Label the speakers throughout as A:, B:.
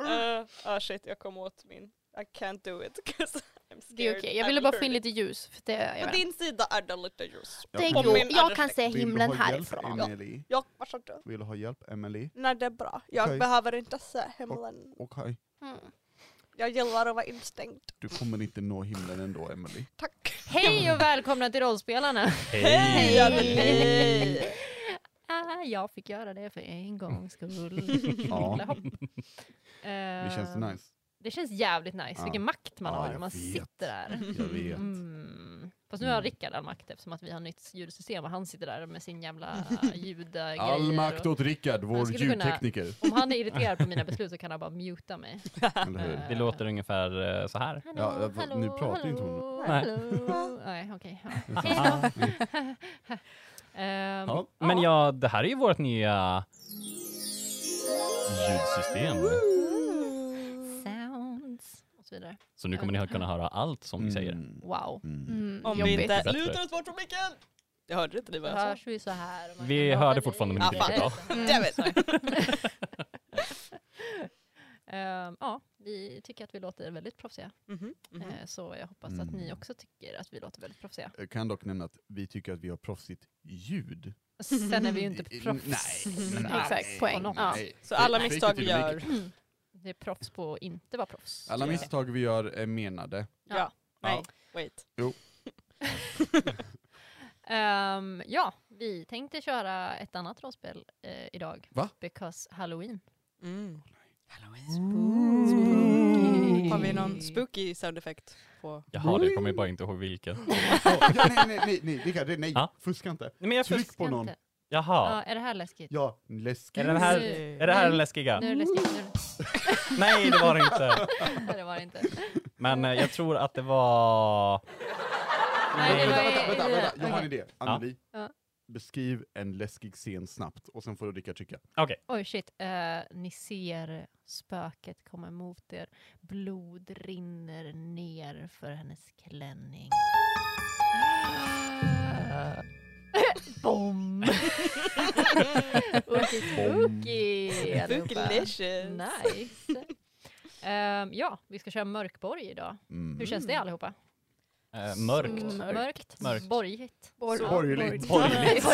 A: Mm.
B: Uh, ah shit, jag kom åt min. I can't do it 'cause I'm scared.
A: Det är okej. Jag
B: I'm
A: ville bara få in
B: learning.
A: lite ljus. För det, jag
B: På
A: vet.
B: din sida är det lite ljus.
A: Det är
B: på
A: jo,
B: min
A: jag
B: andra
A: kan se
C: Vill du
A: himlen
C: ha hjälp,
A: härifrån.
C: Emily?
B: Ja, varsågod.
C: Vill du ha hjälp Emily?
B: Nej det är bra. Jag
C: Okej.
B: behöver inte se himlen.
C: Okej,
A: Mm.
B: Jag gillar att vara instängd.
C: du kommer inte nå himlen ändå Emily.
B: Tack.
D: Hej och välkomna till Rollspelarna!
B: Hej Anneli!
D: Ah, jag fick göra det för en gångs skull.
C: Ja,
D: Hopp.
C: det känns
D: Eh,
C: nice.
D: Det känns jävligt nice,
C: Ja.
D: vilken makt man
C: Ja,
D: har när
C: jag
D: man
C: vet.
D: sitter där.
C: Jag vet.
D: Mm. Fast nu har
C: Mm.
D: Rickard all makt eftersom att vi har nytt ljudsystem och han sitter där med sin jävla ljudgrej.
C: All makt åt Rickard,
D: Han
C: vår
D: skulle kunna-
C: ljudtekniker.
D: Om han är irriterad på mina beslut så kan han bara muta mig.
C: Eller hur?
D: Eh,
E: Det låter ungefär eh, så här.
D: Hallå,
C: Ja, jag-
D: hallå,
C: nu pratar ju inte hon.
D: hallå,
E: Nej.
D: hallå. Nej, okej. ja. Hej då. Ehm,
E: Ja. Men ja, det här är ju vårt nya ljudsystem.
D: Sounds. Och så vidare.
E: Så nu kommer ni kunna höra allt som vi säger.
C: Mm.
D: Wow.
C: Mm.
A: Mm,
B: Om vi
A: jobbigt.
B: inte
E: Bättre.
B: lutar oss bort från micken! Jag hörde inte det
D: Då
B: vad jag sa.
D: hörs vi så här. och man
E: Vi
D: kan
E: hörde
D: hålla
E: fortfarande,
D: i-
E: men inte
B: Ja,
E: lika
B: Damn it.
D: Ehm, Ja, vi tycker att vi låter väldigt proffsiga.
B: Mhm, mhm.
D: Eh, Så jag hoppas att
C: Mm.
D: ni också tycker att vi låter väldigt proffsiga.
C: Jag kan dock nämna att vi tycker att vi har proffsigt ljud.
D: Sen är vi ju inte
C: I- i-
D: proffs.
C: Nej, nej.
A: Exakt, poäng.
C: Nej.
A: Ja.
B: Så alla
C: Fake it
B: misstag
C: till
B: vi
C: you make
B: gör,
C: it.
D: Det är proffs på att inte vara proffs.
C: Alla
D: Så är det.
C: misstag vi gör är menade.
D: Ja.
B: nej, wait.
D: Ehm, ja, vi tänkte köra ett annat rollspel eh, idag.
C: Va?
D: Because Halloween. Mm.
B: Halloween. Mm. Har vi någon spooky sound effect på?
E: Jaha, det kommer jag bara inte ihåg vilket.
C: Ja, ja, nej, nej, nej, nej, Rickard, nej, nej,
E: Ja.
C: fuska inte.
E: Nej, men jag
C: Tryck
E: först...
C: på
D: Ska
C: någon.
D: inte-
E: Jaha.
D: Ja, är det här läskigt?
C: Ja, läskig.
E: Är den här, är det här den läskiga?
D: Nu är det läskigt. Nu är
E: Nej, det var det inte.
D: det, Nej, det var det inte.
E: Men eh, jag tror att det var...
D: Nej, det
C: Vänta,
D: var
C: vänta, vänta, vänta, jag har en
D: Okej.
C: idé. Anneli,
D: Ja.
C: beskriv en läskig scen snabbt och sen får Rickard tycka.
D: Oj, shit. Eh, ni ser spöket komma mot er. Blod rinner ner för hennes klänning. Bom! Okej, spooky allihopa.
B: Spookalicious.
D: Nice. Ehm, ja, vi ska köra mörkborg idag.
C: Mm.
D: Hur känns det allihopa?
E: Eh, mörkt.
D: Mörkt. Mörkt.
E: Mörkt.
D: Borgigt.
A: Bor-
B: Så-
C: Borgerligt.
E: Borgerligt.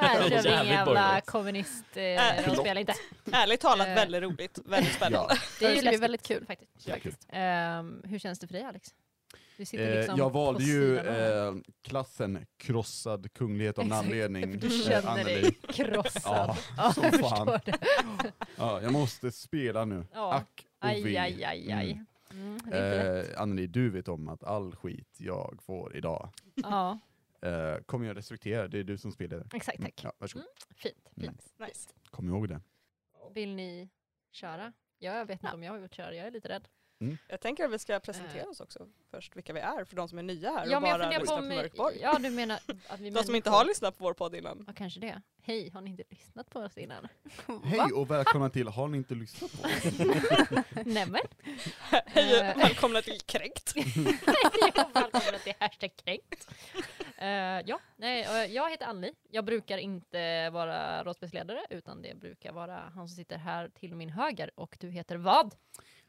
D: Här kör vi en
E: Jävligt
D: jävla
E: borgerligt.
D: kommunist
B: Äh,
D: eh, rollspel, inte.
B: Ärligt talat
D: Eh.
B: väldigt roligt, väldigt spännande.
A: Det ska bli
D: läskigt,
A: väldigt kul.
D: Faktiskt.
C: Så kul.
D: Ehm, hur känns det för dig Alex? Du sitter
C: Eh,
D: liksom
C: jag
D: på
C: valde ju
D: sidan av.
C: eh, klassen krossad kunglighet av en
D: Exakt,
C: anledning.
D: Du
C: Eh,
D: känner dig
C: Anneli.
D: krossad.
C: Ja,
D: Ja,
C: som
D: jag
C: fan.
D: förstår det.
C: ja, jag måste spela nu.
D: Ja.
C: Ack och
D: Aj,
C: ve.
D: aj, aj, aj.
C: Mm.
D: Mm, det är inte lätt.
C: Eh, Anneli, du vet om att all skit jag får idag
D: Ja,
C: eh, kommer jag respektera. Det är du som spelar.
D: exakt,
C: Mm,
D: tack.
C: ja, varsågod.
D: Fint,
C: Mm.
D: fint.
B: Nice.
C: Kom ihåg det.
D: Vill ni köra? Ja, jag vet inte om jag har gjort köra, jag är lite rädd.
B: Jag tänker att vi ska presentera oss också först, vilka vi är för de som är nya här
D: ja,
B: och bara lyssnar på,
D: om-
B: Mörkborg.
D: Ja, du menar att
B: De
D: vi
B: som
D: människor-
B: inte har lyssnat på vår podd innan.
D: Ja, kanske det. Hej, har ni inte lyssnat på oss innan?
C: Hej och välkomna till Har ni inte lyssnat på oss?
D: Nämen!
B: Hej
D: Eh.
B: och välkomna till Kränkt.
D: Ja, Välkomna till hashtag kränkt. Eh, ja, nej, eh, jag heter Annie. Jag brukar inte vara rollspelsledare utan det brukar vara han som sitter här till min höger och du heter vad?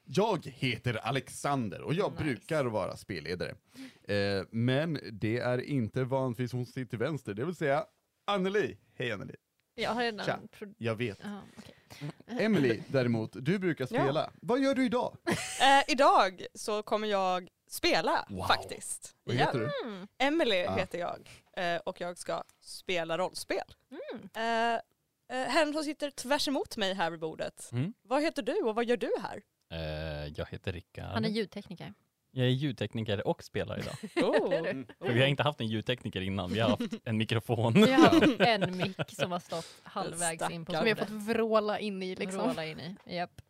C: Jag heter Alexander och jag
D: Nice.
C: brukar vara spelledare. Eh, men det är inte vanligtvis hon som sitter till vänster, det vill säga Anneli. Hej Anneli.
D: Jag har redan...
C: Tja.
D: Pro-
C: Jag vet.
D: ja, okej.
C: Emily däremot, du brukar spela. Vad gör du idag?
B: Eh, idag så kommer jag spela
C: Wow.
B: faktiskt.
C: Vad
B: igen.
C: heter du?
D: Mm.
B: Emily
C: Ah.
B: heter jag eh, och jag ska spela rollspel.
D: Mm.
B: Eh, eh, Hen som sitter tvärs emot mig här vid bordet,
E: Mm.
B: vad heter du och vad gör du här?
E: Eh, jag heter Rickard.
D: Han är ljudtekniker.
E: Jag är ljudtekniker och spelare idag. För vi har inte haft en ljudtekniker innan, vi har haft en mikrofon.
D: Vi har haft typ en mick som har stått halvvägs in på
B: Stackarn.
A: Som jag
D: bordet.
A: fått vråla in i liksom.
D: Vråla in i. Japp.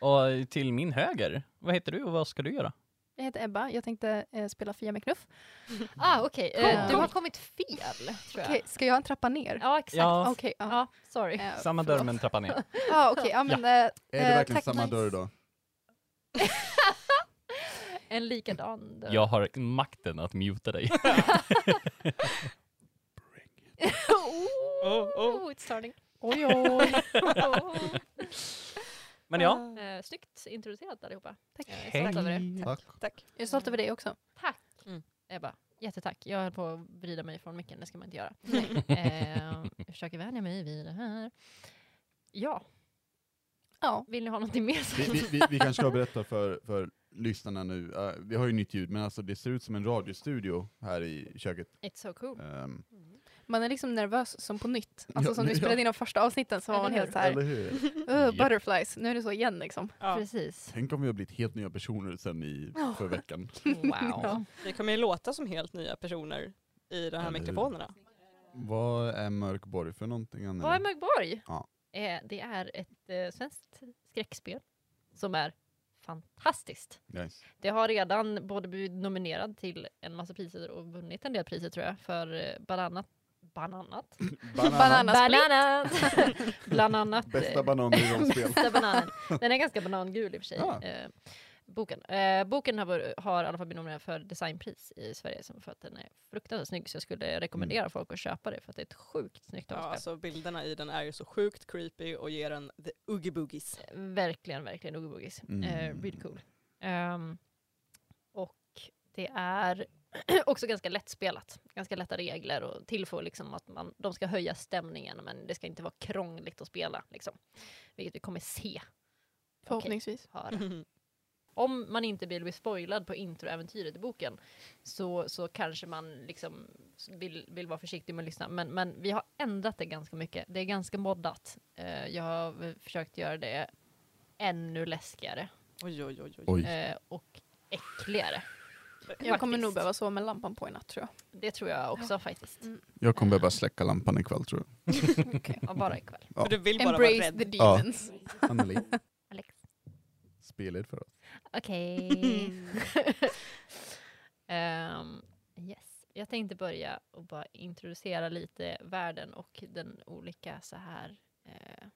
E: Och till min höger, vad heter du och vad ska du göra?
A: Jag heter Ebba, jag tänkte eh, spela Fia med knuff.
D: Ah, okej. eh,
A: Coolt.
D: Du har kommit fel, tror jag.
A: Okej, ska jag ha en trappa ner?
D: Ja, exakt. Ja.
E: Ja,
A: Okej, ja.
D: sorry.
A: Eh,
E: samma
A: förlåt.
E: dörr men trappa ner.
A: Ja, okej, ja men eh,
C: Är det
A: Eh,
C: verkligen
A: tack,
C: samma
A: nice.
C: dörr då?
D: En likadan dörr.
E: Jag har makten att muta dig.
D: oh,
B: Oh, oh.
D: oh, it's starting.
A: oj oj.
D: Oh.
E: Men ja,
D: Eh, eh, snyggt introducerat allihopa.
A: Tack.
D: Jag är stolt över det.
C: Tack.
B: Ah,
F: Tack.
A: Jag är stolt över dig också.
D: Tack
G: Mm.
D: Ebba. Jättetack. Jag höll på att vrida mig från micken, det ska man inte göra. eh, jag försöker vänja mig vid det här. Ja,
A: Ja,
D: vill ni ha någonting mer? sagt?
C: Vi, vi, vi, vi kanske ska berätta för, för lyssnarna nu, eh, vi har ju nytt ljud, men alltså det ser ut som en radiostudio här i köket.
D: It's so cool.
C: Ehm,
A: man är liksom nervös som på nytt. Alltså
C: Ja,
A: som vi
C: ja.
A: spelade in de första avsnitten så var
D: Eller
A: man helt
D: hur?
A: såhär,
C: eller hur?
A: "Ugh,
C: Ja.
A: butterflies, nu är det så igen liksom.
F: Ja.
D: Precis.
C: Tänk om vi har blivit helt nya personer sen i förra veckan.
D: Wow.
A: Ja.
F: Vi kommer ju låta som helt nya personer i de här
C: Eller hur?
F: mikrofonerna.
C: Vad är Mörkborg för någonting? Anneli?
D: Vad är Mögborg?
C: Ja.
D: Eh, det är ett eh, svenskt skräckspel som är fantastiskt.
C: Nice.
D: Det har redan både blivit nominerad till en massa priser och vunnit en del priser tror jag, för eh, bland annat Bland annat.
A: Banan. Bananasplit.
D: Bland annat. bland annat.
C: Bästa
D: eh,
C: bananer i rollspel.
D: Bästa bananen. Den är ganska banangul i och för sig.
C: Ja.
D: Eh, boken eh, boken har, varit- har i alla fall blivit nominerad för designpris i Sverige som för att den är fruktansvärt snygg. Så jag skulle rekommendera
C: Mm.
D: folk att köpa det för att det är ett sjukt snyggt
F: Ja,
D: rollspel.
F: alltså bilderna i den är ju så sjukt creepy och ger en the oogie boogies.
D: Verkligen, verkligen Oogie Boogies.
C: Mm.
D: Eh, really cool. Ehm, och det är också ganska lättspelat. Ganska lätta regler och tillför liksom att man, de ska höja stämningen men det ska inte vara krångligt att spela. Liksom. Vilket vi kommer se,
A: Förhoppningsvis.
D: höra. Om man inte vill bli spoilad på introäventyret i boken så, så kanske man liksom vill, vill vara försiktig med att lyssna. Men, men vi har ändrat det ganska mycket. Det är ganska moddat. Eh, jag har eh, försökt göra det ännu läskigare
F: Oj, oj, oj. oj.
C: Oj.
D: eh, och äckligare.
A: Jag kommer
D: Faktiskt.
A: nog behöva sova med lampan på i natt tror jag.
D: Det tror jag också faktiskt.
A: Mm.
C: Jag kommer behöva släcka lampan ikväll tror jag.
D: Ja, bara ikväll.
C: Ja.
F: För du vill bara vara
A: Embrace the
F: rädd.
C: Ja.
A: demons.
C: Anneli,
D: Alex.
C: spela för oss.
D: Okej. Ehm, yes. Jag tänkte börja och bara introducera lite världen och den olika så här eh,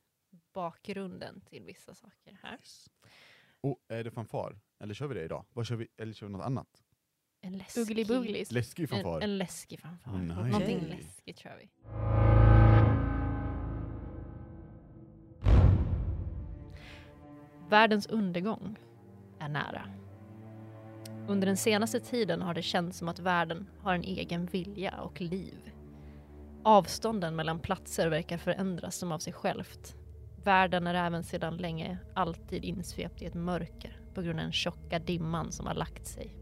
D: bakgrunden till vissa saker här.
C: Och Oh, är det fanfar? Eller kör vi det idag? Vad kör vi? Eller kör vi något annat?
D: En läskig,
A: Ugly booglies.
C: Läskig fanfar.
D: En, en läskig framför.
C: Oh, nice.
D: Någonting
F: Okej.
D: läskigt kör vi. Världens undergång är nära. Under den senaste tiden har det känts som att världen har en egen vilja och liv. Avstånden mellan platser verkar förändras som av sig självt. Världen är även sedan länge alltid insvept i ett mörker på grund av den tjocka dimman som har lagt sig.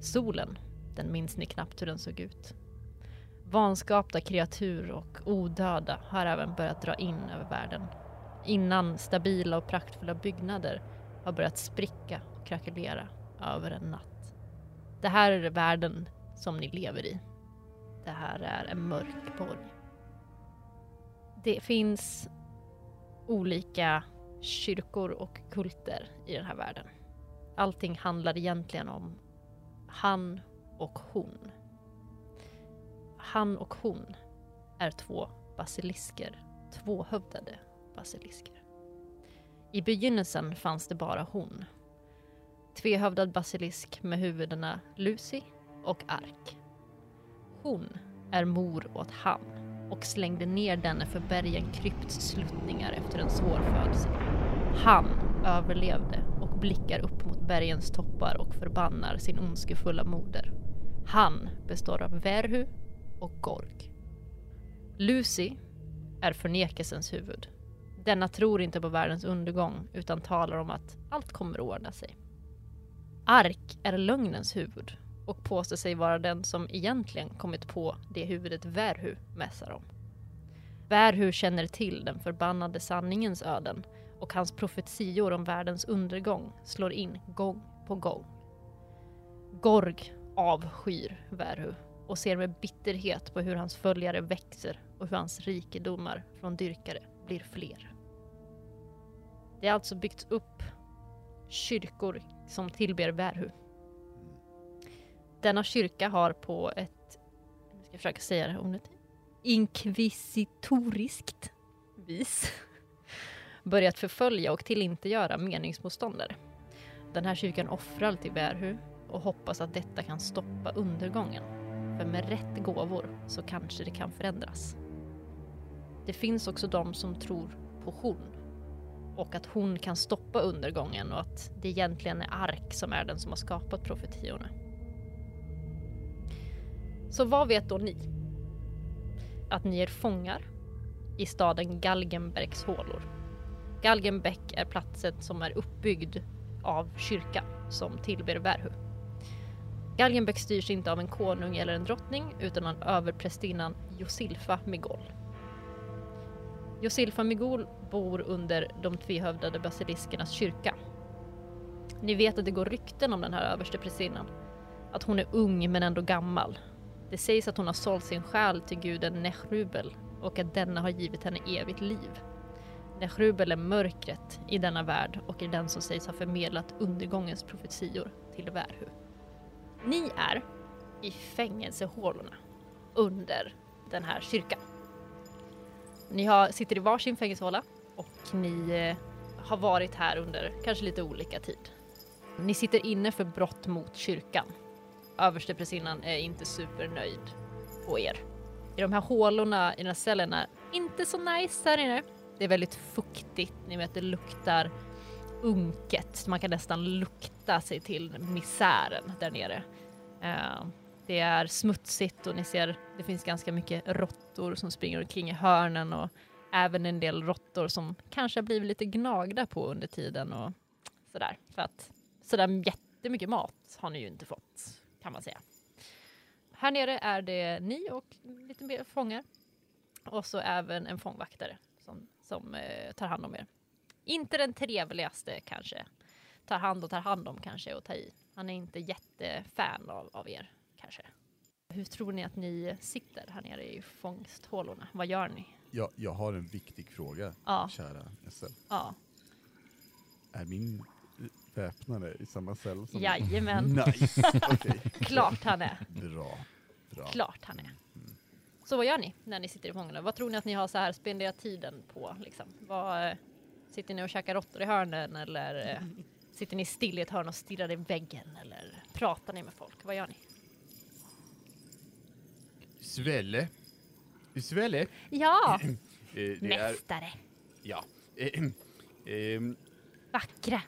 D: Solen den minns ni knappt hur den såg ut. Vanskapta kreatur och odöda har även börjat dra in över världen. Innan stabila och praktfulla byggnader har börjat spricka och krackelera över en natt. Det här är världen som ni lever i. Det här är en mörk borg. Det finns olika kyrkor och kulter i den här världen. Allting handlar egentligen om han och hon. Han och hon är två basilisker, tvåhövdade basilisker. I begynnelsen fanns det bara hon. Tvehövdad basilisk med huvudena Lucy och Ark. Hon är mor åt han och slängde ner denne för bergen krypts sluttningar efter en svår födsel. Han överlevde och blickar upp mot bergens toppar och förbannar sin ondskefulla moder. Han består av Verhu och Gorg. Lucy är förnekelsens huvud. Denna tror inte på världens undergång utan talar om att allt kommer att ordna sig. Ark är lögnens huvud och påstår sig vara den som egentligen kommit på det huvudet Verhu mässar om. Verhu känner till den förbannade sanningens öden och hans profetior om världens undergång slår in gång på gång. Gorg avskyr Verhu och ser med bitterhet på hur hans följare växer och hur hans rikedomar från dyrkare blir fler. Det har alltså byggts upp kyrkor som tillber Verhu. Denna kyrka har på ett, jag ska försöka säga det här ordet, inkvisitoriskt vis börjat förfölja och tillintetgöra meningsmotståndare. Den här kyrkan offrar till Verhu och hoppas att detta kan stoppa undergången. För med rätt gåvor så kanske det kan förändras. Det finns också de som tror på hon och att hon kan stoppa undergången och att det egentligen är Ark som är den som har skapat profetiorna. Så vad vet då ni? Att ni är fångar i staden Galgenbäcks hålor. Galgenbäck är platsen som är uppbyggd av kyrkan som tillber Verhu. Galgenbäck styrs inte av en konung eller en drottning utan av överprästinnan Josilfa Migol. Josilfa Migol bor under de tvehövdade basiliskernas kyrka. Ni vet att det går rykten om den här översteprästinnan. Att hon är ung men ändå gammal. Det sägs att hon har sålt sin själ till guden Nechrubel och att denna har givit henne evigt liv. Nechrubel är mörkret i denna värld och är den som sägs ha förmedlat undergångens profetior till Värhu. Ni är i fängelsehålorna under den här kyrkan. Ni har, sitter i varsin fängelsehåla och ni eh, har varit här under kanske lite olika tid. Ni sitter inne för brott mot kyrkan. Översteprästinnan är inte supernöjd på er. I de här hålorna, i de här cellerna, inte så nice här inne. Det är väldigt fuktigt, ni vet det luktar unket. Man kan nästan lukta sig till misären där nere. Eh, det är smutsigt och ni ser det finns ganska mycket råttor som springer omkring i hörnen och även en del råttor som kanske har blivit lite gnagda på under tiden och sådär. För att sådär jättemycket mat har ni ju inte fått kan man säga. Här nere är det ni och lite mer fångar och så även en fångvaktare som, som eh, tar hand om er. Inte den trevligaste kanske. Tar hand och tar hand om kanske och tar i. Han är inte jättefan av, av er kanske. Hur tror ni att ni sitter här nere i fångsthålorna? Vad gör ni?
C: Jag, jag har en viktig fråga,
D: Ja,
C: kära SL.
D: ja.
C: Är min väpnare i samma cell som...
D: jajamän.
C: Nice, okej.
D: Klart han är.
C: Bra. Bra.
D: Klart han är. Så vad gör ni när ni sitter i fångarna? Vad tror ni att ni har så här spenderat tiden på? Liksom? Vad, eh, sitter ni och käkar råttor i hörnen eller eh, sitter ni still i ett hörn och stirrar i väggen eller pratar ni med folk? Vad gör ni?
C: Svelle. Svelle.
D: Ja,
C: Eh, det är...
D: mästare,
C: Ja. Ehm, ehm,
D: vackra,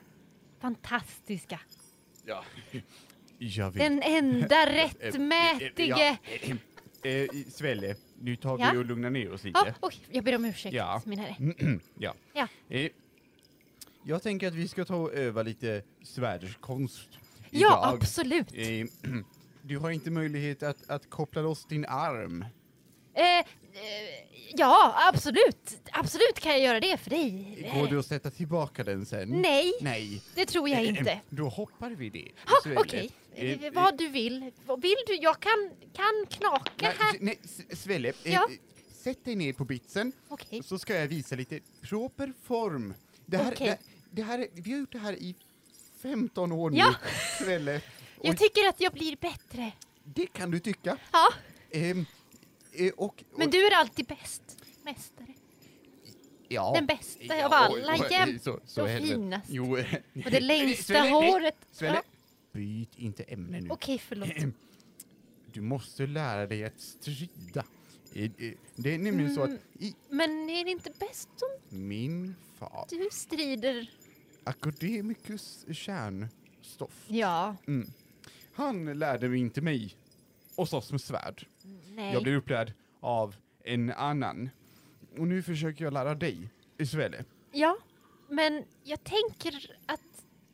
D: fantastiska,
C: ja. Jag vet.
D: den enda
C: Ja.
D: rättmätige.
C: Eh, Svelle, nu tar
D: Ja.
C: vi och lugnar ner oss lite.
D: Ja, oj, jag ber om ursäkt,
C: Ja.
D: min herre.
C: Ja.
D: Ja.
C: Eh, jag tänker att vi ska ta och öva lite svärdskonst
D: Ja,
C: idag.
D: absolut.
C: Eh, du har inte möjlighet att, att koppla loss din arm.
D: Eh, eh, ja, absolut. Absolut kan jag göra det för dig.
C: Går du att sätta tillbaka den sen?
D: Nej,
C: Nej.
D: det tror
C: Eh,
D: jag inte.
C: Då hoppar vi det.
D: Ha,
C: Svelle.
D: Okej,
C: Eh,
D: Eh, vad du vill. Vad Vill du? Jag kan, kan knaka
C: Nej,
D: här.
C: s- eh, nej s- Svelle, eh,
D: Ja.
C: eh, sätt dig ner på bitsen
D: Okej.
C: så ska jag visa lite proper form. Det här,
D: Okej.
C: det, det här, är- vi har gjort det här i 15 år
D: Ja.
C: nu, Svelle.
D: Jag
C: Oj.
D: tycker att jag blir bättre.
C: Det kan du tycka.
D: Ja,
C: Ehm, eh, och, och,
D: men du är alltid bäst. Mästare.
C: ja.
D: Den bästa
C: Ja,
D: av alla
C: oj, oj,
D: jämt.
C: så- så
D: och
C: är det.
D: finast.
C: Jo, eh,
D: Och det längsta
C: Svelle, nej,
D: håret.
C: Svelle,
D: Ja.
C: byt inte ämne nu.
D: Okej, förlåt.
C: Du måste lära dig att strida. Eh, eh, Det är nämligen så
D: Mm.
C: att i
D: Men är det inte bäst om
C: min far,
D: du strider?
C: Academicus kärnstoff,
D: Ja.
C: mm. han lärde mig inte mig och slåss med svärd.
D: Nej.
C: Jag blev upplärd av en annan. Och nu försöker jag lära dig, Svelle.
D: Ja, men jag tänker att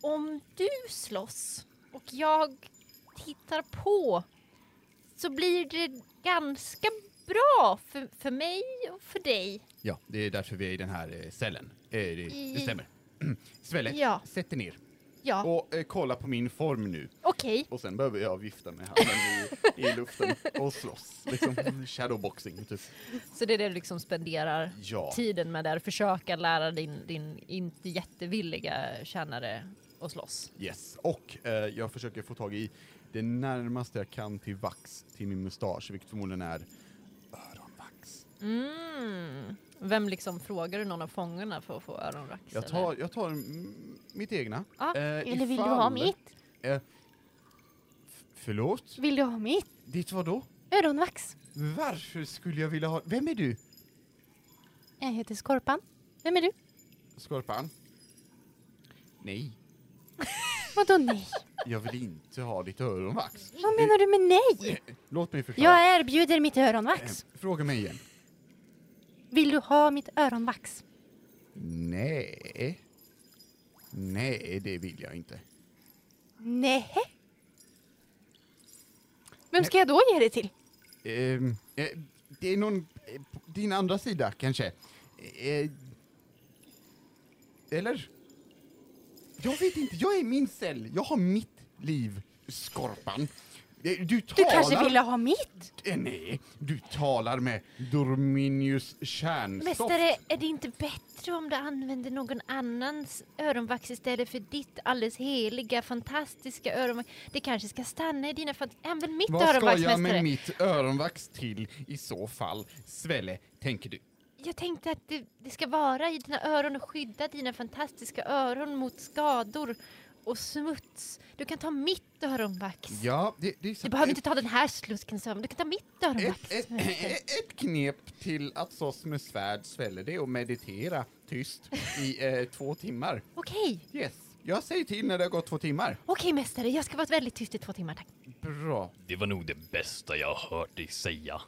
D: om du slåss och jag tittar på så blir det ganska bra för, för mig och för dig.
C: Ja, det är därför vi är i den här eh, cellen. Eh, det, det
D: I-
C: stämmer. Svelle,
D: Ja.
C: sätt dig ner.
D: Ja,
C: Och eh, kolla på min form nu.
D: okej.
C: Och sen behöver jag vifta med handen i, i luften och slåss. Liksom shadowboxing, typ.
D: Så det är det du liksom spenderar
C: Ja.
D: tiden med där, försöka lära din, din inte jättevilliga tjänare att slåss.
C: Yes. Och eh, jag försöker få tag i det närmaste jag kan till vax till min mustasch, vilket förmodligen är öronvax.
D: Mm. Vem liksom frågar du någon av fångarna för att få öronvax?
C: Jag
D: eller?
C: tar, jag tar mm, mitt egna.
D: Ja,
C: Eh,
A: eller vill du
C: ifall-
A: ha mitt?
C: Eh, f- förlåt?
A: Vill du ha mitt
C: Ditt vad då?
A: öronvax?
C: Varför skulle jag vilja ha... Vem är du?
A: Jag heter Skorpan. Vem är du?
C: Skorpan. Nej,
A: Vadå nej?
C: jag vill inte ha ditt öronvax. Eh,
A: Vad menar du med nej?
C: Låt mig förklara.
A: Jag erbjuder mitt öronvax.
C: Eh, Fråga mig igen.
A: Vill du ha mitt öronvax?
C: Nej. Nej, det vill jag inte.
A: Nej. Vem ska jag då ge det till?
C: Ehm, eh, det är någon... Eh, på din andra sida, kanske? Eh, eller? Jag vet inte, jag är min cell. Jag har mitt liv, Skorpan. Eh, Du
A: Du
C: talar...
A: kanske ville ha mitt?
C: Eh, Nej, du talar med Dorminius kärnstoff.
A: Mästare,
D: är det inte bättre om du använder någon annans öronvax istället för ditt alldeles heliga, fantastiska öronvax? Det kanske ska stanna i dina fantastiska... Använd mitt
C: Vad ska jag med mitt öronvax till i så fall, Svelle, tänker du?
D: Jag tänkte att det, det ska vara i dina öron och skydda dina fantastiska öron mot skador och smuts. Du kan ta mitt öronvax.
C: Ja, det, det är sant.
D: Du behöver inte ta den här slusken, Sam. Du kan ta mitt öronvax.
C: Ett, ett, ett knep till att slåss med svärd sväller det och meditera tyst i eh, två timmar.
D: Okej,
C: Yes. Jag säger till när det har gått två timmar.
D: okej mästare. Jag ska vara väldigt tyst i två timmar, tack.
C: Bra.
E: Det var nog det bästa jag har hört dig säga.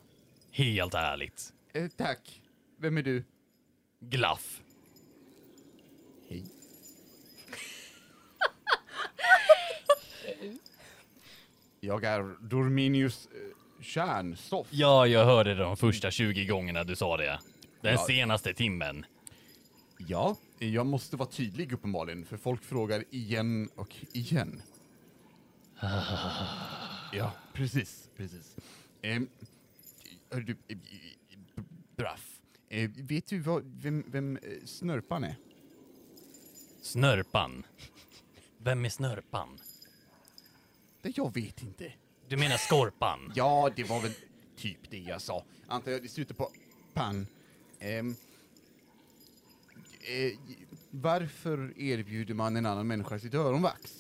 E: Helt ärligt.
C: Eh, tack. Vem är du?
E: Glaff.
C: Hej. Jag är Dorminius eh, Kärnstoff.
E: Ja, jag hörde det de första 20 gångerna du sa det. Den
C: Ja.
E: senaste timmen.
C: Ja, jag måste vara tydlig uppenbarligen, för folk frågar igen och igen. Ja, precis, precis. Ehm, hör du, eh, b- braff. Eh, vet du vad, vem, vem eh, Snörpan är?
E: Snörpan. Vem är Snörpan?
C: Det jag vet inte.
E: Du menar Skorpan?
C: Ja, det var väl typ det jag sa. Antar jag, det slutar på pan. Ehm, eh, varför erbjuder man en annan människa sitt öronvax?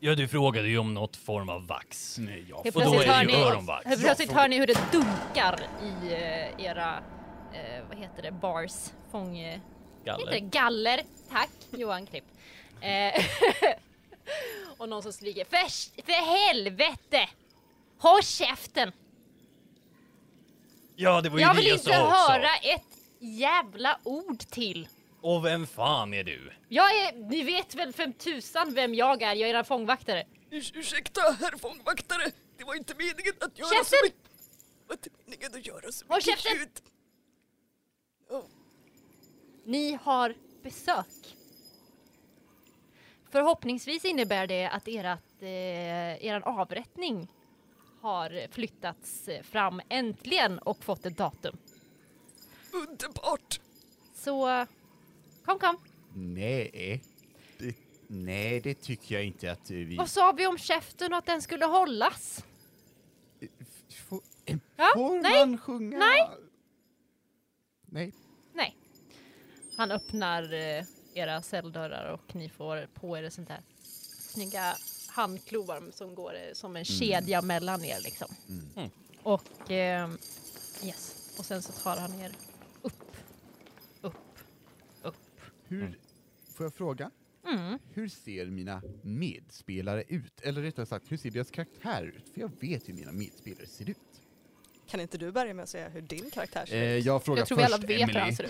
E: Ja, du frågade ju om något form av vax.
C: Nej, jag
E: Och då är det ju öronvax.
D: Helt plötsligt hör ni hur det dunkar i eh, era, eh, vad heter det, bars, fång... eh, Heter det
E: Galler.
D: galler? Tack Johan Klipp. Eh, och någon som skriker för, för helvete! Håll käften!
E: Ja, det var ju
D: Jag
E: det
D: vill
E: jag
D: inte
E: sa också.
D: höra ett jävla ord till.
E: Och vem fan är du?
D: Jag är, ni vet väl för tusan vem jag är, jag är era fångvaktare.
B: Urs- ursäkta herr fångvaktare, det var inte meningen att göra så
D: Käften!
B: mycket... Det var inte meningen att göra så
D: Håll
B: mycket
D: käften!
B: ljud. Åh,
D: Ni har besök. Förhoppningsvis innebär det att ert, eh, er avrättning har flyttats fram äntligen och fått ett datum.
B: underbart!
D: Så kom, kom.
C: Nej. Det, nej, det tycker jag inte att eh, vi...
D: Vad sa vi om käften och att den skulle hållas?
C: F- Får, eh,
D: Ja,
C: får
D: nej,
C: man sjunga?
D: nej.
C: Nej.
D: Nej. Han öppnar eh, era celldörrar och ni får på er sånt här snygga handklovar som går eh, som en kedja mellan er liksom.
E: Mm.
D: Och eh, yes, och sen så tar han er upp, upp, upp.
C: Hur, Får jag fråga?
D: Mm.
C: Hur ser mina medspelare ut? Eller rättare sagt, hur ser deras karaktär ut? För jag vet hur mina medspelare ser ut.
B: Kan inte du börja med att säga hur din karaktär ser ut?
C: Eh, jag frågar
H: Jag tror vi alla vet hur han ser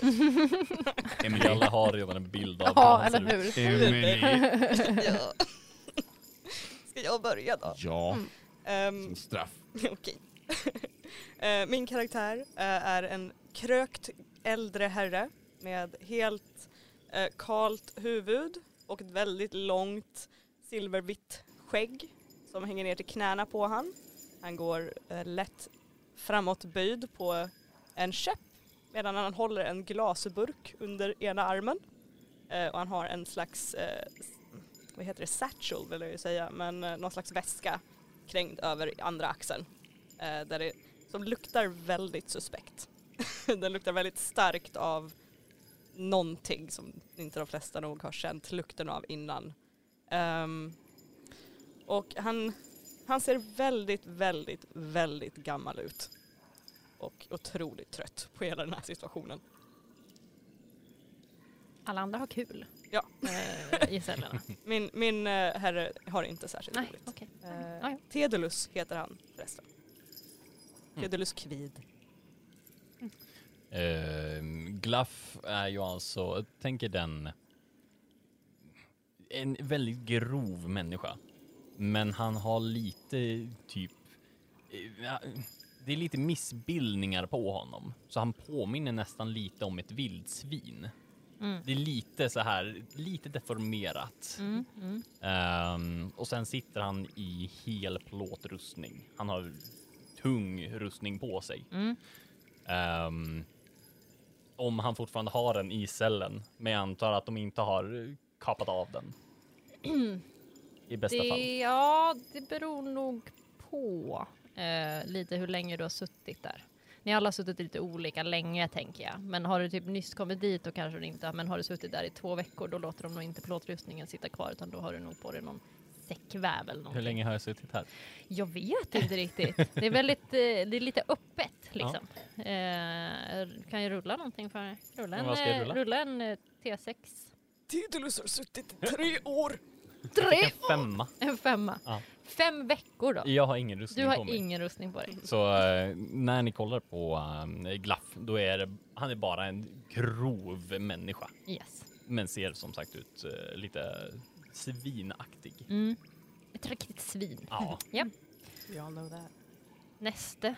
H: ut.
E: Vi alla har redan en bild av
H: Ja,
E: han ser
H: eller
E: ut.
H: hur?
C: Emily.
B: Ja. Ska jag börja då?
C: Eh, Ja,
H: Mm.
B: Ehm,
C: som straff.
B: Okej. Eh, Min karaktär eh, är en krökt äldre herre med helt eh, kalt huvud och ett väldigt långt silvervitt skägg som hänger ner till knäna på han. Han går eh, lätt framåtböjd på en käpp medan han håller en glasburk under ena armen. Eh, Och han har en slags, eh, s- vad heter det, satchel vill jag ju säga, men eh, någon slags väska krängd över andra axeln. Eh, där det, som luktar väldigt suspekt. Den luktar väldigt starkt av någonting som inte de flesta nog har känt lukten av innan. Ehm, och han, han ser väldigt, väldigt, väldigt gammal ut. Och otroligt trött på hela den här situationen.
D: alla andra har kul
F: Ja.
D: eh, i cellerna.
F: Min, min eh, herre har inte särskilt
D: Nej,
F: roligt.
D: okej.
F: Eh,
D: Ja, ja.
F: Tedulus heter han förresten. Tedulus Kvid.
E: Ehm, glaff är ju alltså, jag tänker den, en väldigt grov människa. Men han har lite typ, eh, ja, det är lite missbildningar på honom. Så han påminner nästan lite om ett vildsvin.
D: Mm.
E: Det är lite så här, lite deformerat.
D: Mm, mm.
E: Ehm, och sen sitter han i hel plåtrustning. Han har tung rustning på sig.
D: Mm.
E: Ehm, om han fortfarande har den i cellen, men jag antar att de inte har eh, kapat av den. I bästa fall.
D: Det, ja, det beror nog på eh, lite hur länge du har suttit där. Ni alla har suttit lite olika länge tänker jag. Men har du typ nyss kommit dit och kanske du inte har- men har du suttit där i två veckor då låter de nog inte plåtrustningen sitta kvar utan då har du nog på dig någon säckväv eller någonting.
E: Hur länge har jag suttit här?
D: Jag vet inte riktigt. Det är väldigt, eh, det är lite öppet liksom. Eh, kan jag rulla någonting för dig? Rulla
E: Men
D: en,
E: vad ska jag
D: eh,
E: rulla?
D: rulla en eh, T6.
F: Tedulus har suttit i tre år.
E: Jag fick en femma.
D: En femma.
E: Ja.
D: Fem veckor då.
E: Jag har ingen rustning
D: Du
E: på
D: har
E: mig.
D: ingen rustning på dig.
E: Så eh, när ni kollar på eh, Glaff, då är det, han är bara en grov människa.
D: Yes.
E: Men ser som sagt ut eh, lite svinaktig.
D: Mm. Ett riktigt svin.
E: Ja.
D: Ja.
F: We all know that.
D: Näste.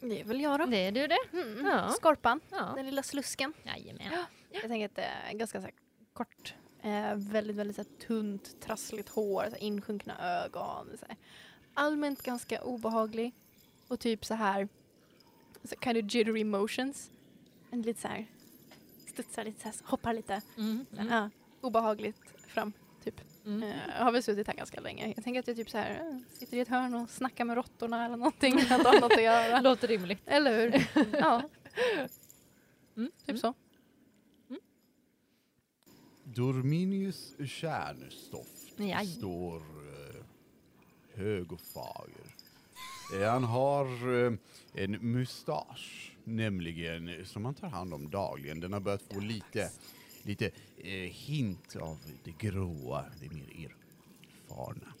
A: Det är väl jag då.
D: Det är du det.
A: Mm.
D: Ja.
A: Skorpan,
D: Ja.
A: den lilla slusken.
D: Jajamän.
A: Jag tänker att det är ganska så här, kort, eh, väldigt, väldigt så här, tunt, trassligt hår, så här, insjunkna ögon. Så här. Allmänt ganska obehaglig. Och typ så här, så kind of jittery motions. En lite så här, studsar lite, så här, hoppar lite.
D: Mm.
A: Så här, Ja, obehagligt fram.
D: Mm.
A: Eh, jag har väl suttit här ganska länge. Jag tänker att jag typ så här, eh, sitter i ett hörn och snackar med råttorna eller någonting. Att ha något att göra.
D: Låter rimligt.
A: Eller hur? Ja,
D: Mm.
A: typ så.
C: Dorminius kärnstoft
D: Jaj.
C: står eh, hög och fager. Eh, Han har eh, en mustasch, nämligen, eh, som han tar hand om dagligen. Den har börjat få lite, lite eh, hint av det gråa, det mer erfarna.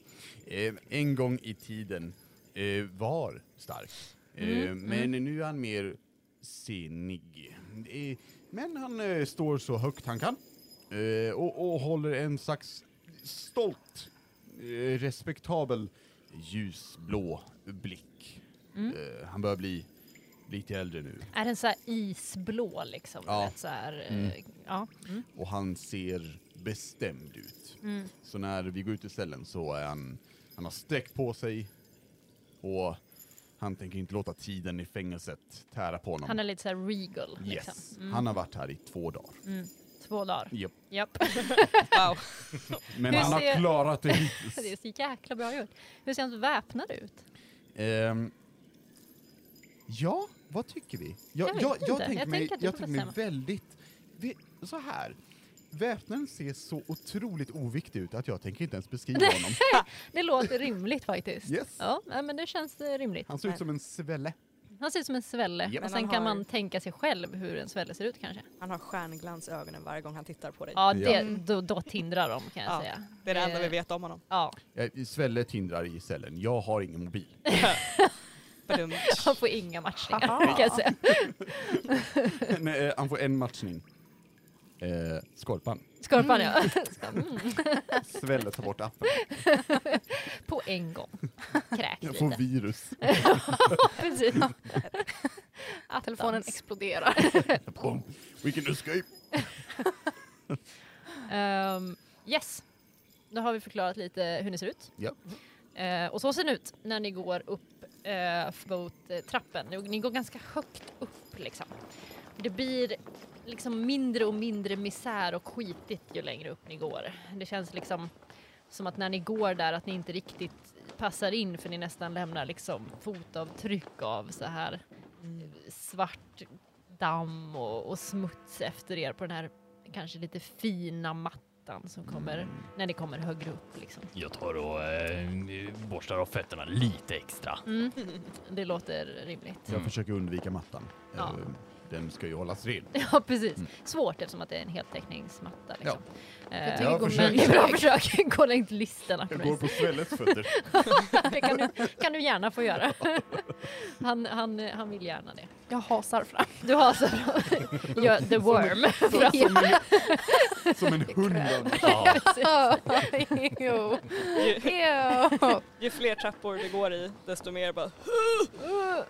C: Eh, en gång i tiden eh, var stark, eh, men nu är han mer sinnig. Eh, men han eh, står så högt han kan eh, och, och håller en slags stolt, eh, respektabel ljusblå blick.
D: Mm.
C: Eh, han börjar bli lite äldre nu
D: Är den så här isblå liksom?
C: Ja.
D: Ja. Så här, eh,
C: Mm.
D: ja. Mm.
C: och han ser bestämd ut.
D: Mm.
C: Så när vi går ut i cellen så är han, han har sträckt på sig och han tänker inte låta tiden i fängelset tära på honom.
D: Han är lite så här regal.
C: yes.
D: Liksom. Mm.
C: han har varit här i två dagar.
D: Mm. Två dagar.
C: Japp.
D: Japp.
F: Wow.
C: Men
D: Hur
C: han har
D: ser-
C: klarat det
D: Det är
C: hittills.
D: så jäkla bra gjort. Hur ser han väpnad ut?
C: Ehm, ja, vad tycker vi? Jag,
D: Jag
C: jag,
D: vet
C: jag,
D: inte.
C: tänker
D: Jag
C: mig,
D: tänker att du
C: jag
D: får
C: tänker mig
D: bestämma.
C: väldigt... Vi, så här. Väpnaren ser så otroligt oviktig ut att jag tänker inte ens beskriva honom.
D: Det låter rimligt faktiskt.
C: Yes.
D: Ja, nej, men det känns eh, rimligt.
C: Han ser ut som en svälle.
D: Han ser ut som en svälle.
C: Japp.
D: Och
F: Men
D: sen
F: han
D: kan
F: har-
D: man tänka sig själv hur en svälle ser ut kanske.
F: Han har stjärnglans i ögonen varje gång han tittar på dig.
D: Ja,
C: Ja.
D: det, då, då tindrar de kan jag
F: Ja,
D: säga.
F: Det är det
D: Eh,
F: enda vi vet om honom.
D: Ja,
C: Eh, Svälle tindrar i cellen. Jag har ingen mobil.
F: Badum.
D: han får inga matchningar
A: Aha.
D: kan jag säga.
C: Nej, eh, han får en matchning. Eh, skorpan.
D: Skorpan ja. mm,
C: Svälle tar bort appen.
D: På en gång. Kräks
C: Jag får
D: lite.
C: virus.
D: Precis. Attans.
A: Telefonen exploderar.
C: Boom. We can escape.
D: Ehm, yes, då har vi förklarat lite hur ni ser ut.
C: Ja.
D: Eh, och så ser ni ut när ni går upp eh, mot eh, trappen. Ni, ni går ganska högt upp liksom. Det blir liksom mindre och mindre misär och skitigt ju längre upp ni går. Det känns liksom som att när ni går där att ni inte riktigt passar in för ni nästan lämnar liksom fotavtryck av så här eh, svart damm och, och smuts efter er på den här kanske lite fina mattan som kommer när ni kommer högre upp liksom.
E: Jag tar och eh, borstar av fötterna lite extra.
D: Det låter rimligt.
C: Jag försöker undvika mattan.
D: Ja.
C: Eh, Den ska ju hållas ren.
D: Ja, precis.
C: Mm.
D: Svårt eftersom att det är en heltäckningsmatta. Liksom. Eh,
C: Jag
D: men
C: försöker.
D: bra försök. Kolla inte listorna för
C: Jag går
D: mig.
C: på svällets fötter.
D: Det kan du, kan du gärna få göra. Han, han, eh, han vill gärna det.
A: Jag hasar fram.
D: Du har så gör the worm.
C: Som en hund. av-
E: Ja,
A: Jo.
F: Ju,
A: Jo.
F: ju fler trappor det går i desto mer bara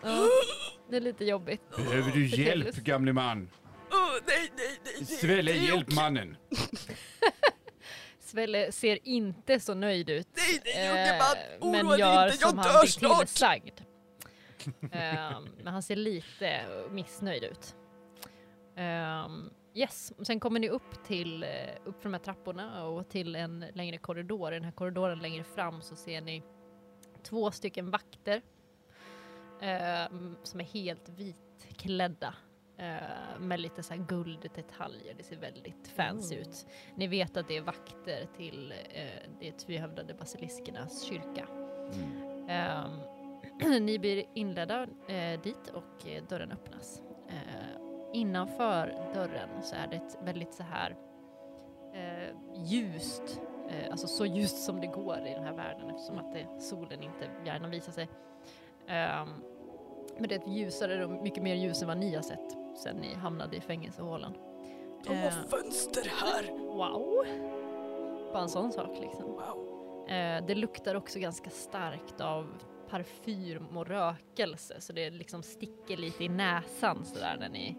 D: Ja, det är lite jobbigt.
C: Behöver du hjälp
D: Trevligt.
C: gamle man?
F: "Åh, nej, nej, nej, nej.
C: Svälla hjälp mannen.
D: Svelle ser inte så nöjd ut.
F: Nej, nej,
D: eh,
F: unge man, oroa
D: men
F: dig
D: gör
F: inte, jag
D: som
F: dör
D: han blir
F: snart."
D: tillsagd. Ehm, men han ser lite missnöjd ut. Ehm, yes, Och sen kommer ni upp till eh, upp från de här trapporna och till en längre korridor. I den här korridoren längre fram så ser ni två stycken vakter ehm, som är helt vitklädda eh, med lite så här gulddetaljer. Det ser väldigt fancy ut. Ni vet att det är vakter till eh, det tvehövdade basiliskernas kyrka.
C: Mm.
D: Ehm, ni blir inledda eh, dit och eh, dörren öppnas. Eh, innanför dörren så är det ett väldigt så här eh, ljust, eh, alltså så ljust som det går i den här världen eftersom att det, solen inte gärna visar sig. Ehm, men det är ett ljusare rum, mycket mer ljus än vad ni har sett sen ni hamnade i fängelsehålan.
F: De har
D: Ehm,
F: fönster här.
D: Wow! Bara en sån sak liksom.
F: Wow.
D: Eh, det luktar också ganska starkt av parfym och rökelse så det liksom sticker lite i näsan sådär när ni,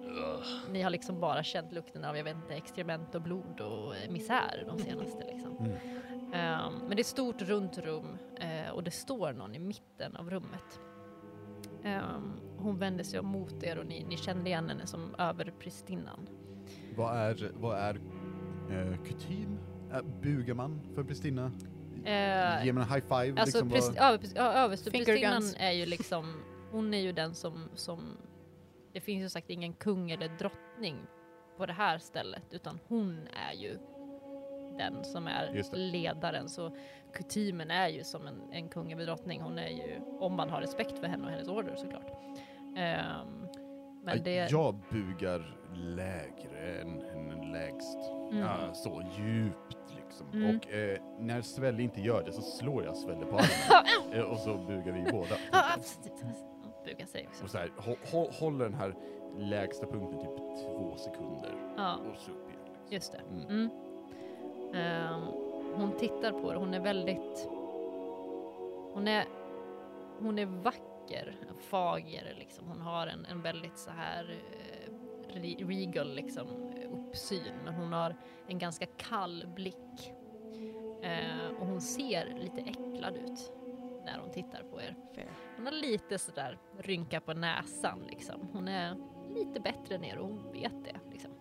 D: ni har liksom bara känt lukten av jag vet inte, exkrement och blod och eh, misär de senaste liksom.
C: Mm.
D: Eh, men det är ett stort runt rum eh, och det står någon i mitten av rummet. Eh, hon vänder sig om mot er och ni, ni känner igen henne som överpristinnan.
C: Vad är, vad är eh, kutym? Eh, bugar man för Pristina?
D: Eh,
C: Ge mig en high five.
D: Alltså
C: liksom,
D: pres-
C: vad-
D: över- ja, översteprästinnan
A: Finger guns.
D: är ju liksom, hon är ju den som, som det finns ju sagt ingen kung eller drottning på det här stället utan hon är ju den som är
C: Just det.
D: ledaren så kutymen är ju som en, en kung eller drottning. Hon är ju, om man har respekt för henne och hennes order såklart. Ehm, men
C: Aj,
D: det...
C: Jag bugar lägre än, än lägst.
D: mm.
C: Ja, så djupt liksom.
D: Mm.
C: Och eh, när Svelle inte gör det så slår jag Svelle på armen. eh, och så bugar vi båda.
D: Ja, absolut. Hon bugar sig också.
C: Och så här, hå- hå- håller den här lägsta punkten typ två sekunder
D: Ja.
C: och så upp igen. liksom.
D: Just det.
C: Mm.
D: Mm. Ehm, hon tittar på det. Hon är väldigt... Hon är, hon är vacker, fager liksom. Hon har en, en väldigt så här eh, re- regal liksom, uppsyn. Men hon har en ganska kall blick. Eh, och hon ser lite äcklad ut när hon tittar på er.
F: Fair.
D: Hon har lite sådär rynka på näsan liksom. Hon är lite bättre än er och hon vet det. Liksom.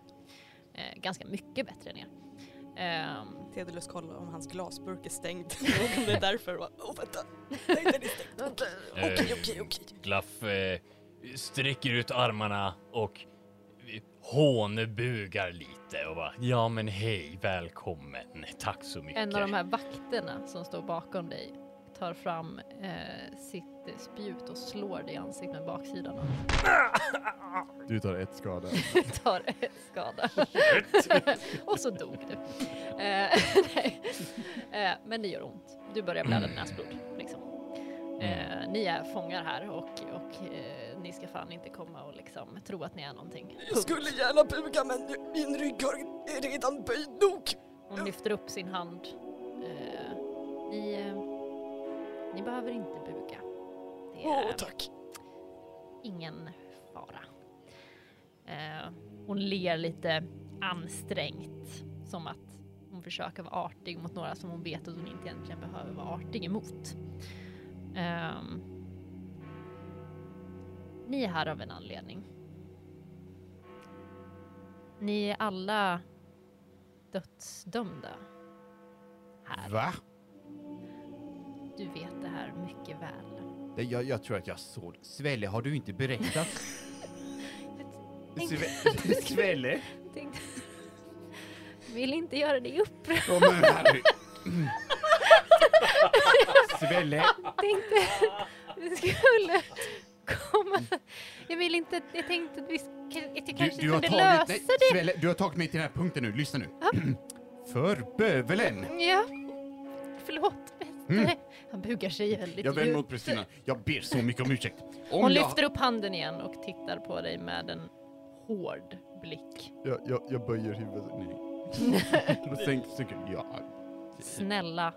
D: Eh, ganska mycket bättre än er. Ehm,
F: Tedelus kollar om hans glasburk är stängd. Om det är därför. Bara, Åh vänta. Nej den är stängd. Okej, Okej okej okej.
E: Glaff eh, sträcker ut armarna och eh, hånbugar lite och bara ja men hej välkommen tack så mycket.
D: en av de här vakterna som står bakom dig tar fram eh, sitt eh, spjut och slår dig i ansiktet med baksidan och
C: Du tar ett skada.
D: tar ett skada. och så dog du. Eh, nej. Eh, men det gör ont. Du börjar blöda näsblod. Liksom.
F: Mm.
D: Eh, ni är fångar här och, och eh, ni ska fan inte komma och liksom, tro att ni är någonting.
F: Jag skulle gärna buga men min rygg är redan böjd nog.
D: Hon lyfter upp sin hand. Eh, ni, eh, ni behöver inte buga. Det
F: Åh
D: är
F: tack.
D: ingen fara. Eh, hon ler lite ansträngt som att hon försöker vara artig mot några som hon vet att hon inte egentligen behöver vara artig emot. Ehm, ni är här av en anledning. Ni är alla dödsdömda här.
C: Va?
D: Du vet det här mycket väl.
C: Det- Jag, jag tror att jag såg Svelle, har du inte berättat? Sve- Svelle?
D: Tänkte... Vill inte göra dig upprörd.
C: Ja, men Harry. Svelle?
D: tänkte att vi skulle komma Jag vill inte, jag tänkte att vi sk- att jag
C: Du,
D: kanske
C: du, har
D: kunde
C: tagit,
D: lösa
C: nej,
D: det.
C: Svelle, du har tagit mig till den här punkten nu, lyssna nu. För bövelen!
D: Ja. Förlåt, mästare. Han bugar sig väldigt
C: Mm. Jag vänder mot
D: djupt.
C: Pristina. Jag ber så mycket om ursäkt. Om
D: Hon
C: jag-
D: lyfter upp handen igen och tittar på dig med en hård blick.
C: Jag, jag, jag böjer huvudet. Nej. Då sänker, sänker ja.
D: Snälla,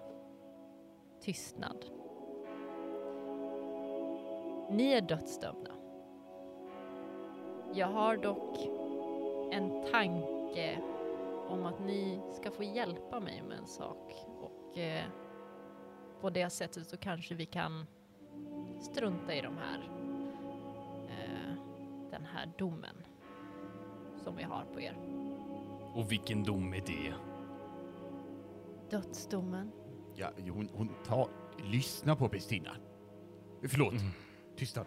D: tystnad. Ni är dödsdömda. Jag har dock en tanke om att ni ska få hjälpa mig med en sak och eh, på det sättet så kanske vi kan strunta i de här eh, den här domen som vi har på er.
E: Och vilken dom är det?
D: Dödsdomen.
C: ja hon, hon tar... Lyssna på Pristina. Förlåt. Tystnad.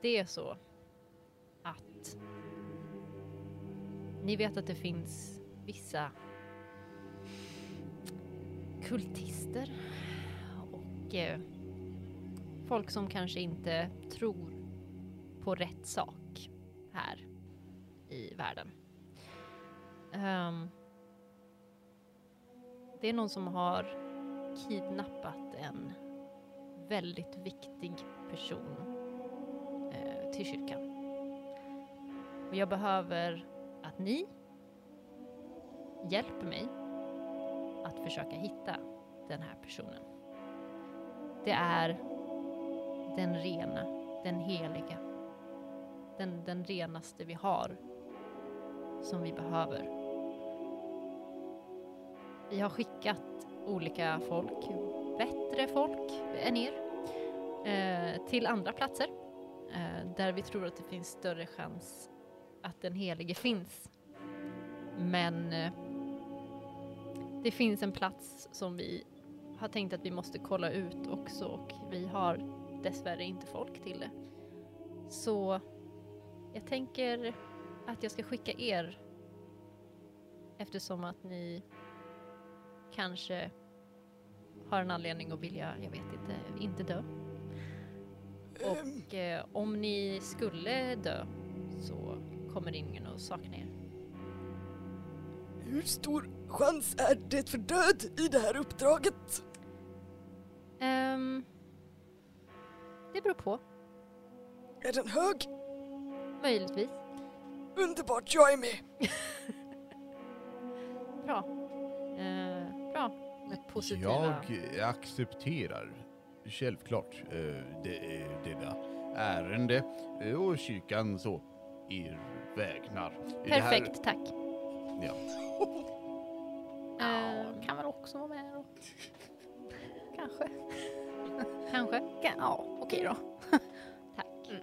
D: Det är så att ni vet att det finns vissa kultister och eh, folk som kanske inte tror på rätt sak här i världen. Ehm, det är någon som har kidnappat en väldigt viktig person eh, till kyrkan. Och jag behöver att ni hjälper mig att försöka hitta den här personen. Det är den rena, den heliga, den, den renaste vi har som vi behöver. Vi har skickat olika folk, bättre folk än er, eh, till andra platser eh, där vi tror att det finns större chans att den helige finns. Men eh, det finns en plats som vi har tänkt att vi måste kolla ut också och vi har dessvärre inte folk till det. Så jag tänker att jag ska skicka er eftersom att ni kanske har en anledning att vilja, jag vet inte, inte dö. Och eh, om ni skulle dö så kommer ingen att sakna er.
F: Hur stor chans är det för död i det här uppdraget?
D: Ehm, det beror på,
F: Är den hög?
D: möjligtvis.
F: Underbart, jag är med!
D: Bra. Eh, bra. Med positiva...
C: Jag accepterar självklart eh, det, eh, detta ärende eh, och kyrkan så er vägnar. Det här-
D: Perfekt, tack.
C: Ja.
A: Ja,
D: Ehm,
A: kan väl också vara med då. Kanske.
D: kanske.
A: Kan, ja, okej då.
D: Tack.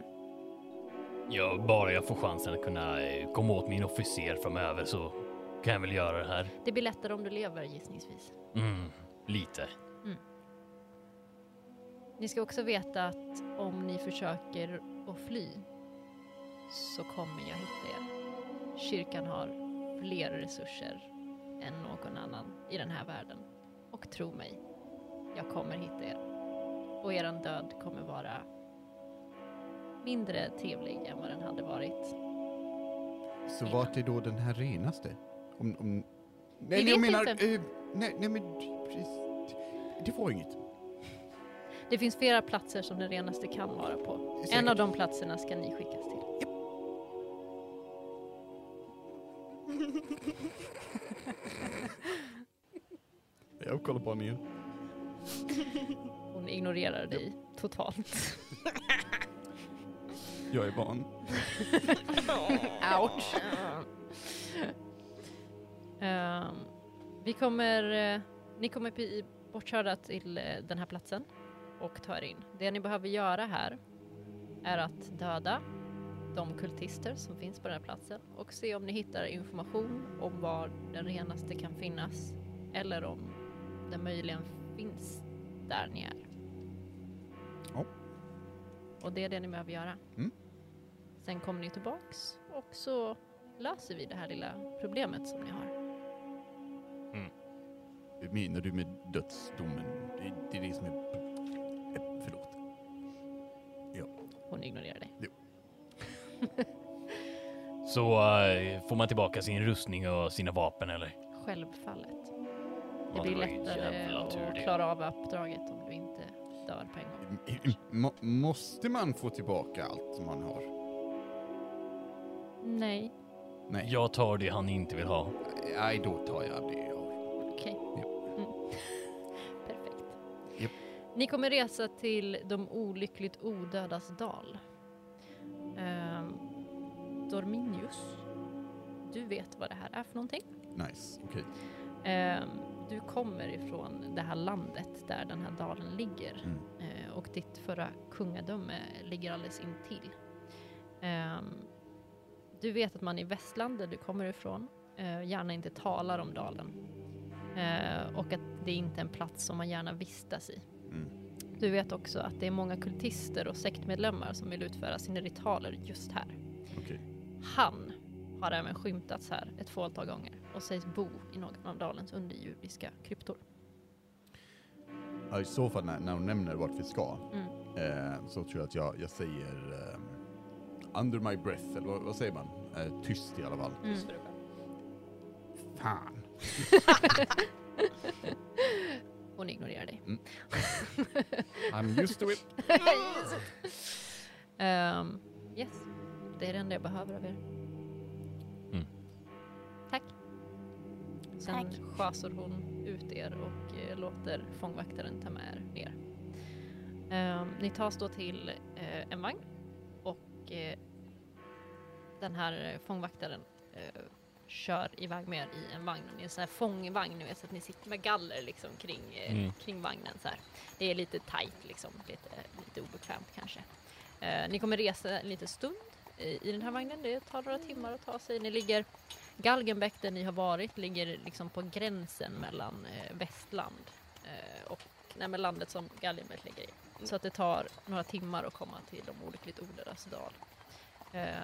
E: Ja, bara jag får chansen att kunna eh, komma åt min officer framöver så kan jag väl göra det här.
D: Det blir lättare om du lever gissningsvis.
E: Mm, lite.
D: Ni ska också veta att om ni försöker att fly så kommer jag hitta er. Kyrkan har fler resurser än någon annan i den här världen. Och tro mig, jag kommer hitta er. Och eran död kommer vara mindre trevlig än vad den hade varit.
C: Så vart är då den här renaste? Om, om... Nej,
D: Vi
C: jag
D: vet
C: menar...
D: inte.
C: Eh, nej, nej, men... precis. Det var inget.
D: Det finns flera platser som den renaste kan vara på. En
C: Säkert.
D: av de platserna ska ni skickas till.
C: Jag kollar bara ner.
D: Hon ignorerar dig totalt.
C: Jag är van.
D: Ouch. Ehm, vi kommer, eh, ni kommer bli bortkörda till eh, den här platsen och ta er in. Det ni behöver göra här är att döda de kultister som finns på den här platsen och se om ni hittar information om var den renaste kan finnas eller om den möjligen finns där ni är.
C: Ja.
D: Och det är det ni behöver göra. Sen kommer ni tillbaks och så löser vi det här lilla problemet som ni har.
C: Menar du med dödsdomen? Det, det är det som är... Eh, Förlåt. Ja.
D: hon ignorerar dig.
E: Så eh, får man tillbaka sin rustning och sina vapen eller?
D: Självfallet. Det
E: Ja,
D: blir
E: var ju
D: lättare
E: jävla tur
D: att
E: det.
D: klara av uppdraget om du inte dör på en gång.
C: Må- måste man få tillbaka allt som man har?
D: Nej,
C: Nej,
E: Jag tar det han inte vill ha.
C: Nej då tar jag det jag har.
D: okej. Mm. Perfekt.
C: Japp.
D: Ni kommer resa till de olyckligt odödas dal. Ehm, Dorminius, du vet vad det här är för någonting?
C: Nice, okej.
D: Ehm, Du kommer ifrån det här landet där den här dalen ligger
C: Mm.
D: Eh, och ditt förra kungadöme ligger alldeles intill. Ehm, Du vet att man i västland där du kommer ifrån eh, gärna inte talar om dalen Eh, och att det inte är en plats som man gärna vistas i.
C: Mm.
D: Du vet också att det är många kultister och sektmedlemmar som vill utföra sina ritualer just här.
C: Okej.
D: Han har även skymtats här ett fåtal gånger och sägs bo i någon av dalens underjordiska kryptor.
C: Ja, I så fall när, när hon nämner vart vi ska
D: Mm.
C: eh, så tror jag att jag, jag säger ehm, under my breath, eller vad, vad säger man? Eh, tyst i alla fall.
D: Mm.
C: Fan.
D: Hon ignorerar dig.
C: I'm used to it.
D: Ehm, yes, det är det enda jag behöver av er.
E: Mm.
D: Tack. Sen schasar hon ut er och eh, låter fångvaktaren ta med er ner. Ehm, ni tas då till eh, en vagn och eh, den här eh, fångvaktaren eh, kör iväg med er i en vagn. Och det är en sån här fångvagn, ni vet, så att ni sitter med galler liksom kring, eh,
E: Mm.
D: kring vagnen så här. Det är lite tajt liksom, lite, lite obekvämt kanske. Eh, ni kommer resa en liten stund i, i den här vagnen. Det tar några timmar att ta sig. Ni ligger, Galgenbäck där ni har varit ligger liksom på gränsen mellan eh, Västland eh, och nej, men landet som Galgenbäck ligger i.
C: Mm.
D: Så att det tar några timmar att komma till de olyckligt odödas dal. Eh,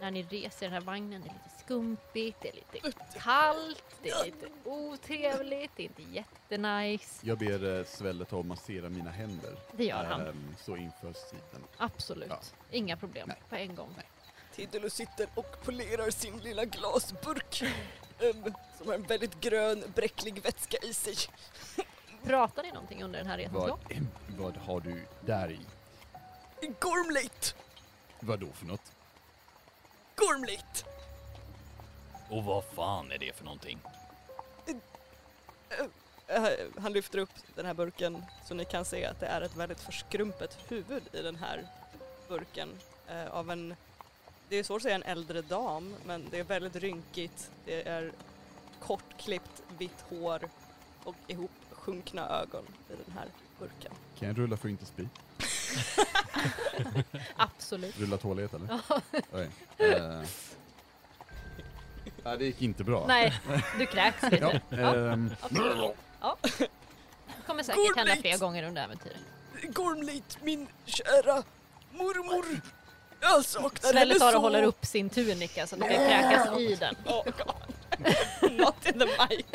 D: när ni reser i den här vagnen, det är lite skumpigt, det är lite kallt, det är lite otrevligt, det är inte jättenice.
C: Jag ber eh, Svelle ta och massera mina händer.
D: Det gör han,
C: Ehm, så inför striden. Ja.
D: absolut. Inga problem på en gång.
F: Tidelo sitter och polerar sin lilla glasburk em, som har en väldigt grön bräcklig vätska i sig.
D: Pratar ni någonting under den här resans gång?
C: Vad, vad har du där i?
F: Gormlate!
C: Vad då för något?
F: Gormlate!
E: Och vad fan är det för någonting?
F: Eh, Han lyfter upp den här burken så ni kan se att det är ett väldigt förskrumpet huvud i den här burken eh, av en, det är svårt att säga en äldre dam, men det är väldigt rynkigt, det är kortklippt vitt hår och ihop sjunkna ögon i den här burken.
C: Kan jag rulla för att inte spy?
D: Absolut.
C: Rulla tålighet eller? Oj. Eh, nej, det gick inte bra.
D: Nej, du kräks
C: Ja,
D: lite.
C: ehm,
D: Absolut. Ja. Det kommer säkert hända
F: Godnatt!
D: fler gånger under äventyret.
F: Gormlit, min kära mormor! Jag saknar
D: Snälla
F: henne
D: tar
F: så!
D: och håller upp sin tunika så att du kan kräkas i den.
F: Oh, God. Not in the mic.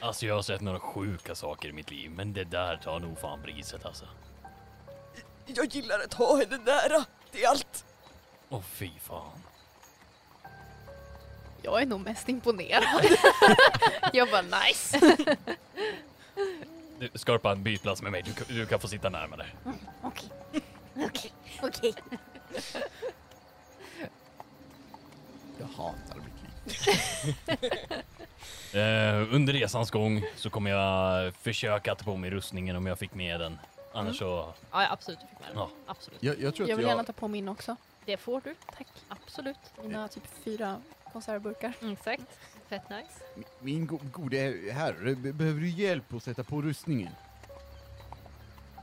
E: Alltså jag har sett några sjuka saker i mitt liv, men det där tar nog fan priset alltså.
F: Jag gillar att ha henne nära, det är allt.
E: Åh fy fan.
A: Jag är nog mest imponerad. jag bara nice.
E: Du, Skarpan, byt plats med mig. Du, kan- du kan få sitta närmare.
G: Okej. Okej. Okej.
C: jag hatar mitt liv.
E: Eh, under resans gång så kommer jag försöka ta på mig rustningen om jag fick med den. Annars så...
D: Ja, ja, absolut. Du fick med den.
E: Ja.
D: Absolut.
C: Jag, jag tror att
A: Jag vill
C: jag-
A: gärna ta på min också.
D: Det får du.
A: Tack.
D: Absolut.
A: Mina typ fyra konservburkar.
D: Exakt. Fett nice.
C: Min- Min go- gode herre, be- behöver du hjälp att sätta på rustningen?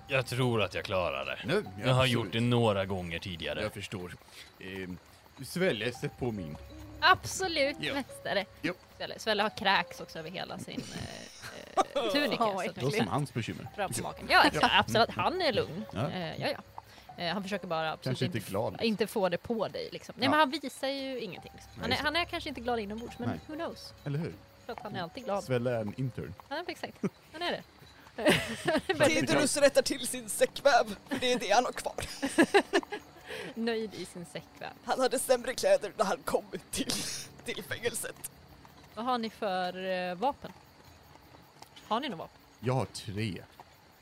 E: Jag tror att jag klarar det.
C: Nu,
E: Jag har gjort det några gånger tidigare.
C: Jag förstår. Ehm, Svelle, sätt på min.
D: Absolut
C: Ja.
D: mästare.
C: Ja.
D: Svelle, Svelle har kräks också över hela sin eh, eh, tunika.
A: Ja,
D: så att
C: Det var
D: du
C: som
D: kan
C: hans bekymmer.
D: dra på maken. Ja, exakt. absolut. Han är lugn.
C: Ja.
D: Eh, ja, ja. Eh, han försöker bara absolut
C: Kanske inte glad. liksom.
D: inte få det på dig. Liksom. Nej,
C: Ja.
D: men han visar ju ingenting. Liksom.
C: Nej,
D: Han, är,
C: just det.
D: han är kanske inte glad inombords, men
C: Nej. Mm.
D: who knows?
C: Eller hur?
D: För att han är alltid glad.
C: Svelle är en intern.
D: Han är, exakt, han är det.
F: Tinderus rättar till sin säckväv, för det är det han har kvar.
D: Nöjd i sin säckväv.
F: Han hade sämre kläder när han kom till, till fängelset.
D: Vad har ni för eh, vapen? Har ni något vapen?
C: Jag har tre.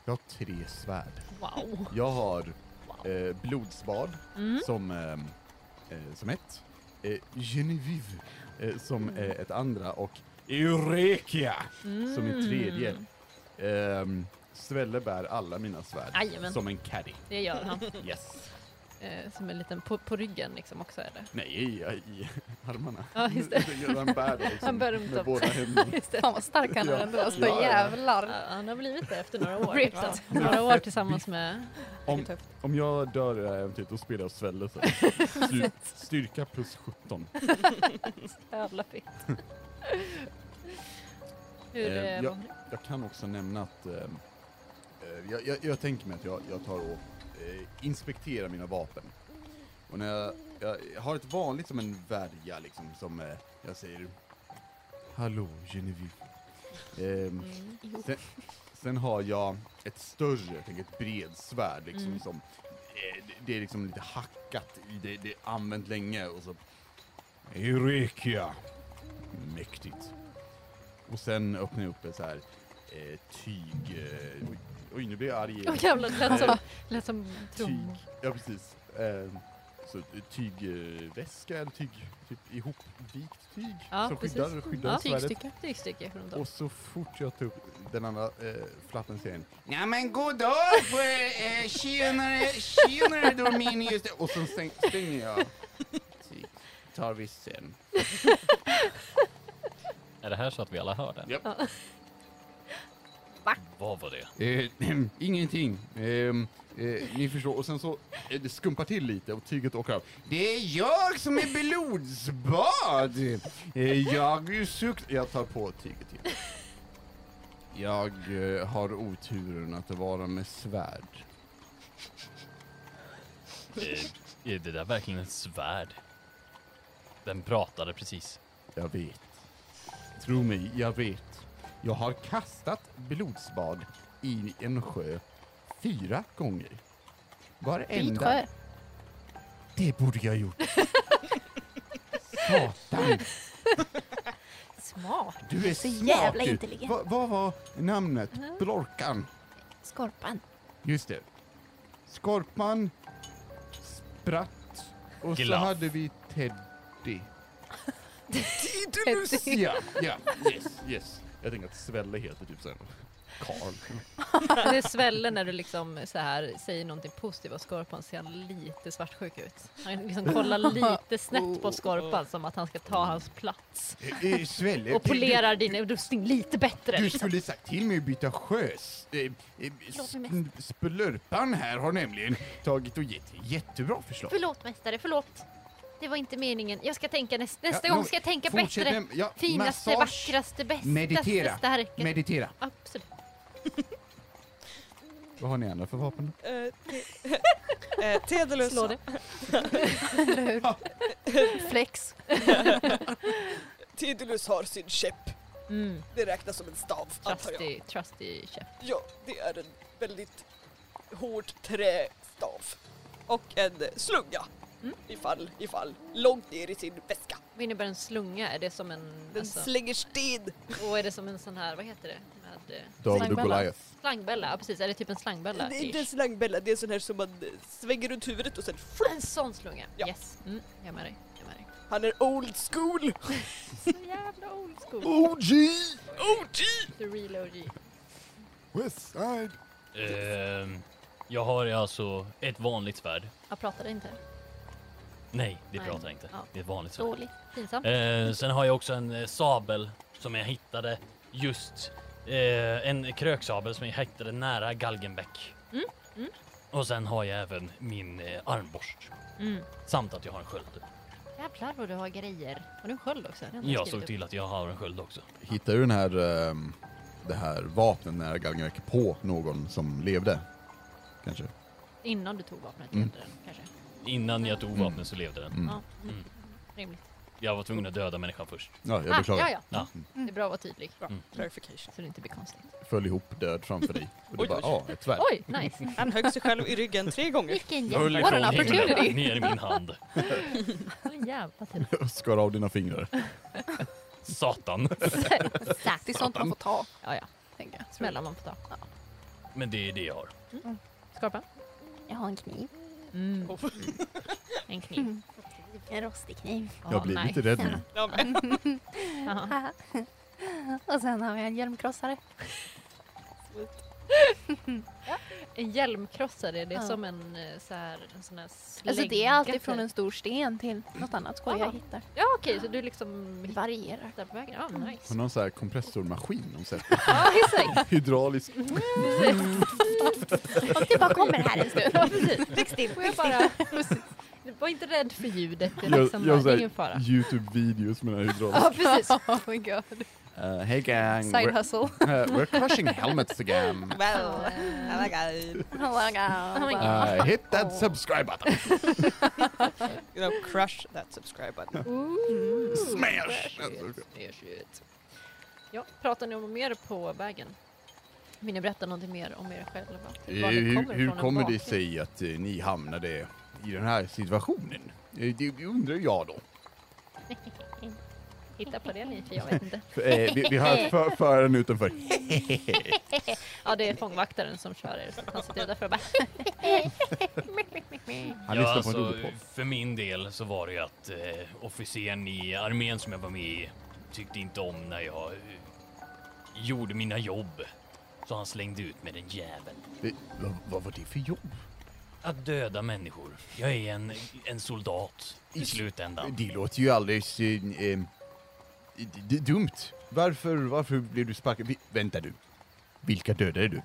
C: Jag har tre svärd.
D: Wow.
C: Jag har
D: wow.
C: eh, blodsbad
D: Mm.
C: som, ehm, eh, som ett. Eh, Genevieve eh, som
D: Mm.
C: eh, ett andra och Eurekia som är tredje.
D: Mm.
C: Ehm, Svelle bär alla mina svärd
D: Jajamän.
C: som en caddy.
D: Det gör han.
C: Yes.
D: Eh, som en liten på, på ryggen liksom också eller?
C: Nej, i, i armarna.
D: Ja, just det.
C: Han bär det liksom
D: Han bär runt
C: med
D: dem.
C: båda händerna.
D: Just det.
A: Fan vad stark han är ändå. Alltså
C: Ja, ja.
A: jävlar.
D: Ja, Han har blivit det efter några år.
A: Ripped.
D: Ja. Några år tillsammans med...
C: Om, om jag dör i det här äventyret, då spelar jag Svelle sen. Styr, styrka plus 17.
D: Jävla fitt. Hur...
C: Eh,
D: Eh,
C: ja.
D: vanligt?
C: Jag kan också nämna att ehm, eh, jag, jag, jag tänker mig att jag, jag tar och eh, inspekterar mina vapen. Och när jag, jag har ett vanligt som en värja liksom som eh, jag säger Hallå Genevieve. Ehm,
D: Mm.
C: sen, sen har jag ett större, jag tänker ett bredsvärd liksom
D: Mm.
C: som eh, det- det är liksom lite hackat i det, det är använt länge och så Eureka! Mäktigt. Och sen öppnar jag upp ett så här eh, tyg... Eh, oj, oj, nu blir jag arg igen. Eh,
D: Åh jävlar, det lät som, lät som
C: Tyg,
D: trum.
C: ja precis. Eh, så tygväska eller tyg, typ ihopvikt tyg
D: Ja,
C: som
D: precis.
C: skyddar, skyddar
D: Ja.
C: svärdet.
D: Tygstycke från dem.
C: Och så fort jag tar upp den andra eh, flappen säger den Ja men goddag! eh, eh, Tjenare, tjenare Dominius! Och så stäng, stänger jag. Tyg tar vi sen.
E: Är det här så att vi alla hör det?
C: Japp.
E: Va? Vad var det?
C: Eh, ingenting. Ehm, eh, ni förstår. Och sen så eh, det skumpar till lite och tyget åker av. Det är jag som är blodsbad! Eh, jag sukt... Jag tar på tyget igen. Jag eh, har oturen att vara med svärd.
E: Eh, Är det där verkligen ett svärd? Den pratade precis.
C: Jag vet. Tro mig, jag vet. Jag har kastat blodsbad i en sjö fyra gånger.
A: Vit
C: Varenda
A: sjö.
C: Det borde jag ha gjort. Satan,
D: Smart.
C: du är
G: Så
C: smart
G: jävla
C: du.
G: intelligent.
C: Va- Vad var namnet? Blorkan.
G: Skorpan.
C: Just det. Skorpan, Spratt och så
E: Glaff.
C: hade vi Teddy.
F: Tinderus!
C: Ja, ja, yes, yes. Jag tänker att Svelle heter typ såhär Karl.
D: Det sväller när du liksom så här säger någonting positivt och Skorpan ser lite svartsjuk ut. Han liksom kollar lite snett på Skorpan som att han ska ta hans plats.
C: Eh, eh, Svelle,
D: Och
C: du-
D: polerar din rustning lite bättre.
C: Du
D: liksom.
C: skulle sagt till mig att byta sjös. Eh, eh, sp- Splurpan här har nämligen tagit och gett jättebra förslag.
D: Förlåt mästare, förlåt. Det var inte meningen. Jag ska tänka näst, nästa
C: Ja,
D: gång
C: nå,
D: ska jag tänka
C: fortsätt
D: bättre.
C: med- ja,
D: Finaste,
C: massage,
D: vackraste, bästaste,
C: meditera,
D: starkaste.
C: Meditera.
D: Absolut.
C: Vad har ni andra för vapen?
F: Eh, te- eh, Tedelus.
D: Slå det.
A: Eller hur? Flex.
F: Tedelus har sin käpp.
D: Mm.
F: Det räknas som en stav, antar jag.
D: Trusty, trusty chef.
F: Ja, det är en väldigt hård trästav. Och en slunga.
D: Mm.
F: Ifall, ifall. Långt ner i sin väska.
D: Vad innebär en slunga? Är det som en...
F: Den
D: Alltså,
F: slänger sten.
D: och är det som en sån här, vad heter det? Med, eh,
C: David och
A: Slangbella.
C: Goliath.
D: slangbälla? Ja, precis, är det typ en
F: Det
D: slangbälla?
F: är inte en slangbälla, det är en sån här som man eh, svänger runt huvudet och sen...
D: En sån slunga?
F: Ja.
D: Yes. Mm, jag är med dig. Jag är med dig.
F: Han är old school!
D: Så jävla old school.
C: OG!
F: OG!
D: The real OG.
C: Westside!
E: Ehm, jag har alltså ett vanligt svärd.
D: Jag pratade inte.
E: Nej, det
D: Nej.
E: pratar jag inte.
D: Ja.
E: Det är ett vanligt svärd.
G: Dålig.
D: Pinsamt.
E: Eh, sen har jag också en eh, sabel som jag hittade just. Eh, en kröksabel som jag hittade nära Galgenbäck.
D: Mm, mm.
E: Och sen har jag även min eh, armborst.
D: Mm.
E: Samt att jag har en sköld.
D: Jävlar vad du har grejer. Har du en sköld också? Det har inte
E: Jag
D: skrivit
E: såg
D: upp.
E: till att jag har en sköld också.
C: Hittar du den här, ehm, det här vapnet när Galgenverk på någon som levde? Kanske?
D: Innan du tog vapnet
C: Mm.
D: mm. den, kanske.
E: Innan jag tog
C: Mm.
E: vapnet så levde den.
C: Mm.
D: Ja. Mm.
E: Mm.
D: Rimligt.
E: Jag var tvungen att döda människan först.
C: Ja, jag beklagar.
D: Ah, ja, ja.
E: Ja.
D: Det är bra att vara tydlig.
B: Mm. Clarification.
D: Så det inte blir konstigt.
C: Föll ihop död framför dig. Och du
B: Oj,
C: bara,
B: oj,
C: ja, ett svärd.
D: Oj, nice.
B: Han högg sig själv i ryggen tre gånger.
G: Vilken
E: Rull
G: jävla...
D: What an
E: ifrån
D: opportunity.
E: himlen ner i min hand.
D: Åh, jävla tur.
C: Jag skar av dina fingrar.
E: Satan.
A: Det är sånt man får ta,
D: Ja, ja.
A: tänker jag.
D: Smällar man får ta. Ja.
E: Men det är det jag har.
D: Skorpan?
G: Jag har en kniv.
D: Mm. En kniv.
G: En rostig kniv.
C: Mm. jag blir lite rädd nu.
B: Ja, men,
D: Jaha.
G: Och sen har jag en hjälmkrossare.
D: En hjälmkrossare, det är
G: Ja.
D: som en eh, så här, en sån här slägga.
A: Alltså det är alltid från
D: typ.
A: en stor sten till något annat skoj
D: Ah.
A: jag hittar.
D: Ja okej, så du liksom
A: Det varierar.
D: hittar på vägen? Ja,
C: Har
D: nice.
C: någon sån här kompressormaskin de sätter?
D: Ja, exakt.
C: Hydraulisk.
G: Det bara kommer här en stund.
D: Ja, precis.
G: Fick still.
D: Får jag bara... Var inte rädd för ljudet, det är
C: Gör,
D: liksom
C: gör
D: bara,
C: så
D: det är
C: här
D: ingen fara.
C: Youtube-videos med den här
D: Ja,
C: hydrauliska.
D: precis.
A: Oh my god.
C: Uh, hey gang,
A: Side
D: Oh
A: hustle.
C: uh, we're crushing helmets again.
B: well, oh my god.
D: Oh my God.
C: Uh, hit that subscribe button.
B: You know, crush that subscribe button.
D: Ooh.
C: Smash! Alltså,
D: Shit, smash shit. Ja, pratar ni om något mer på vägen? Vill ni berätta någonting mer om er själva? Typ var det
C: Eh, hur, hur
D: ifrån och
C: kommer det
D: bakgrund?
C: sig att eh, ni hamnade i den här situationen? Eh, Det undrar jag då.
D: Hitta på det ni, för jag vet inte.
C: För, eh, vi, vi har för, föraren utanför.
D: Ja, det är fångvaktaren som kör er, så att han sitter utanför och bara
C: Han
E: ja,
C: lyssnar på en
E: alltså,
C: rolig podd.
E: för min del så var det ju att eh, officeren i armén som jag var med i tyckte inte om när jag eh, gjorde mina jobb. Så han slängde ut med den jäveln.
C: Eh, Vad, vad var det för jobb?
E: Att döda människor. Jag är en, en soldat i slutändan.
C: Det låter ju alldeles eh, eh, d- d- dumt. Varför, varför blev du sparkad? Vi, vänta du. Vilka dödade du?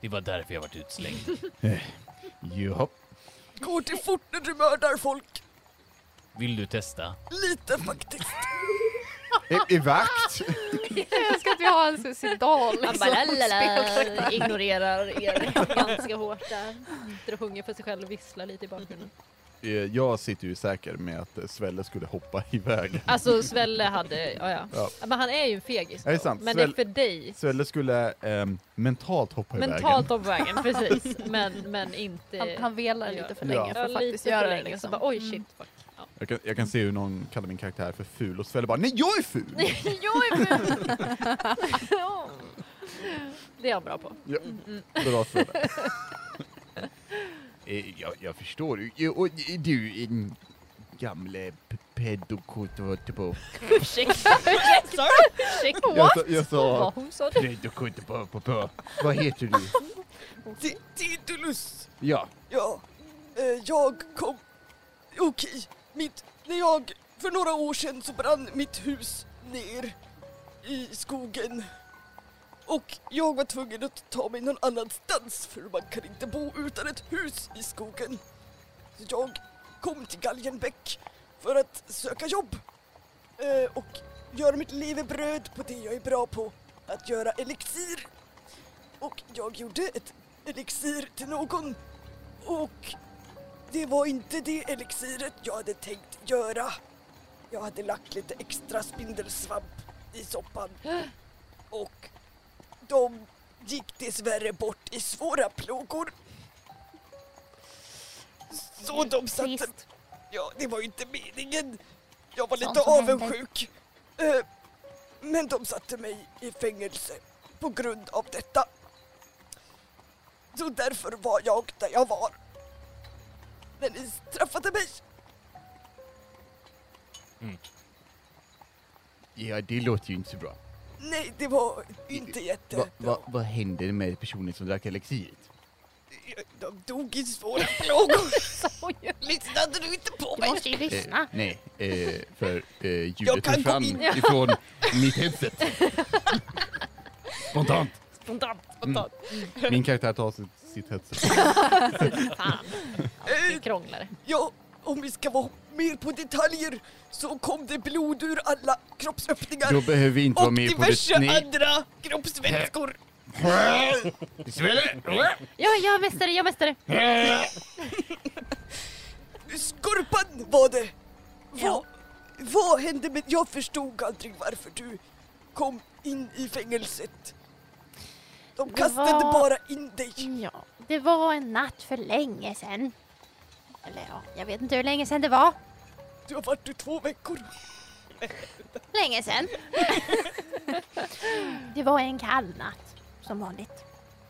E: Det var därför jag vart utslängd.
C: Jaha.
B: Gå till fort när du mördar folk.
E: Vill du testa?
B: Lite faktiskt.
C: Eh, eh, vakt!
A: Jag älskar att vi har en suicidal
D: Han
A: liksom.
D: bara lalala, ignorerar er ganska hårt där. Sitter och sjunger för sig själv och visslar lite i bakgrunden.
C: Eh, Jag sitter ju säker med att eh, Svelle skulle hoppa iväg.
D: Alltså Svelle hade, ja, ja.
C: Ja.
D: Men han är ju en fegis.
C: Ja, det är sant.
D: Men
C: Svelle-
D: det är för dig.
C: Svelle skulle ehm, mentalt hoppa
D: Mentalt
C: iväg.
D: om vägen, precis. Men, men inte...
A: Han, han velar
D: Ja.
A: lite för
C: Ja.
A: länge för
D: Ja,
A: att
D: lite
A: faktiskt
D: för
A: göra
D: länge.
A: det. Liksom.
D: Så bara oj shit, fuck. Ja.
C: Jag kan, jag kan se hur någon kallar min karaktär för ful och Svelle bara nej jag är ful!
D: jag är ful! Ja. det är jag bra på.
C: Ja, bra Svelle. Eh, jag, jag förstår. Eh, Och eh, du, eh, gamle p- pedokotvotopo.
D: Ursäkta, ursäkta, ursäkta.
C: Jag
D: What?
C: sa, jag
D: Vad
C: sa
D: hon sa?
C: pedokotvotopo. Vad heter du?
B: Ti- Titulus.
C: Ja,
B: Ja, eh, jag kom... Okej, mitt... När jag... För några år sedan så brann mitt hus ner i skogen. Och jag var tvungen att ta mig någon annanstans för man kan inte bo utan ett hus i skogen. Så jag kom till Galgenbäck för att söka jobb. Eh, och göra mitt levebröd på det jag är bra på, att göra elixir. Och jag gjorde ett elixir till någon och det var inte det elixiret jag hade tänkt göra. Jag hade lagt lite extra spindelsvamp i soppan. Och de gick dessvärre bort i svåra plågor. Så de
A: Mm.
B: satte...
G: Trist.
B: Ja, det var ju inte meningen. Jag var
G: Sånt
B: lite
G: som händer.
B: avundsjuk. Eh, Men de satte mig i fängelse på grund av detta. Så därför var jag där jag var. När ni träffade mig.
C: ja det låter ju inte så bra.
B: Nej, det var inte
C: Va,
B: jättebra.
C: va, vad hände med personen som drack elixiret?
B: De dog i svåra plågor.
D: Oj,
B: Lyssnade du inte på
G: Du
B: mig?
G: måste ju
C: Eh,
G: lyssna.
C: nej, eh, för eh,
B: Jag
C: ljudet
B: kan gå
C: försvann
B: in.
C: ifrån mitt headset. Spontant.
D: Spontant,
C: Mm.
D: spontant.
C: Min karaktär tar sitt, sitt headset.
D: Fan,
B: Eh,
D: det krånglar.
B: Ja, om vi ska vara mer på detaljer så kom det blod ur alla kroppsöppningar.
C: Då behöver vi inte vara
B: och
C: med på det.
B: diverse andra kroppsvätskor.
D: Ja, jag är mästare, jag är mästare.
B: Skorpan var det! Var, Vad hände med... Jag förstod aldrig varför du kom in i fängelset. De
G: Det
B: kastade
G: var-
B: bara in dig.
G: Ja, det var en natt för länge sedan. Eller ja, jag vet inte hur länge sedan det var.
B: Du har varit i två veckor.
G: Länge sedan. det var en kall natt, som vanligt.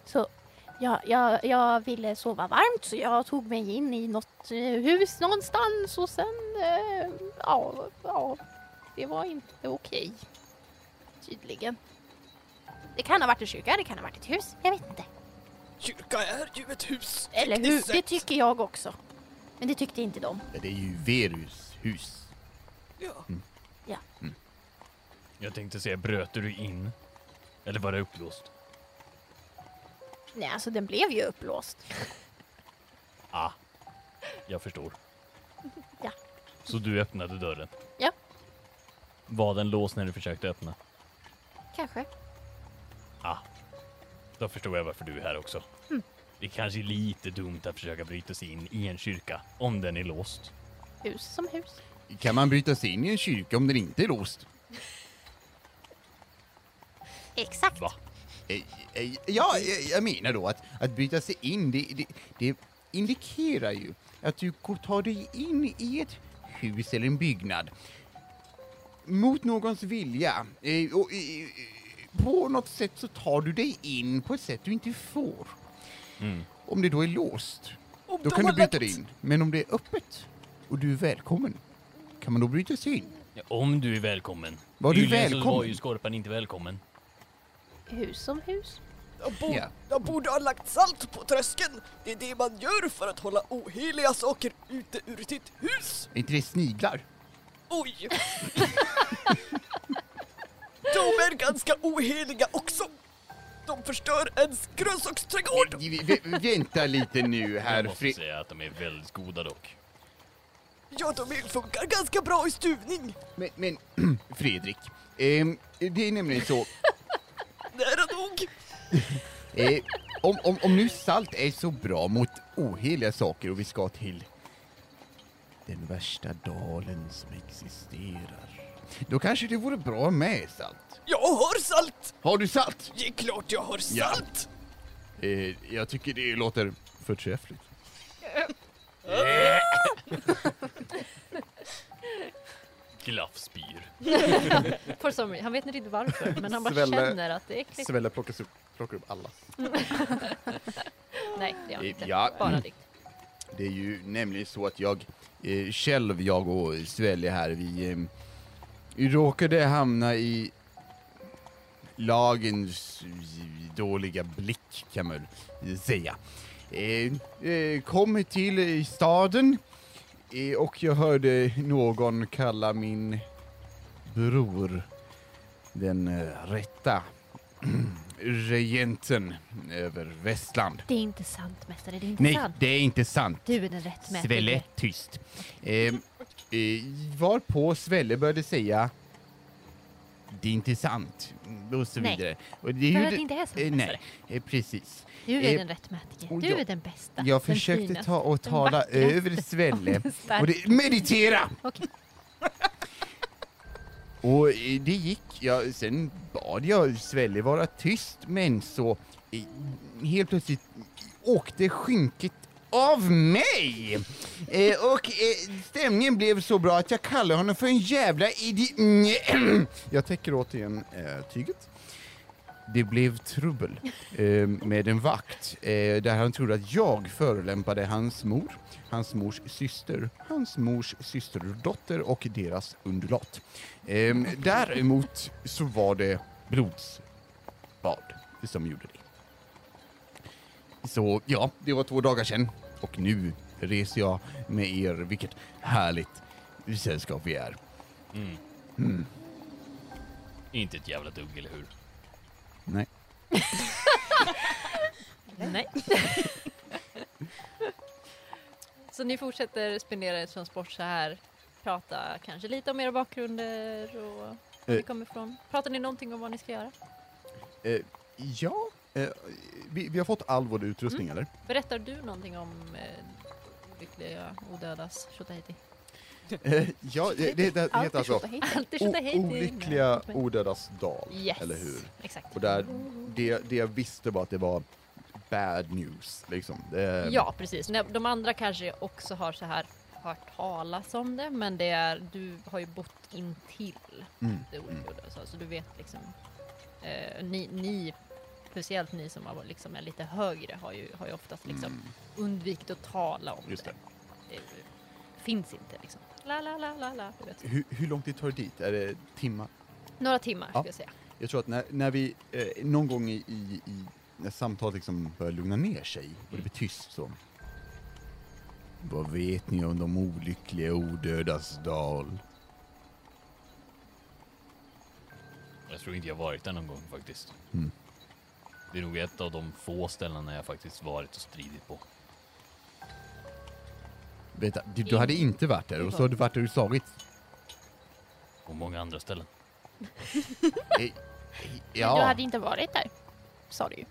G: Så jag, jag, jag ville sova varmt så jag tog mig in i något eh, hus någonstans och sen... Eh, ja, ja, det var inte okej. Tydligen. Det kan ha varit en kyrka, det kan ha varit ett hus, jag vet inte.
B: Kyrka är ju ett hus.
G: Eller hur?
B: tekniskt
G: Det
B: sett.
G: tycker jag också. Men det tyckte inte de.
C: Men Det är ju Verushus.
B: Ja.
C: Mm.
E: Jag tänkte säga, bröt du in? Eller var det upplåst?
G: Nej, alltså den blev ju upplåst.
E: Ah, jag förstår.
G: Ja.
E: Så du öppnade dörren?
G: Ja.
E: Var den låst när du försökte öppna?
G: Kanske.
E: Ah, då förstår jag varför du är här också.
C: Mm.
E: Det kanske är lite dumt att försöka bryta sig in i en kyrka om den är låst.
G: Hus som hus.
C: Kan man bryta sig in i en kyrka om den inte är låst?
G: Exakt.
E: Va?
C: Eh, eh, Ja, eh, jag menar då att, att bryta sig in, det, det, det indikerar ju att du går- tar dig in i ett hus eller en byggnad mot någons vilja. Eh, Och eh, eh, på något sätt så tar du dig in på ett sätt du inte får.
E: Mm.
C: Om det då är låst,
B: Om
C: då
B: du
C: kan du
B: har
C: bryta
B: lagt-
C: dig in. Men om det är öppet och du är välkommen, kan man då bryta sig in?
E: Ja, Om du är välkommen.
C: Var du
E: Tydligen så var
C: välkommen?
E: ju Skorpan inte välkommen.
G: Hus som hus.
B: Jag, bo-
C: Ja.
B: jag borde ha lagt salt på tröskeln. Det är det man gör för att hålla oheliga saker ute ur sitt hus.
C: Är inte det sniglar?
B: Oj! De är ganska oheliga också. De förstör ens grönsaksträdgård.
C: Vi- vi- vi- Vänta lite nu här,
E: Jag måste
C: Fri-
E: säga att de är väldigt goda dock.
B: Ja, de funkar ganska bra i stuvning.
C: men, men Fredrik. ehm, det är nämligen så,
B: Nära nog.
C: eh, om, om, om nu salt är så bra mot oheliga saker och vi ska till den värsta dalen som existerar, då kanske det vore bra med salt.
B: Jag har salt.
C: Har du salt?
B: Det är klart jag har
C: Ja.
B: salt.
C: Eh, jag tycker det låter förträffligt.
E: Glafsbyr.
D: For some reason. Han vet inte riktigt varför, men han bara
C: Svälle-
D: känner att det är äckligt.
C: Svelle plockas upp, plockar upp alla.
D: Nej, det är han
C: Eh,
D: inte.
C: ja.
D: Bara dikt.
C: Det är ju nämligen så att jag, eh, själv, jag och Svelle här, vi, eh, vi råkade hamna i lagens dåliga blick kan man väl säga. Eh, eh, kom till eh, staden eh, och jag hörde någon kalla min bror den eh, rätta regenten över Västland.
G: Det är inte sant, mästare. Det är inte
C: Nej,
G: sant.
C: det är inte sant.
G: Du är den rättmätige.
C: Svelle, tyst. Eh, eh, varpå Svelle började säga det är inte sant och så
G: Nej.
C: vidare. Och det
G: För
C: gjorde-
G: att det inte är sant,
C: eh, Nej,
G: mästare.
C: eh, precis.
G: Du är
C: Eh,
G: den rättmätige.
C: och
G: Du
C: jag-
G: är den bästa.
C: Jag
G: den
C: försökte
G: finaste.
C: ta och
G: den
C: tala
G: vackraste
C: över Svelle.
G: den starkaste.
C: Och det, meditera!
G: Okej.
C: och eh, det gick. Jag, sen bad jag Svelle vara tyst, men så eh, helt plötsligt åkte skynket av mig! Eh, och eh, stämningen blev så bra att jag kallade honom för en jävla idiot. jag täcker återigen eh, tyget. Det blev trubbel eh, med en vakt eh, där han trodde att jag förolämpade hans mor, hans mors syster, hans mors systerdotter och deras undulat. Eh, däremot så var det blodsbad som gjorde det. Så ja, det var två dagar sedan och nu reser jag med er. Vilket härligt sällskap vi är.
E: Inte ett jävla dugg, eller hur?
C: Nej.
D: Nej. så ni fortsätter spendera er transport så här. Prata kanske lite om era bakgrunder och var ni
C: Eh.
D: kommer ifrån. Pratar ni någonting om vad ni ska göra?
C: Eh, ja, eh, vi, vi har fått all vår utrustning eller?
D: Berättar du någonting om eh, lyckliga odödas Shotahiti?
C: Eh, ja, det, det, det
G: Allt
C: heter
G: är
C: alltså
G: tjota hit.
D: Alltid
C: o-
D: köta hej till-
C: Olyckliga odödas dal,
D: Yes,
C: eller hur?
D: exakt.
C: Och där, det, det jag visste var att det var bad news, liksom. Det,
D: Ja, precis. Nej, De andra kanske också har så här hört talas om det, men det är, du har ju bott intill
C: Mm,
D: det olyckliga så, så du vet liksom. Eh, ni, ni, speciellt ni som har, liksom är lite högre har ju, har ju oftast liksom undvikit att tala om
C: Mm. Just
D: det. det. finns inte liksom. La, la, la, la, la. Du vet.
C: Hur, hur lång tid tar det dit? Är det timmar?
D: Några timmar
C: Ja.
D: ska jag säga.
C: Jag tror att när, när vi eh, någon gång i, i, i när samtalet liksom börjar lugna ner sig och det blir tyst så. Vad vet ni om de olyckliga odödas dal?
E: Jag tror inte jag varit där någon gång faktiskt.
C: Mm.
E: Det är nog ett av de få ställena jag faktiskt varit och stridit på.
C: Vänta, du, du hade inte varit där och så har du varit där du slagit.
E: På många andra ställen.
C: Eh, eh,
G: Du
C: Ja,
G: hade inte varit där, sa du ju.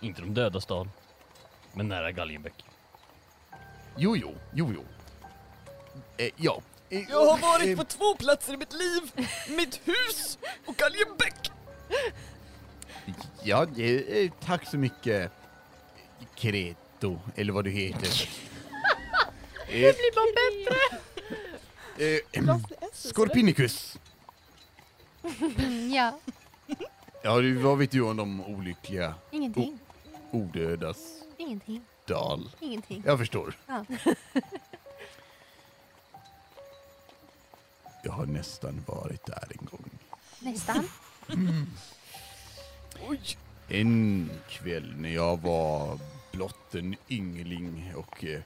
E: Inte de döda stad, men nära Galgenbäck.
C: jo, jo, jo, jo. Eh, ja. Eh,
I: Jag har
C: eh,
I: varit på två platser i mitt liv. Mitt hus och Galgenbäck.
C: Ja, eh, eh, tack så mycket. Kreto, eller vad du heter. det blir bara bättre. Eh, Skorpinicus.
A: Mm,
G: Ja,
C: Ja, du, vad vet du om de olyckliga
G: ingenting.
C: odödas
G: Ingenting.
C: dal?
G: Ingenting.
C: Jag förstår.
G: Ja.
C: Jag har nästan varit där en gång.
G: Nästan.
I: Oj,
C: En kväll när jag var blott en yngling och eh,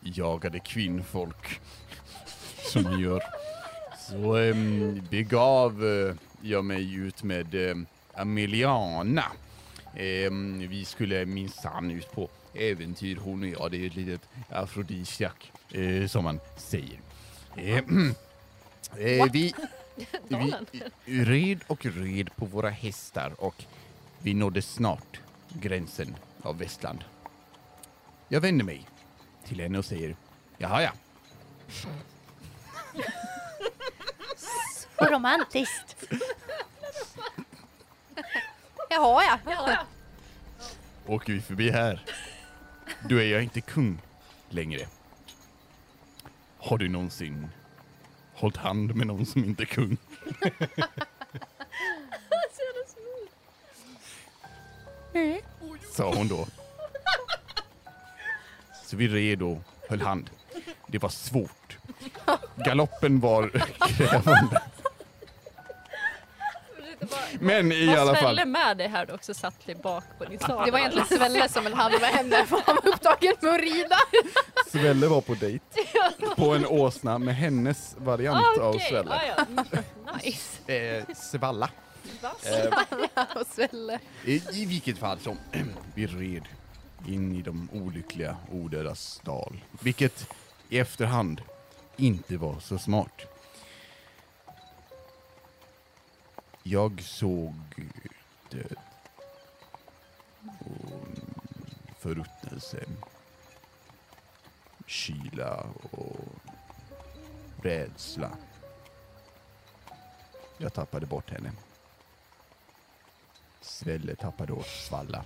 C: jagade kvinnfolk, som man gör, så eh, begav eh, jag mig ut med eh, Ameliana. Eh, vi skulle minsann ut på äventyr hon och jag, det är ett litet afrodisiak eh, som man säger. Eh, eh, vi,
D: Dalen.
C: vi red och red på våra hästar och vi nådde snart gränsen av Västland. Jag vänder mig till henne och säger Jaha ja,
G: Och romantiskt. Jaha ja.
C: åker vi förbi här, då är jag inte kung längre. Har du någonsin hållit hand med någon som inte är kung?
G: Nej.
C: sa hon då. Så vi red och höll hand. Det var svårt. Galoppen var krävande. Men i
D: Var
C: alla fall.
D: Svelle med dig här då också satt dig bak på din sadel?
A: Det var egentligen Svelle som höll hand med henne för han var upptagen med att rida.
C: Svelle var på dejt. På en åsna med hennes variant av
D: Ah, Okej,
C: Svelle.
D: ja, ja. Mm, Nice.
C: Eh, svalla. Eh,
A: Och Svelle.
C: I, I vilket fall som. Vi red in i de olyckliga odödas dal. Vilket i efterhand inte var så smart. Jag såg död. Och förruttnelse. Kyla och rädsla. Jag tappade bort henne. Svelle tappade åt Svalla.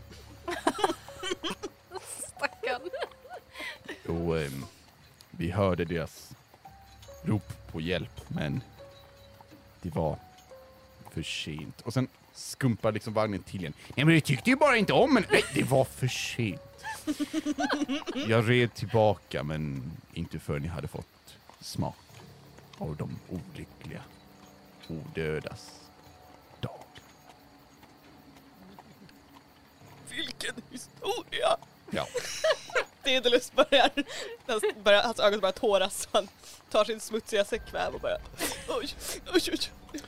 A: Stackarn.
C: Och ehm, vi hörde deras rop på hjälp, men det var för sent. Och sen skumpar liksom vagnen till igen. Nej men det tyckte ju bara inte om men Nej, det var för sent. Jag red tillbaka men inte förrän jag hade fått smak av de olyckliga odödas dag.
I: vilken historia.
C: Ja.
B: Dedalus börjar, hans, börjar, hans ögon börjar tåras så han tar sin smutsiga säckväv och bara oj, oj, oj.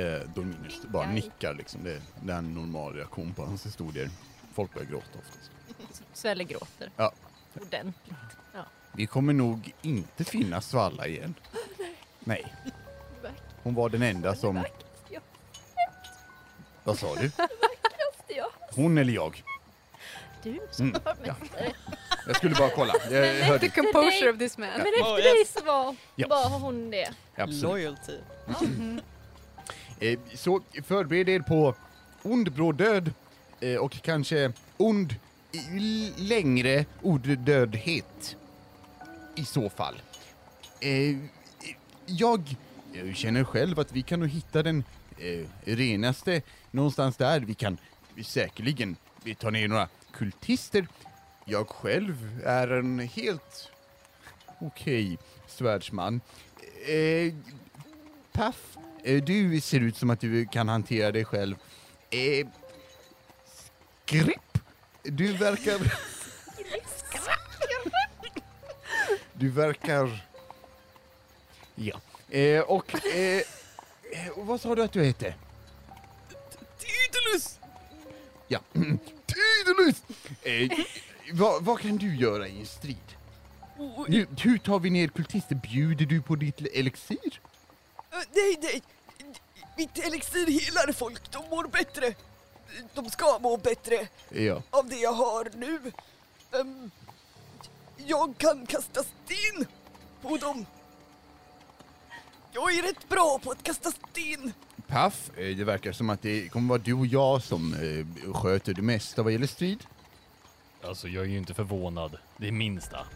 C: Eh, Dominus bara
D: Aj.
C: nickar liksom. Det är det är en normal reaktion på hans historier. Folk börjar gråta oftast.
D: Svelle gråter.
C: Ja.
D: Ordentligt.
C: Vi kommer nog inte finna Svalla igen. Nej. Hon var den enda som...
D: jag
C: Vad sa du? Hon eller jag?
G: Du
C: Mm.
G: som var
C: Ja.
G: mästare.
C: Jag skulle bara kolla. Jag
D: Men-
C: hörde
A: The
C: inte.
A: composure of this man.
D: Men efter
F: Oh,
D: dig
F: yes.
D: så var,
C: Ja.
D: var hon det.
C: Absolut.
F: Loyalty.
C: Eh, Så förbered er på ond bråd död eh, och kanske ond i- längre odödhet i så fall. Eh, Jag jag känner själv att vi kan nog hitta den eh, renaste någonstans där. Vi kan säkerligen ta ner några kultister. Jag själv är en helt okej svärdsman. Eh, Paff, eh, du ser ut som att du kan hantera dig själv. Eh, skripp, du verkar... du verkar... Ja. Eh, och, eh, eh, och vad sa du att du hette?
B: Tidlus!
C: Ja. Tidlust! Eh, vad, vad kan du göra i en strid?
B: Oh,
C: Nu, hur tar vi ner kultister? Bjuder du på ditt elixir?
B: eh, nej, nej! Mitt elixir helar folk, de mår bättre. De ska må bättre
C: Ja.
B: av det jag har nu. Ehm, jag kan kasta sten på dem. Jag är rätt bra på att kasta sten.
C: Paff, eh, det verkar som att det kommer vara du och jag som eh, sköter det mesta vad gäller strid.
E: Alltså, jag är ju inte förvånad. Det är minsta.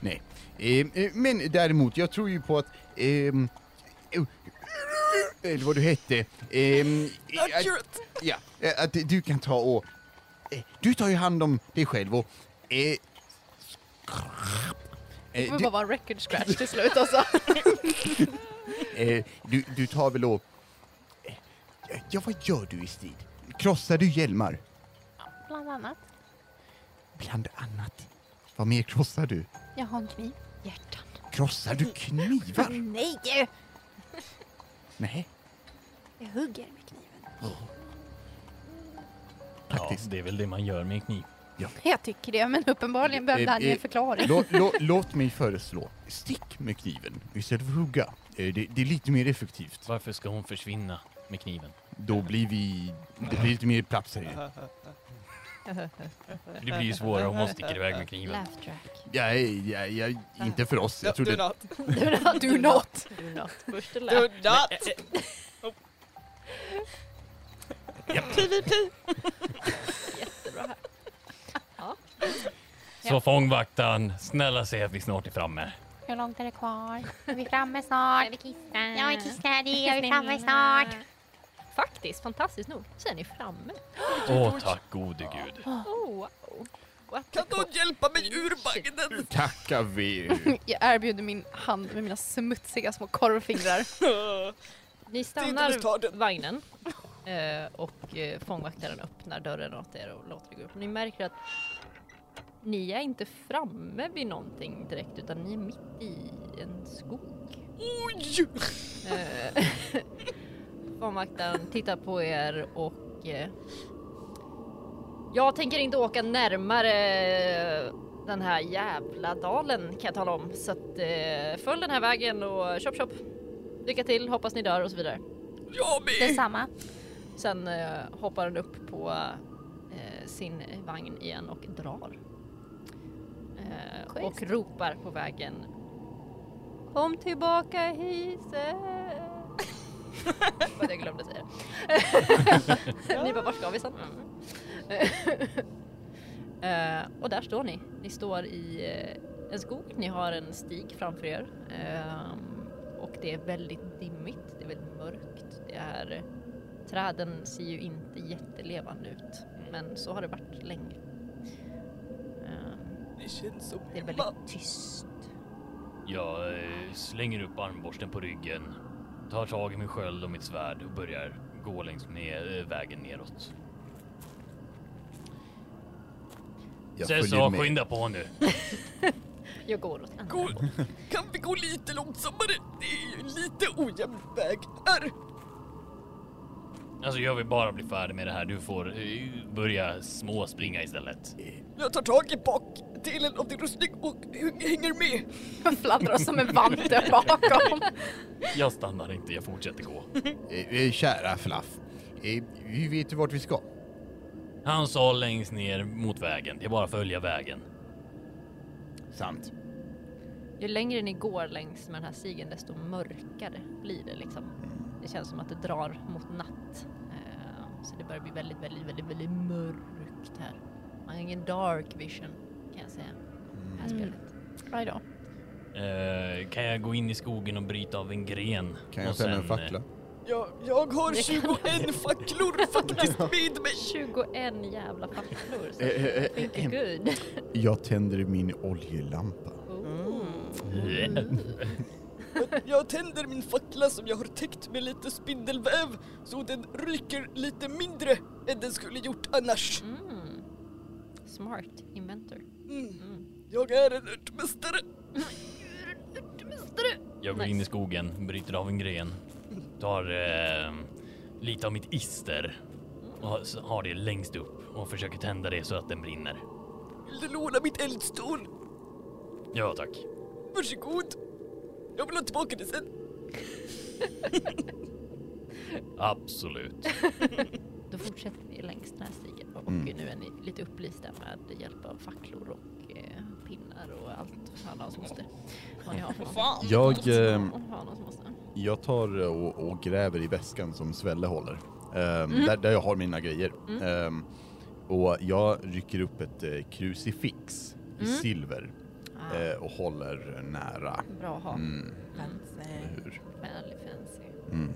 C: Nej. Eh, eh, men däremot, jag tror ju på att... ehm, eh, eller vad du hette. ehm, eh, att-
B: Arturet.
C: Ja, eh, att du kan ta och... eh, Du tar ju hand om dig själv och... Eh,
A: Det
C: eh,
A: kommer
C: du,
A: bara vara en record scratch till slut alltså.
C: eh, du, du tar väl och... eh, Ja, vad gör du i strid? Krossar du hjälmar?
G: Bland annat.
C: Bland annat. Vad mer krossar du?
G: Jag har en kniv.
D: Hjärtan.
C: Krossar du knivar?
G: Nej!
C: Nej,
G: Jag hugger med kniven.
C: faktiskt.
E: Ja, det är väl det man gör med en kniv.
A: Jag tycker det, men uppenbarligen behöver
C: Eh,
A: han ju
C: eh,
A: en förklaring.
C: Låt, låt, låt mig föreslå. Stick med kniven istället för att hugga. Eh, Det, det är lite mer effektivt.
E: Varför ska hon försvinna med kniven?
C: Då blir vi... Det blir lite mer plats här.
E: Det blir ju svårare om hon sticker iväg med kniven.
D: Laugh track.
C: Nej, ja, ja, inte för oss. Jag
F: do
C: trodde...
F: not.
A: Do not!
D: Do not. Först är
F: Do
D: laugh.
F: not.
D: Jättebra här.
E: Så fångvaktaren, snälla säg att vi snart är framme.
G: Hur långt är det kvar? Är vi framme snart?
D: Jag vill kissa.
G: Jag är kissnödig, jag är
D: framme
G: framme snart.
D: Faktiskt, fantastiskt nog, så är ni framme.
E: Åh, tack gode gud.
D: Oh, wow. What the
B: Kan någon hjälpa mig ur vagnen?
C: Tacka vi.
A: Jag erbjuder min hand med mina smutsiga små korvfingrar.
D: Ni
B: Titta, du tar
D: stannar
B: den.
D: vagnen eh, och eh, fångvaktaren öppnar dörren åt er och låter er gå upp. Ni märker att ni är inte framme vid någonting direkt utan ni är mitt i en skog.
B: Oj!
D: Eh, Fångvaktaren tittar på er och eh, jag tänker inte åka närmare den här jävla dalen kan jag tala om. Så att, eh, följ den här vägen och chop chop. Lycka till, hoppas ni dör och så vidare.
B: Jag med!
G: Detsamma.
D: Sen eh, hoppar han upp på eh, sin vagn igen och drar. Eh, och ropar på vägen. Kom tillbaka hiset! Vad jag glömde säga. ni bara, vart ska vi sen? Mm. eh, och där står ni. Ni står i eh, en skog, ni har en stig framför er. Ehm, och det är väldigt dimmigt, det är väldigt mörkt. Det är Träden ser ju inte jättelevande ut, men så har det varit länge. Ehm,
B: Det känns som
D: Det
B: hemma.
D: är väldigt tyst.
E: Jag eh, slänger upp armborsten på ryggen, tar tag i min sköld och mitt svärd och börjar gå längs ner, eh, vägen neråt.
C: Jag
E: Säg
C: följer
E: så,
C: med.
E: skynda på nu.
D: Jag går åt andra
B: Gå,
D: hållet.
B: kan vi gå lite långsammare? Det är ju lite ojämn väg här.
E: Alltså jag vill bara bli färdig med det här. Du får eh, börja småspringa istället.
B: Jag tar tag i bakdelen av din rustning och h- hänger med.
A: Fladdrar som en vante bakom.
E: Jag stannar inte, jag fortsätter gå.
C: Eh, eh, Kära Flaff. eh, Vi vet ju vart vi ska.
E: Han sa längst ner mot vägen. Det är bara att följa vägen.
C: Sant.
D: Ju längre ni går längs med den här stigen desto mörkare blir det liksom. Det känns som att det drar mot natt. Eh, Så det börjar bli väldigt, väldigt, väldigt, väldigt mörkt här. Man har ingen dark vision kan jag säga. Det här spelet.
A: Aj då.
E: Eh, kan jag gå in i skogen och bryta av en gren?
C: Kan jag
E: och
C: tända en
E: eh,
C: fackla?
B: Jag, jag har 21 facklor faktiskt med mig.
D: 21 jävla facklor. så
C: Eh, eh, eh,
D: Thank
C: ehem.
D: you good.
C: Jag tänder min oljelampa.
D: Mm.
E: eh,
B: Jag- Jag tänder min fackla som jag har täckt med lite spindelväv så den ryker lite mindre än den skulle gjort annars.
D: Mm. Smart inventor.
B: Mm.
D: Mm.
B: Jag är en örtmästare.
E: Jag går
D: Nice.
E: in i skogen, bryter av en gren, tar eh, lite av mitt ister och ha- s- har det längst upp och försöker tända det så att den brinner.
B: Vill du låna mitt eldstål?
E: Ja tack.
B: Varsågod. Jag vill ha tillbaka det sen.
E: Absolut.
D: Då fortsätter vi längs den här stigen och
C: Mm.
D: nu är ni lite upplysta med hjälp av facklor och eh, pinnar och allt fan hans moster. Vad ni har för någonting.
C: Jag, eh,
D: Vad fan hans moster.
C: jag tar eh, och, och gräver i väskan som Svelle håller. Ehm, där, där jag har mina grejer. Ehm, och jag rycker upp ett eh, krucifix i
D: Mm.
C: silver
D: Ah,
C: eh, och håller nära.
D: bra att ha.
C: Mm,
D: Mm.
C: eller hur?
D: Väldigt fancy.
C: Mm.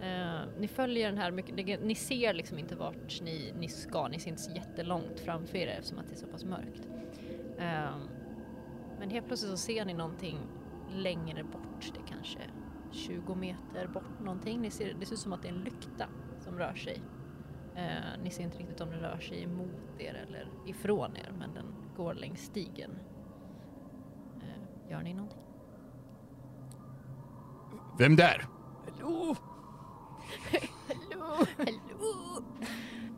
D: Eh, ni följer den här mycket, det- ni ser liksom inte vart ni, ni ska, ni ser inte så jättelångt framför er eftersom att det är så pass mörkt. Eh, men helt plötsligt så ser ni någonting längre bort, det är kanske 20 meter bort någonting. Ni ser, det ser ut som att det är en lykta som rör sig. Eh, ni ser inte riktigt om den rör sig emot er eller ifrån er men den går längs stigen. Eh, gör ni någonting?
C: Vem där?
B: Hallå?
D: Hallå!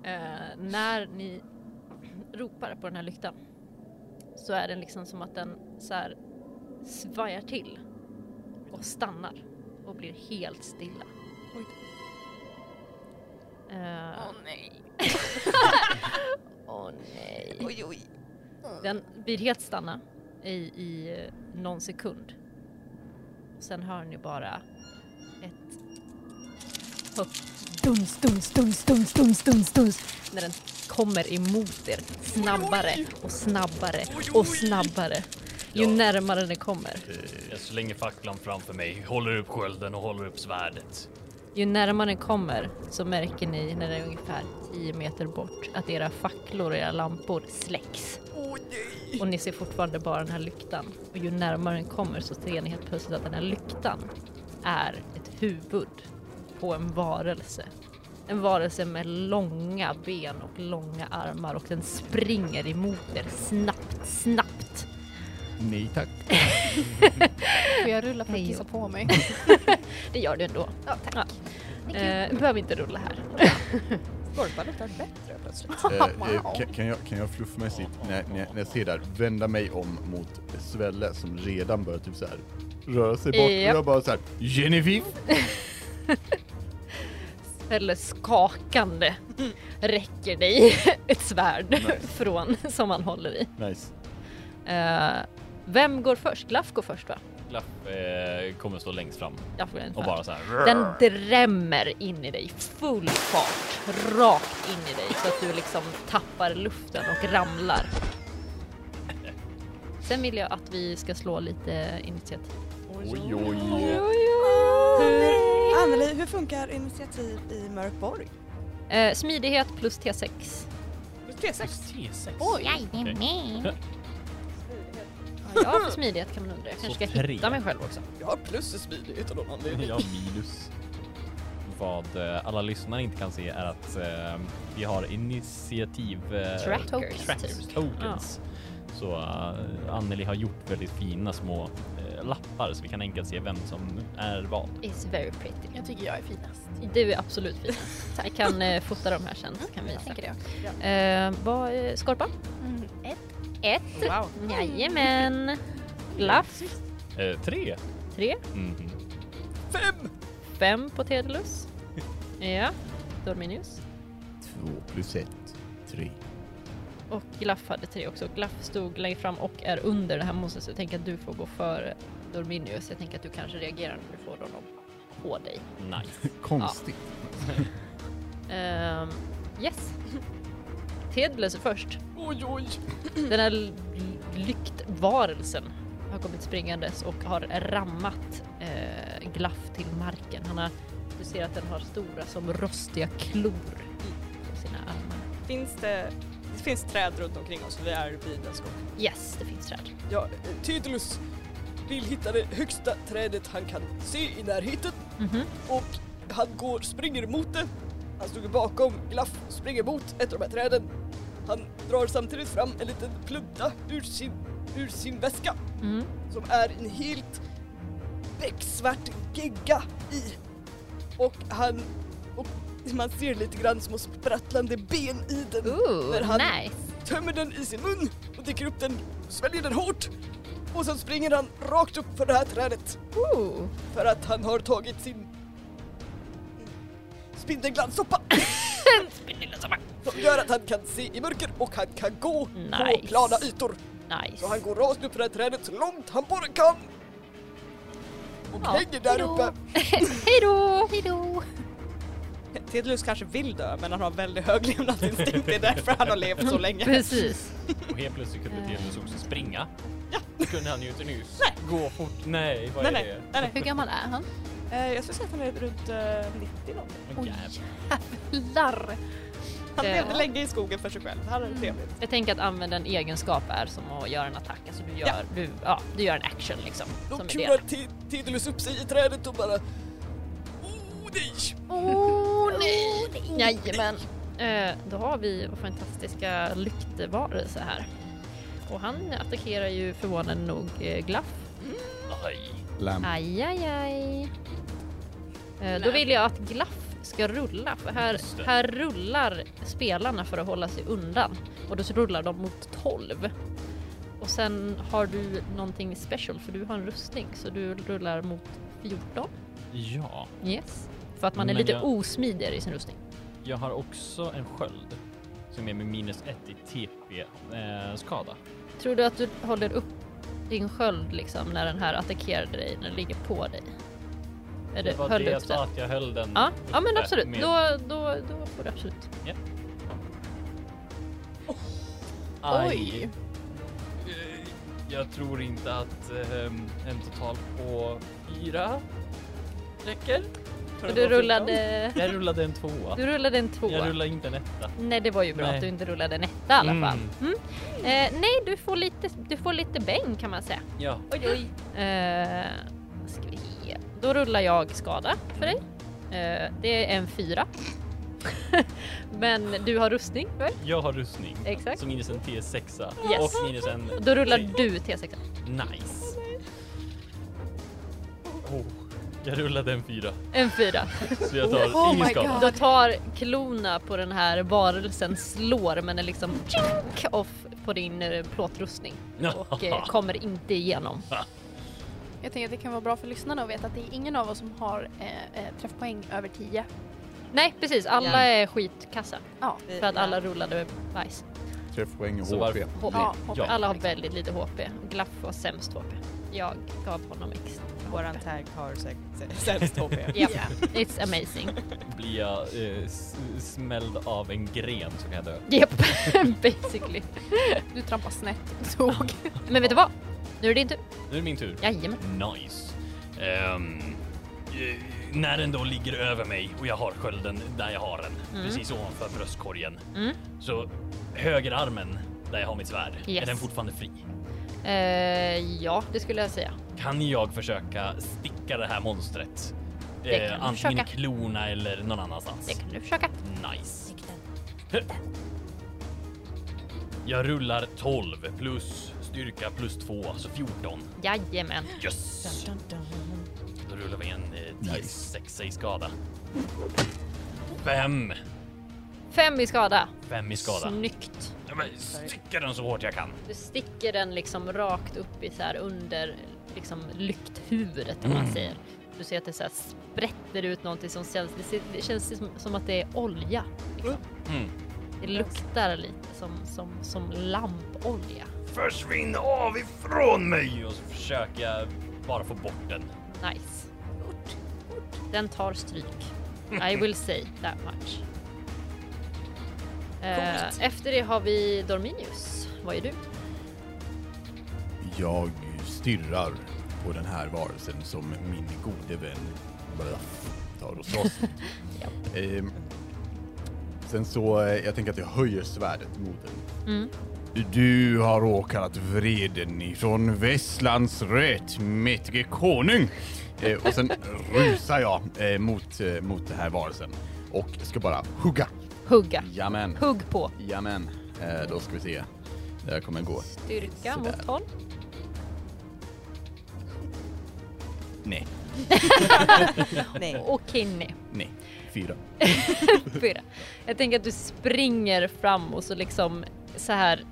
D: Eh, när ni ropar på den här lyktan så är den liksom som att den så här svajar till och stannar och blir helt stilla. Åh nej! Eh. Åh nej!
B: Oj, oj.
D: Den blir helt stanna i, i någon sekund. Sen hör ni bara ett högt duns, duns, duns, duns, duns, duns, duns när den kommer emot er snabbare och snabbare och snabbare ju
E: Ja.
D: närmare den kommer.
E: Jag slänger Eh, facklan framför mig, håller upp skölden och håller upp svärdet.
D: Ju närmare den kommer så märker ni när den är ungefär 10 meter bort att era facklor och era lampor släcks.
B: Åh nej.
D: Och ni ser fortfarande bara den här lyktan. Och ju närmare den kommer så ser ni helt plötsligt att den här lyktan är ett huvud på en varelse. En varelse med långa ben och långa armar och den springer emot er snabbt, snabbt.
C: Nej tack.
A: Får jag rulla för att
D: Hej.
A: kissa på mig?
D: Det gör du ändå. Ja, tack. Eh, behöver inte rulla här.
F: Skorpan luktar bättre plötsligt.
C: Eh, eh, kan, kan, jag, kan jag fluffmässigt, när, när, när jag ser där, vända mig om mot Svelle som redan börjar typ så här röra sig bort
D: Japp.
C: och jag bara så här Genevieve!
D: Eller skakande räcker dig ett svärd från som han håller i.
C: Nice.
D: Eh, vem går först? Glaf går först va?
E: Glapp eh, kommer stå längst fram
D: Jag får en
E: och
D: först.
E: bara så här.
D: Den drämmer in i dig, full fart, rakt in i dig så att du liksom tappar luften och ramlar. Sen vill jag att vi ska slå lite initiativ.
C: Oj oj.
F: Hur, Anneli, hur funkar initiativ i Mörkborg?
D: Eh, smidighet plus T6.
F: T6.
E: T6.
G: Jajamän.
D: Ja, jag har för smidighet kan man undra. Jag
E: Så
D: kanske ska
E: tre.
D: hitta mig själv också.
B: Jag har plus i smidighet av någon anledning.
E: Jag minus. Vad eh, alla lyssnare inte kan se är att eh, vi har initiativ... Eh,
D: Trackers.
E: trackers, tokens. Så eh, Anneli har gjort väldigt fina små eh, lappar så vi kan enkelt se vem som är vad.
D: It's very pretty.
A: Jag tycker jag är finast.
D: Du är absolut fin. Vi kan eh, fota de här sen. så Kan vi
A: Mm, Tänker jag.
D: eh, vad, eh, Skorpan?
A: Mm, ett.
D: Ett. Jajamän. Glaff.
E: Eh, tre!
D: Tre.
E: Mhm.
B: Fem!
D: Fem på Tedelus. Ja. Dorminius.
C: Två plus ett, tre.
D: Och Glaff hade tre också. Glaff stod längre fram och är under det här monstret så jag tänker att du får gå före Dorminius. Jag tänker att du kanske reagerar när du får honom på dig.
E: Nice.
J: Konstigt.
D: Ehm, yes. Tedless är först.
B: Oj, oj.
D: Den här l- lyktvarelsen har kommit springandes och har rammat eh, Glaff till marken. Han har, du ser att den har stora som rostiga klor på sina armar.
F: Finns det, det finns träd runt omkring oss, vi är vid en skog.
D: Yes, det finns träd.
B: Ja, eh, Tidlus vill hitta det högsta trädet han kan se i närheten
D: Mhm.
B: och han går, springer mot det. Han stod bakom Glaff, springer mot ett av de här träden. Han drar samtidigt fram en liten plunta ur sin, ur sin väska
D: Mm.
B: som är en helt becksvart gegga i. Och han... Och man ser lite grann små sprattlande ben i den. när
D: Ooh,
B: han
D: nice.
B: tömmer den i sin mun och dricker upp den, sväljer den hårt. Och sen springer han rakt upp för det här trädet
D: Ooh.
B: för att han har tagit sin spindelglanssoppa
D: Spindelsoppa.
B: som gör att han kan se i mörker och han kan gå på
D: Nice.
B: plana ytor. Så han
D: Nice.
B: går rakt upp för det här trädet så långt han bara kan. Och
D: Ja,
B: hänger där
G: hejdå.
B: uppe.
G: Hejdå! Hejdå!
F: Tedlus kanske vill dö men han har väldigt hög levnadsinstinkt, det är därför han har levt så länge.
D: Mm. Precis.
E: Och helt plötsligt kunde
D: Eh.
E: Tedlus också springa. Det kunde han ju inte nyss. Gå fort. Nej, vad
F: Nej
E: är
F: nej,
E: det?
F: nej,
A: Hur
F: nej.
A: gammal är han?
F: Eh, jag skulle säga att han är runt eh, 90 någonting.
E: Åh, jävlar.
A: Larr!
F: Han
D: Det- Mm.
F: levde länge i skogen för sig själv, det här är trevligt.
D: Eh, Jag tänker att använda en egenskap är som att göra en attack. Alltså du gör,
F: Ja.
D: Du, ja, du gör en action liksom.
B: Då
D: som är
B: kular
D: det.
B: Ti- Tidulus upp sig i trädet och bara... Oh nej!
D: Åh nej! Jajamän. Eh, Då har vi vår fantastiska lyktvarelse här. Och han attackerar ju förvånande nog eh, Glaff.
E: Aj.
J: Lamp.
D: Aj, aj, aj. Eh, Då vill jag att Glaff ska rulla, för här,
E: Just det.
D: här rullar spelarna för att hålla sig undan. Och då så rullar de mot 12. Och sen har du någonting special, för du har en rustning, så du rullar mot 14.
E: Ja,
D: Yes. För att man är
E: Men
D: lite
E: jag-
D: osmidigare i sin rustning.
E: jag har också en sköld som är med minus ett i eh, TP-skada.
D: Tror du att du håller upp din sköld liksom när den här attackerade dig, när den ligger på dig? Eller
E: det var
D: höll
E: det
D: du
E: jag
D: upp den?
E: sa, Äh, att jag höll den
D: Ja, ja men
E: uppe
D: absolut.
E: med
D: Då, då, då får du absolut.
E: Aj. Eh, Jag tror inte att ehm, en total på fyra räcker.
D: Och du rullade,
E: Jag rullade en tvåa.
D: du rullade en tvåa.
E: Jag rullade inte en etta.
D: Nej det var ju bra
E: Nej.
D: att du inte rullade en etta i alla
E: Mm.
D: fall. Mm. Eh, nej du får, lite, du får lite bäng kan man säga.
E: Ja,
D: Oj oj. Eh, ska vi se. Då rullar jag skada för dig. Eh, det är en fyra. men du har rustning väl?
E: jag har rustning.
D: Exakt.
E: Så minus en T6
D: Yes.
E: och minus en...
D: Då rullar
E: tre.
D: du T6.
E: Nice. Oh, jag rullade en fyra.
D: En fyra.
E: Så jag tar
A: Oh
E: ingen
A: my
E: skada.
A: God.
D: Då tar klona på den här varelsen slår men är liksom tjink off på din eh, plåtrustning och eh, kommer inte igenom.
A: Jag tänker att det kan vara bra för lyssnarna att veta att det är ingen av oss som har eh, eh, träffpoäng över 10.
D: Nej precis, alla
E: Ja.
D: är skitkassa
A: Ja.
D: för att alla rullade bajs.
J: Träffpoäng och
E: Så
J: HP.
E: varför-
D: HP.
A: Ja, HP.
E: Ja.
D: Alla har väldigt lite HP. Glaff var sämst HP. Jag gav honom extra.
F: Våran tag har säkert sämst HP.
D: Ja, it's amazing.
E: Blir jag eh, s- smälld av en gren så kan jag dö.
D: Japp, basically.
A: Du trampar snett. Tog.
D: Men vet du vad? Nu är det inte...
E: Nu är det min tur.
D: Jajamän.
E: Nice. Ehm, eh, när den då ligger över mig och jag har skölden där jag har den,
D: Mm.
E: precis ovanför bröstkorgen,
D: Mm.
E: så högerarmen där jag har mitt svärd,
D: Yes.
E: är den fortfarande fri?
D: Eh, ja, det skulle jag säga.
E: Kan jag försöka sticka det här monstret? eh,
D: Det kan du
E: antingen
D: försöka.
E: i klorna eller någon annanstans?
D: Det kan du försöka.
E: Nice. Jag rullar 12 plus styrka plus 2, alltså 14.
D: Jajamän.
E: Yes! Då rullar vi en eh,
J: Nice.
E: 6 i skada. Fem!
D: Fem i skada.
E: Fem i skada.
D: Snyggt.
E: Ja, men Sticka den så hårt jag kan.
D: Du sticker den liksom rakt upp i så här under liksom lykthuvudet om man säger. Du ser att det så här sprätter ut någonting som känns, det, ser, det känns som- som att det är olja. Liksom.
E: Mm.
D: Det luktar lite som, som, som lampolja.
E: Försvinn av ifrån mig! Och så försöker jag bara få bort den.
D: Nice. Den tar stryk. I will say that much. Eh, efter det har vi Dorminius. Vad är du?
C: Jag stirrar på den här varelsen som min gode vän Bluff tar och slåss mot. Ehm, Sen så, eh, jag tänker att jag höjer svärdet mot den.
E: Mm.
J: Du har åkallat vreden ifrån Västlands rättmätige konung.
C: Eh, och sen rusar jag eh, mot, eh, mot den här varelsen och ska bara hugga.
D: Hugga.
C: Jamen,
D: Hugg på.
C: jamen. Eh, då ska vi se. Det här kommer gå.
D: Styrka
C: Sådär.
D: mot 12.
C: Nej,
B: Nej.
D: Okej, nej.
C: nej. Fyra.
D: Fyra. Jag tänker att du springer fram och så liksom så här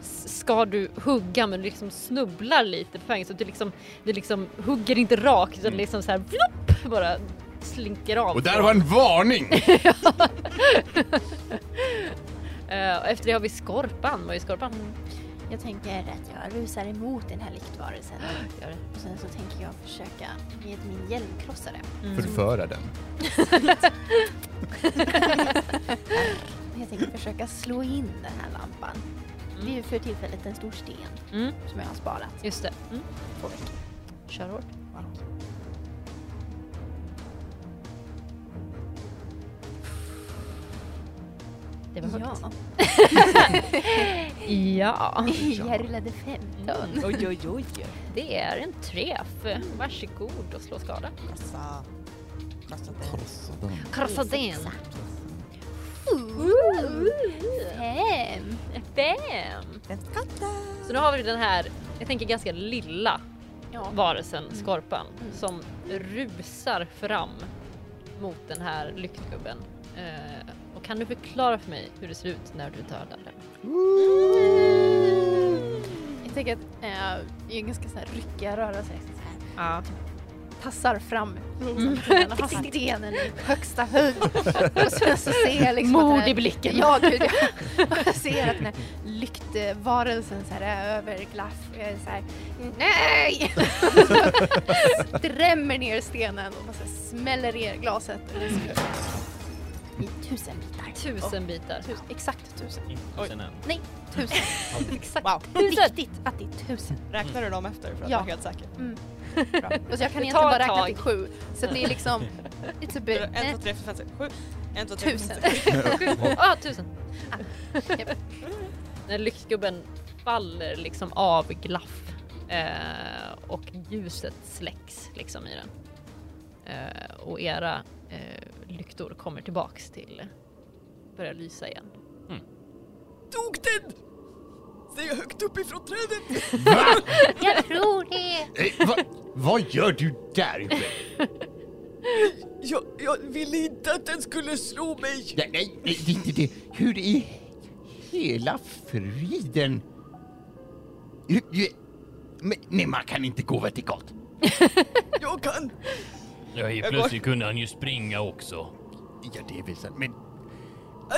D: s- ska du hugga men du liksom snubblar lite på vägen så att du liksom, du liksom hugger inte rakt utan liksom så här vlopp, bara slinker av.
J: Mm. Och där var en varning!
D: Eh, och efter det har vi Skorpan. Vad är Skorpan?
G: Jag tänker att jag rusar emot den här liktvarelsen.
D: Gör det.
G: Och sen så tänker jag försöka med min hjälmkrossare.
C: Förföra den.
G: Jag tänker försöka slå in den här lampan. Det är ju för tillfället en stor sten
D: Mm.
G: som jag har sparat.
D: Just det. Mm. Kör hårt. Det var högt.
G: Ja,
D: Ja.
G: jag rullade 15.
B: Oj, oj, oj.
D: Det är en träff. Varsågod och slå skada.
B: Krossa. Krossa
D: Krossa den.
A: Mm.
G: Fem!
D: Bam!
B: den. Katten.
D: Så nu har vi den här, jag tänker ganska lilla
G: Ja.
D: varelsen,
A: Mm.
D: skorpan, som rusar fram mot den här lyktgubben. Eh, och kan du förklara för mig hur det ser ut när du dödar den?
A: Jag tänker att eh, jag är ganska så här ryckiga rörelser. Så här,
D: Ja.
A: tassar fram. Mm. Stenen i högsta höjd. Och sen så ser jag liksom att den
D: Mod
A: här-
D: i blicken.
A: Ja, gud ja. Jag ser att den här lyktvarelsen så här är över glaff. Jag är så här, nej! Drämmer ner stenen och bara så här smäller ner glaset.
G: I tusen bitar.
D: Tusen bitar.
A: Tusen, exakt tusen.
E: Inte sen än.
A: Tusen.
D: Exakt.
B: Wow.
G: Viktigt att det är tusen.
F: Räknar du dem efter för att
A: Ja.
F: vara helt säker?
A: Alltså jag kan
D: Det
A: egentligen
D: tar
A: bara räkna
D: tag.
A: till sju. Så det är liksom, it's a bit, eh,
F: En, två, tre, fyra, fem, sex, sju. En, två, tre, fyra, fem,
A: tusen.
F: sex, sju.
D: Ah, tusen. När lyktgubben faller liksom av glaff eh, och ljuset släcks liksom i den. Eh, och era eh, lyktor kommer tillbaks till börjar lysa igen.
B: Tog den! Ser jag högt upp ifrån trädet?
G: Jag tror det.
J: Eh, va, vad gör du där uppe?
B: Jag, jag ville inte att den skulle slå mig.
J: Nej, nej, nej, det är inte det. Hur i hela friden? Hur- hur- Men, nej, man kan inte gå vertikalt.
B: Jag kan.
E: Ja, helt plötsligt kunde han ju springa också.
J: Ja, det är väl sant. Men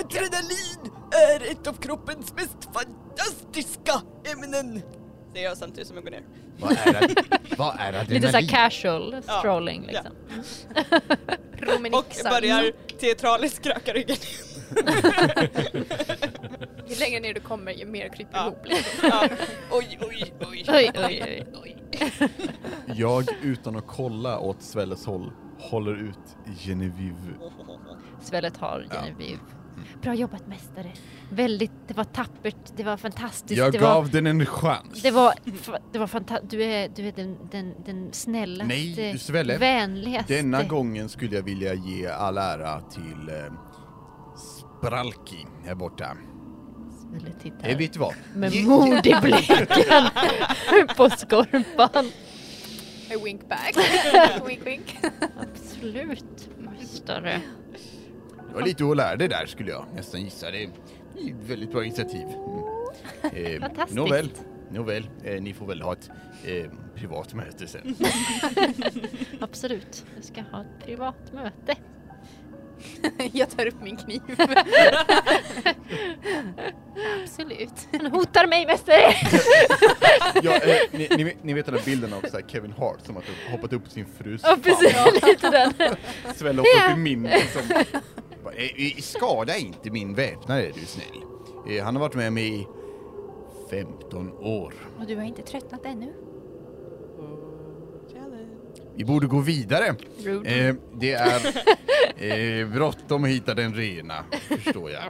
B: Adrenalin är ett av kroppens mest fantastiska ämnen.
F: Ser jag samtidigt som jag går ner.
J: vad är, ad- vad är adrenalin?
D: Lite såhär casual
F: Ja.
D: strolling
F: Ja.
D: liksom.
F: Och
A: Romenixar.
F: börjar
D: Mm.
F: teatraliskt kröka ryggen.
A: Ju längre ner du kommer ju mer kryper
F: Ja.
A: ihop. Liksom.
F: ja. Oj, oj, oj.
D: Oj, oj, oj.
C: Jag utan att kolla åt Svelles håll håller ut Genevieve.
D: Svället har Genevieve. Bra jobbat mästare. Väldigt, det var tappert, det var fantastiskt.
C: Jag
D: det var...
C: gav den en chans.
D: Det var, fa- det var fantastiskt. Du är, du är den, den, den snällaste,
C: Nej, du Svelle.
D: vänligaste.
C: Denna gången skulle jag vilja ge all ära till eh, Spralki här borta.
D: Svelle tittar
C: Eh, vet du vad?
D: med mod i blicken på Skorpan.
A: I wink back. wink wink.
D: Absolut, mästare.
C: Det var lite att lära dig där skulle jag nästan gissa. Det är ett väldigt bra initiativ. Mm. Eh,
D: Fantastiskt.
C: Nåväl, nåväl. Eh, ni får väl ha ett eh, privat möte sen.
D: Absolut, jag ska ha ett privat möte.
A: Jag tar upp min kniv. Räddar mig mästare!
C: Ja, eh, ni, ni, vet- ni vet den där bilden av så här Kevin Hart som har typ hoppat upp på sin frus
A: Ja precis, lite den.
C: famn, svälla upp i min liksom. Bara, eh, eh, Skada inte min väpnare är du snäll. Eh, Han har varit med mig i 15 år.
A: Och du har inte tröttnat ännu?
C: Vi borde gå vidare. Eh, det är eh, bråttom att hitta den rena, förstår jag.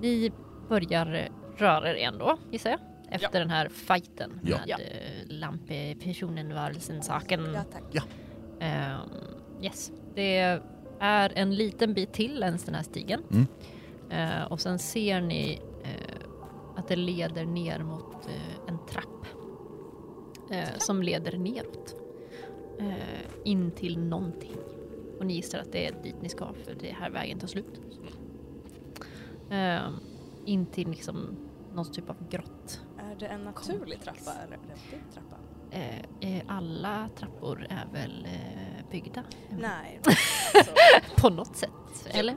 D: Ni börjar röra er igen då, gissar jag. Efter den här fighten
C: Ja.
D: med eh, lampepersonen, varelsen-saken.
K: Ja, tack.
D: Ehm, yes. Det är en liten bit till längs den här stigen.
C: Mm.
D: Eh, och sen ser ni eh, att det leder ner mot eh, en trapp. Eh, som leder neråt. Eh, in till någonting. Och ni gissar att det är dit ni ska för det är här vägen tar slut. Ehm, in till liksom någon typ av grott.
F: Är det en naturlig trappa eller en riktig trappa?
D: Eh, eh, alla trappor är väl eh, byggda?
F: Nej.
D: På något sätt, eller?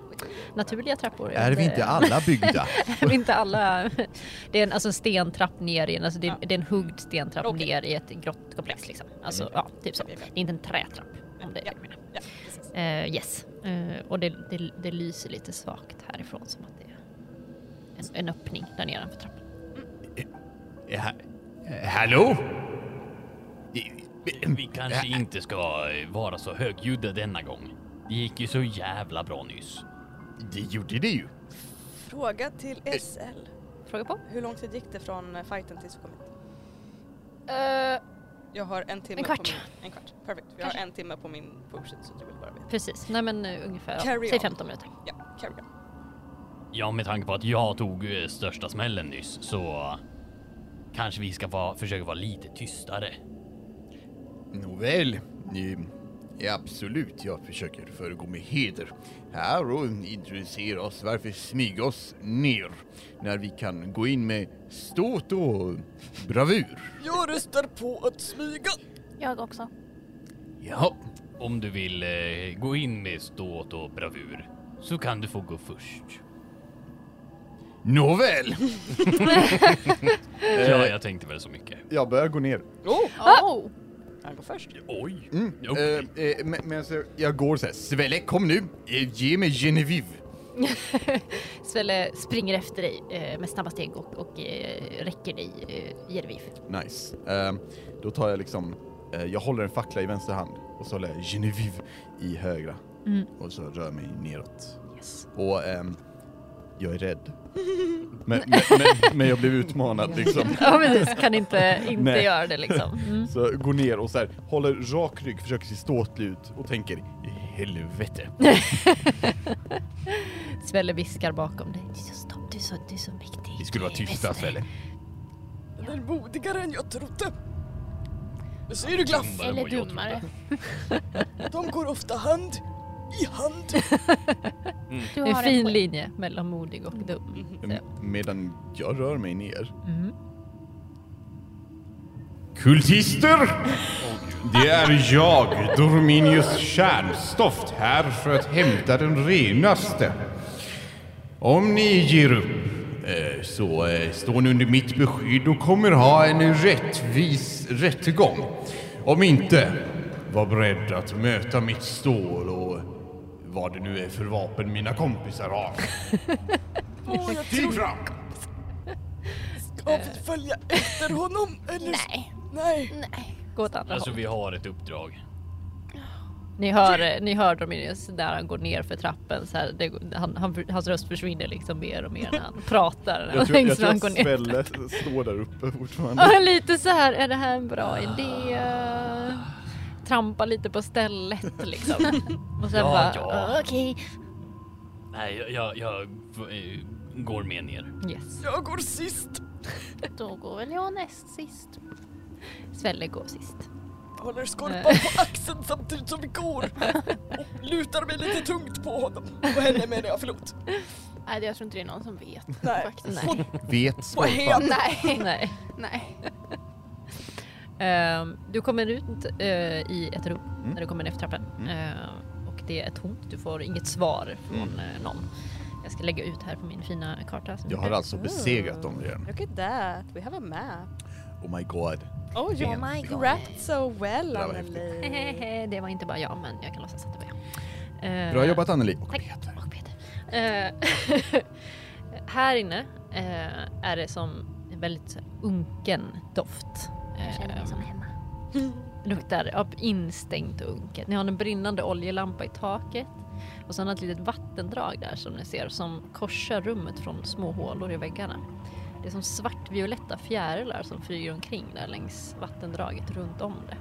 D: Naturliga trappor. jag
C: Är
D: vet
C: vi inte alla byggda?
D: Är vi inte alla? Det är en alltså, en stentrapp ner i en, alltså, det, är, det är en huggd stentrapp
F: Okej. Mm.
D: ner i ett grottkomplex liksom. Alltså ja, typ så. Det är inte en trätrapp om det är
F: Ja,
D: det du menar.
F: ja, precis.
D: Eh, yes. Eh, och det, det, det lyser lite svagt härifrån som att det är en, en öppning där nedanför trappan.
C: Eh, ha- eh, Hallå? Eh,
E: Vi, vi kanske inte ska eh, vara så högljudda denna gång. Det gick ju så jävla bra nyss.
C: Det gjorde det ju.
F: Fråga till SL.
D: Fråga på?
F: Hur lång tid gick det från eh, fighten tills vi kom hit?
D: Eh,
F: Jag har en timme
D: En kvart.
F: på min... En kvart. Perfekt. Jag har en timme på min potion så jag vill bara veta.
D: Precis, nej men eh, ungefär ja,
F: Carry
D: säg
F: on.
D: 15 minuter.
F: Ja, carry on.
E: Ja, med tanke på att jag tog eh, största smällen nyss så kanske vi ska vara, försöka vara lite tystare.
C: Nåväl, eh, ja, absolut. Jag försöker föregå med heder här och introducera oss. Varför smyga oss ner när vi kan gå in med ståt och bravur?
B: Jag röstar på att smyga.
A: Jag också.
C: Ja,
E: Om du vill eh, gå in med ståt och bravur så kan du få gå först.
C: nåväl.
E: Ja, jag tänkte väl så mycket.
C: Jag börjar gå ner.
A: Ah,
L: Oh!
F: Han går först.
E: Oj!
C: Mm.
E: Okej.
C: Eh, eh, men, men så, jag går så här. Svelle, kom nu. Eh, ge mig Genevieve.
D: Svelle springer efter dig eh, med snabba steg och, och eh, räcker dig eh, Jerviv.
C: Nice. Ehm, då tar jag liksom, eh, jag håller en fackla i vänster hand och så håller jag Genevieve i högra.
D: Mm.
C: Och så rör mig neråt.
D: Yes.
C: Och ehm, jag är rädd. Men, men, men, men jag blev utmanad liksom.
D: Ja precis, kan inte, inte
C: Nej.
D: göra det liksom. Mm.
C: Så går ner och så här, håller rak rygg, försöker se ståtlig ut och tänker "I helvete.
D: Svelle viskar bakom dig. Du är så, stopp, du är så, du är så mäktig.
C: Vi skulle vara tysta alltså, Svelle.
B: Den är modigare än jag trodde. Det ser du glatt.
E: Dummare än
A: Eller
E: vad jag
A: dummare.
E: trodde.
B: De går ofta hand i hand.
A: Du
D: En
A: har
D: fin
A: poäng.
D: linje mellan modig och dum.
C: M- Mm, Medan jag rör mig ner.
D: Mm.
C: Kultister! Det är jag, Dorminius Kärnstoft, här för att hämta den renaste. Om ni ger upp eh, så eh, står ni under mitt beskydd och kommer ha en rättvis rättegång. Om inte, var beredd att möta mitt stål och vad det nu är för vapen mina kompisar har.
B: Åh, jag
C: Stig
B: tror...
C: fram!
B: Ska vi följa efter honom eller?
A: Nej.
B: Nej.
A: Nej.
D: Gå åt andra
E: Alltså
D: håll.
E: vi har ett uppdrag.
D: Ni hör, eh, ni hör Dominius där han går ner för trappen. Så här, det, går- han, han, hans röst försvinner liksom mer och mer när han pratar. längst när han går ner.
C: Svelle står där uppe fortfarande.
D: Ja, lite så här, är det här en
E: Ah.
D: bra idé? Trampa lite på stället liksom. Och sen
E: Ja,
D: bara,
E: ja.
A: Okej.
E: Nej, jag, jag, jag eh, går med ner.
D: "Ah, yes.
B: Jag går sist.
A: Då går väl jag näst sist.
D: Svelle går sist.
B: Håller skorpan på axeln samtidigt som vi går. Och lutar mig lite tungt på honom. Och henne menar jag, förlåt.
A: Nej, jag tror inte det är någon som vet.
B: Nej.
A: Faktiskt.
D: Nej.
C: Vet
B: hen.
A: Nej.
D: Nej.
A: Nej.
D: Ehm, du kommer ut eh, i ett rum
C: Mm.
D: när du kommer ner för trappen. Ehm, och det är tomt, du får inget svar från eh, någon. Jag ska lägga ut här på min fina karta. som
C: Mm. Jag har
D: heter-
C: alltså besegrat dem redan.
F: Look at that, we have a map.
C: Oh my god.
F: Oh, you
C: Bensin.
G: my god.
F: wrapped so
B: oh
F: well,
C: Det var
F: Anneli.
D: Det var inte bara jag, men jag kan låtsas att det var jag. Eh,
C: Bra jobbat Anneli. Och
D: Tack.
C: Peter.
D: Och Peter. Eh, här inne eh, är det som en väldigt så här unken doft.
G: Jag känner mig
D: Eh,
G: som hemma.
D: luktar ja, instängt och unket. Ni har en brinnande oljelampa i taket och sen ett litet vattendrag där som ni ser som korsar rummet från små hålor i väggarna. Det är som svartvioletta fjärilar som flyger omkring där längs vattendraget runt om det.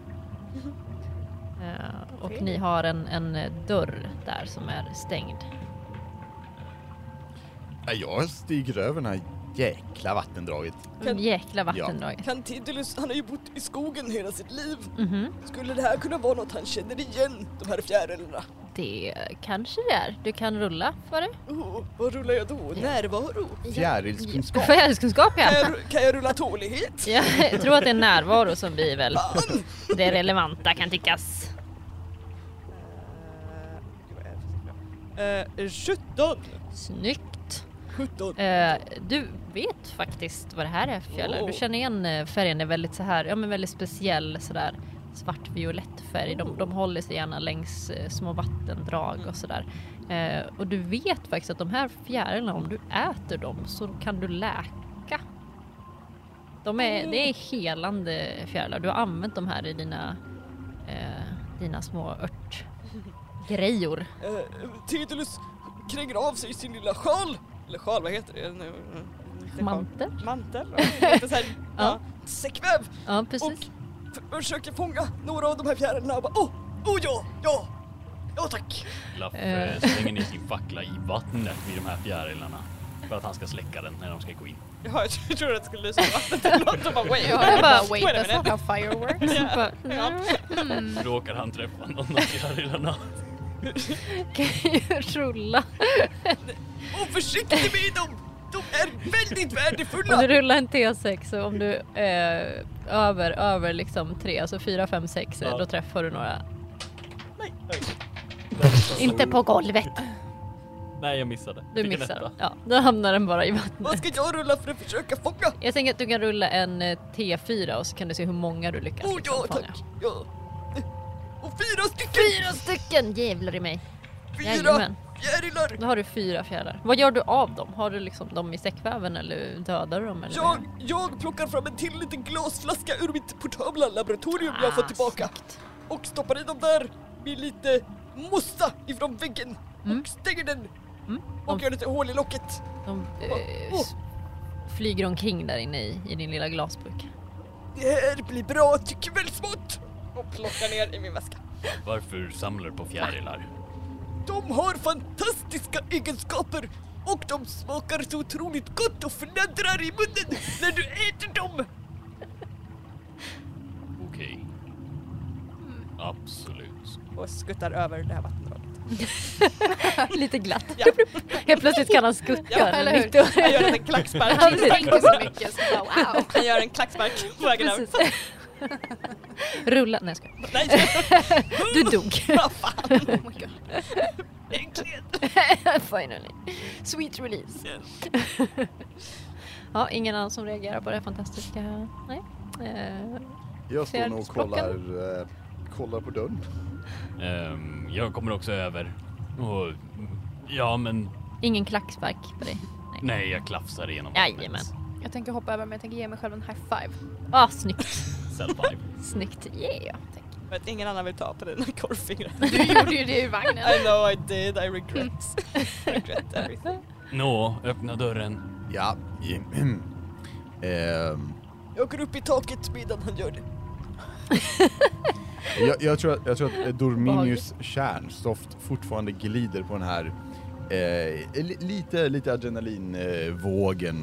D: Eh, och ni har en, en eh, dörr där som är stängd.
C: Ja, Jag stiger över det här jäkla vattendraget.
F: Kan-
D: Jäkla vattendraget.
B: Kan Tidulus, han har ju bott i skogen hela sitt liv.
D: Mhm.
B: Skulle det här kunna vara något han känner igen, de här fjärilarna?
D: Det kanske det är. Du kan rulla för det.
B: Oh, vad rullar jag då? Närvaro?
C: Fjärilskunskap.
D: Fjärilskunskap ja.
B: Kan jag, kan jag rulla tålighet?
D: Ja, Jag tror att det är närvaro som blir väl det relevanta kan tyckas.
F: Eh, 17!
D: Snyggt!
B: 17.
D: Eh, du vet faktiskt vad det här är för fjärilar. Du känner igen eh, färgen, det är väldigt så här, ja men väldigt speciell sådär svartviolett färg. De, de håller sig gärna längs eh, små vattendrag och sådär. Eh, och du vet faktiskt att de här fjärilarna, om du äter dem så kan du läka. De är, det är helande fjärilar. Du har använt de här i dina, eh, dina små örtgrejor.
B: Eh, Tidulus kränger av sig sin lilla sjal. Eller sjal, vad heter det? eh, nu? Inte sjal.
D: Mantel.
F: Mantel? ja. Lite så här, ja.
B: Säckväv!
D: Ja, precis.
B: F- Försöker fånga några av de här fjärilarna och bara åh, oh, oh ja, ja, ja tack!
E: Laff
D: Eh.
E: eh, slänger ner sin fackla i vattnet vid de här fjärilarna. För att han ska släcka den när de ska gå in.
F: Jaha, jag trodde att det skulle lysa på vattnet eller något. Jag bara wait.
A: Jag bara, wait,
F: Wait a
A: that's not how fire works.
D: Bara,
E: Råkar han träffa någon av fjärilarna?
D: kan ju rulla.
B: Och försiktig med dem! De är väldigt
D: Om
B: värdefulla!
D: du rullar en T6 och om du eh, över, över liksom 3, alltså 4, 5, 6
E: Ja.
D: då träffar du några.
G: Inte på golvet.
E: Nej, jag missade.
D: Du
E: Fick en
D: missar.
E: etta.
D: Ja, då hamnar den bara i vattnet.
B: Vad ska jag rulla för att försöka fånga?
D: Jag tänker att du kan rulla en eh, T4 och så kan du se hur många du lyckas
B: Oh ja,
D: fånga.
B: tack! Ja. Och fyra stycken!
D: Fyra stycken jävlar i mig.
B: Fyra
D: Jajamän.
B: fjärilar!
D: Då har du fyra fjärilar. Vad gör du av dem? Har du liksom dem i säckväven eller dödar du dem? Eller vad gör
B: Jag, jag plockar fram en till liten glasflaska ur mitt portabla laboratorium jag
D: Ah,
B: fått tillbaka
D: snyggt.
B: och stoppar i dem där med lite mossa ifrån väggen
D: Mm.
B: och stänger den
D: Mm.
B: och gör lite hål i locket.
D: De
B: Oh,
D: eh, s- flyger omkring där inne i, i din lilla glasburk.
B: Det här blir bra till kvällsmat!
F: Och plockar ner i min väska.
E: Varför samlar du på fjärilar?
B: De har fantastiska egenskaper och de smakar så otroligt gott och fnaddrar i munnen när du äter dem!
E: Okej. Absolut.
F: Och skuttar över det här vattendraget.
D: Lite glatt.
F: Ja.
D: Helt plötsligt kan han skutta.
F: Ja,
A: eller hur?
D: mitt i-
F: Jag gör en liten klackspark.
D: Ja, precis.
A: Tänk så mycket. Så bara, wow.
F: Jag gör en klackspark på vägen över.
D: Precis. Rulla, nej jag skojar.
F: Nej,
D: Du dog.
F: vad fan.
A: Oh my God.
B: Äntligen!
D: Finally. Sweet release. ja, ingen annan som reagerar på det här fantastiska... Nej. Eh,
C: Jag står nog och kollar,
D: Fjärilsklockan.
C: eh, kollar på dörren.
E: Ehm, jag kommer också över. Och, ja, men
D: ingen klackspark på dig.
E: nej, jag klafsar igenom
D: Jajamän.
A: Jag tänker hoppa över men jag tänker ge mig själv en high five.
D: Ah, snyggt.
E: Self-vibe.
D: Snyggt. Yeah. Tack.
F: För att ingen annan vill ta på dina korvfingrar.
A: Du gjorde ju det i vagnen.
F: I know I did, I regret. regret everything.
E: Nå, öppna dörren.
C: Ja. Ehm,
B: Jag går upp i taket medan han gör det.
C: jag, jag, tror att, jag tror att eh, Dorminius
D: Obehagligt.
C: kärnstoft fortfarande glider på den här eh, li- lite, lite adrenalinvågen eh,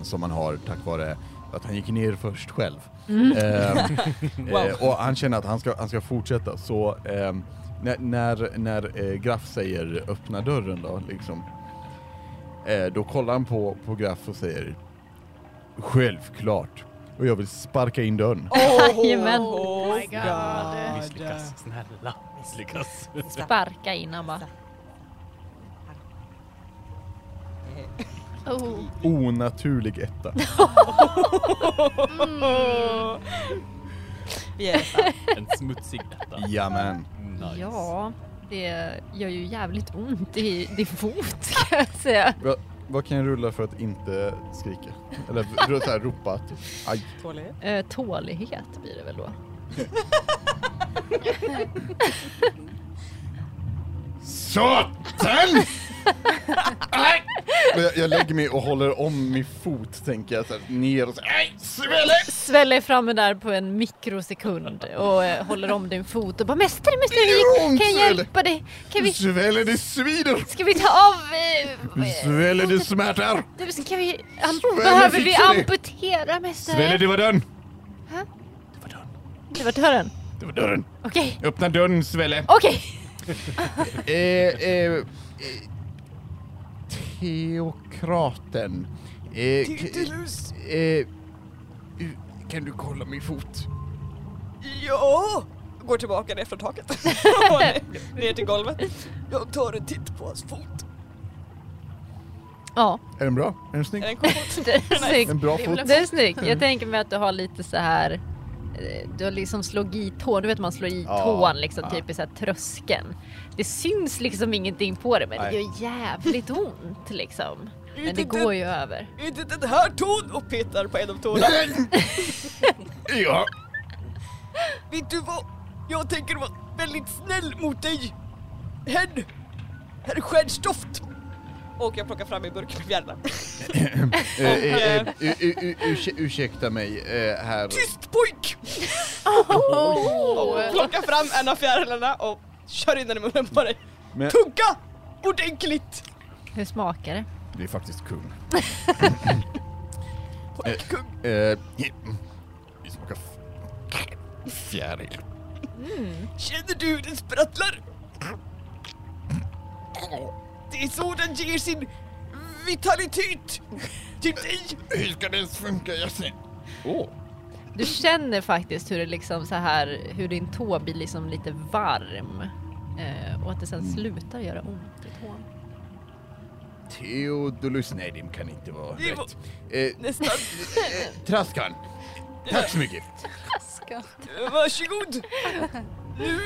C: vågen som man har tack vare att han gick ner först själv. Ehm, eh, och han känner att han ska, han ska fortsätta så ehm, när, när, när eh, Graff säger öppna dörren då liksom eh, då kollar han på, på Graff och säger självklart och jag vill sparka in dörren.
D: Jajamän.
A: Oh my god.
E: Misslyckas, snälla. Misslyckas.
D: Sparka in han bara.
A: Oh.
C: Onaturlig etta.
A: Mm.
F: Vi är
E: En smutsig etta.
C: Jamen.
E: Nice.
D: Ja, det gör ju jävligt ont i din fot kan jag säga.
C: Vad kan jag rulla för att inte skrika? Eller r- så här, ropa? Typ. Aj.
F: tåliga.
D: Eh, tålighet blir det väl då.
C: Satan! Aj! Men Jag, jag lägger mig och håller om min fot, tänker jag. Så här, ner och så här, Aj! Svälle!
D: Sväller framme där på en mikrosekund och eh, håller om din fot och bara mästare, mästare,
C: Gör
D: vi-
C: ont,
D: kan jag
C: Svälle!
D: hjälpa dig? Kan vi,
C: Svälle, det svider!
D: ska vi ta av? eh,
C: Svälle, det smärtar!
D: Du, ska vi, am,
C: Sväller,
D: behöver vi
C: fixa det.
D: amputera
C: Svälle,
D: mästare?
C: det var dörren!
D: Det var dörren.
C: Det var dörren!
D: Okej,
C: Öppna dörren, Svälle!
D: okej.
C: Eh, eh, eh, teokraten. Eh, k- eh, u- kan du kolla min fot?
F: Ja! Går tillbaka ner från taket. Och ner- ner till golvet.
B: Jag tar en titt på hans fot.
D: Ja,
C: Är den bra? Är den snygg?
F: Är den kort?
D: det är snyggt.
C: En bra fot?
D: Det är snyggt. Jag tänker mig att du har lite så här eh, du har liksom slog i tån, du vet man slår i
C: Ja,
D: tån liksom
C: ja.
D: typ i så här tröskeln. Det syns liksom ingenting på det men det
C: Nej.
D: gör jävligt ont liksom. Men det
F: Inte
D: går ju över.
F: Inte den här ton! Och petar på en av tårna.
C: ja.
B: Vet du vad? Jag tänker vara väldigt snäll mot dig. Hen! Herr Stjärnstoft!
F: Och jag plockar fram min burk med bjärna.
C: Eh, eh, eh, u- u- u- ursäk- ursäkta mig, eh, herr...
F: Tyst pojk! Och plockar fram en av fjärilarna och kör in den i munnen på dig.
C: Men-
F: Tugga! Ordentligt!
D: Hur smakar det?
C: Det är faktiskt kung.
F: Pojkkung.
C: Eh, eh, det smakar f- fjäril.
F: Känner du hur den sprattlar? Det är så den ger sin vitalitet till dig.
C: Hur ska det ens funka? Jag ser...
D: Du känner faktiskt hur det liksom så här, hur din tå blir liksom lite varm. Eh, och att det sen slutar göra ont i tån.
C: Theodulus, nej det kan inte vara
F: Det
C: rätt.
F: var-
C: Eh,
F: Nästan.
C: eh, Traskan. Tack så mycket.
F: Varsågod. Nu,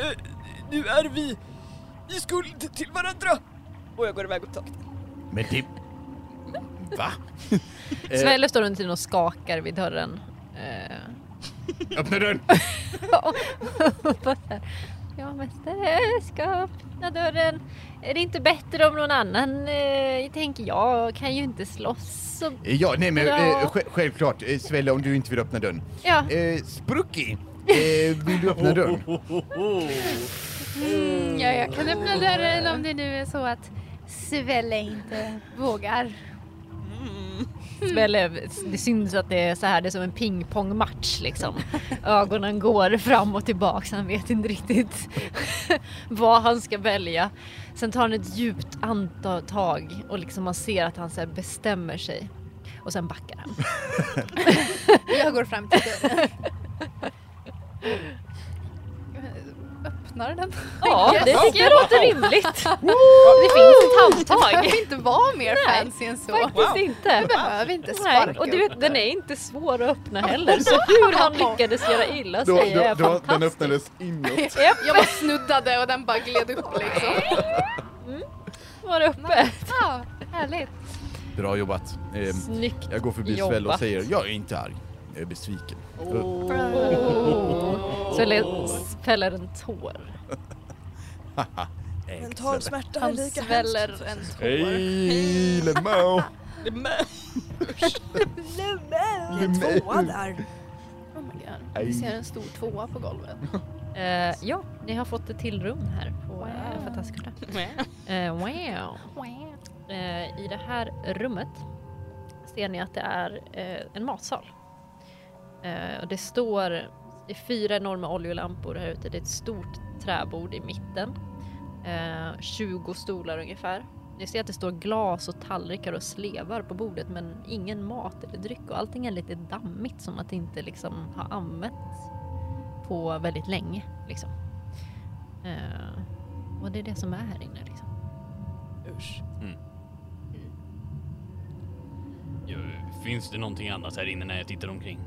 F: eh, nu är vi i skuld till varandra. Och jag går iväg upp taket.
C: Men det... Va? Eh.
D: Svelle står under tiden och skakar vid dörren. Eh,
C: Öppna dörren!
D: Bara så här, ja mästare ska öppna dörren. Är det inte bättre om någon annan, eh, tänker jag, kan ju inte slåss. Och,
C: Eh, Ja, nej men
D: Bra.
C: eh, sj- självklart. Eh, Svelle, om du inte vill öppna dörren.
D: ja.
C: Eh, Sprucky! Eh, vill du öppna dörren?
M: Mm, ja, jag kan öppna dörren om det nu är så att Svelle inte vågar.
D: Svelle, det syns att det är så här, det är som en pingpongmatch liksom. Ögonen går fram och tillbaks, han vet inte riktigt vad han ska välja. Sen tar han ett djupt andetag och liksom man ser att han så här bestämmer sig. Och sen backar han.
A: Jag går fram till dörren. Öppnar den.
D: Ja, det tycker jag låter rimligt.
A: Det
D: finns ett handtag.
A: Det behöver inte vara mer
D: Nej.
A: fancy än så.
D: Faktiskt inte.
A: Du behöver inte sparka
D: Nej, och du vet,
A: upp
D: den är inte svår att öppna heller. Så hur han lyckades göra illa sig är
C: den
D: fantastiskt.
C: öppnades inåt.
A: Japp, Jag bara snuddade och den bara gled upp liksom.
D: Var uppe.
A: Ja, härligt.
C: Bra jobbat. Eh,
D: Snyggt.
C: jag går förbi Svelle och
D: jobbat.
C: säger, jag är inte arg. Jag är besviken.
D: Så jag fäller en tår.
C: Eh,
B: Mental smärta är
A: Han
B: lika
A: sväller en tår.
C: Hej, Lemo!
B: hemskt. Det är tvåa där.
A: Oh my god. Vi ser en stor tvåa på golvet.
D: Eh, ja, ni har fått ett till rum här på wow. Fantaskurta. Eh, wow. Eh, I det här rummet ser ni att det är eh, en matsal. Eh, och det står det är fyra enorma oljelampor här ute. Det är ett stort träbord i mitten. Eh, 20 stolar ungefär. Ni ser att det står glas och tallrikar och slevar på bordet men ingen mat eller dryck och allting är lite dammigt som att det inte liksom har använts på väldigt länge. Liksom. Eh, och det är det som är här inne. Liksom.
F: Usch.
E: Ja, Finns det någonting annat här inne när jag tittar omkring?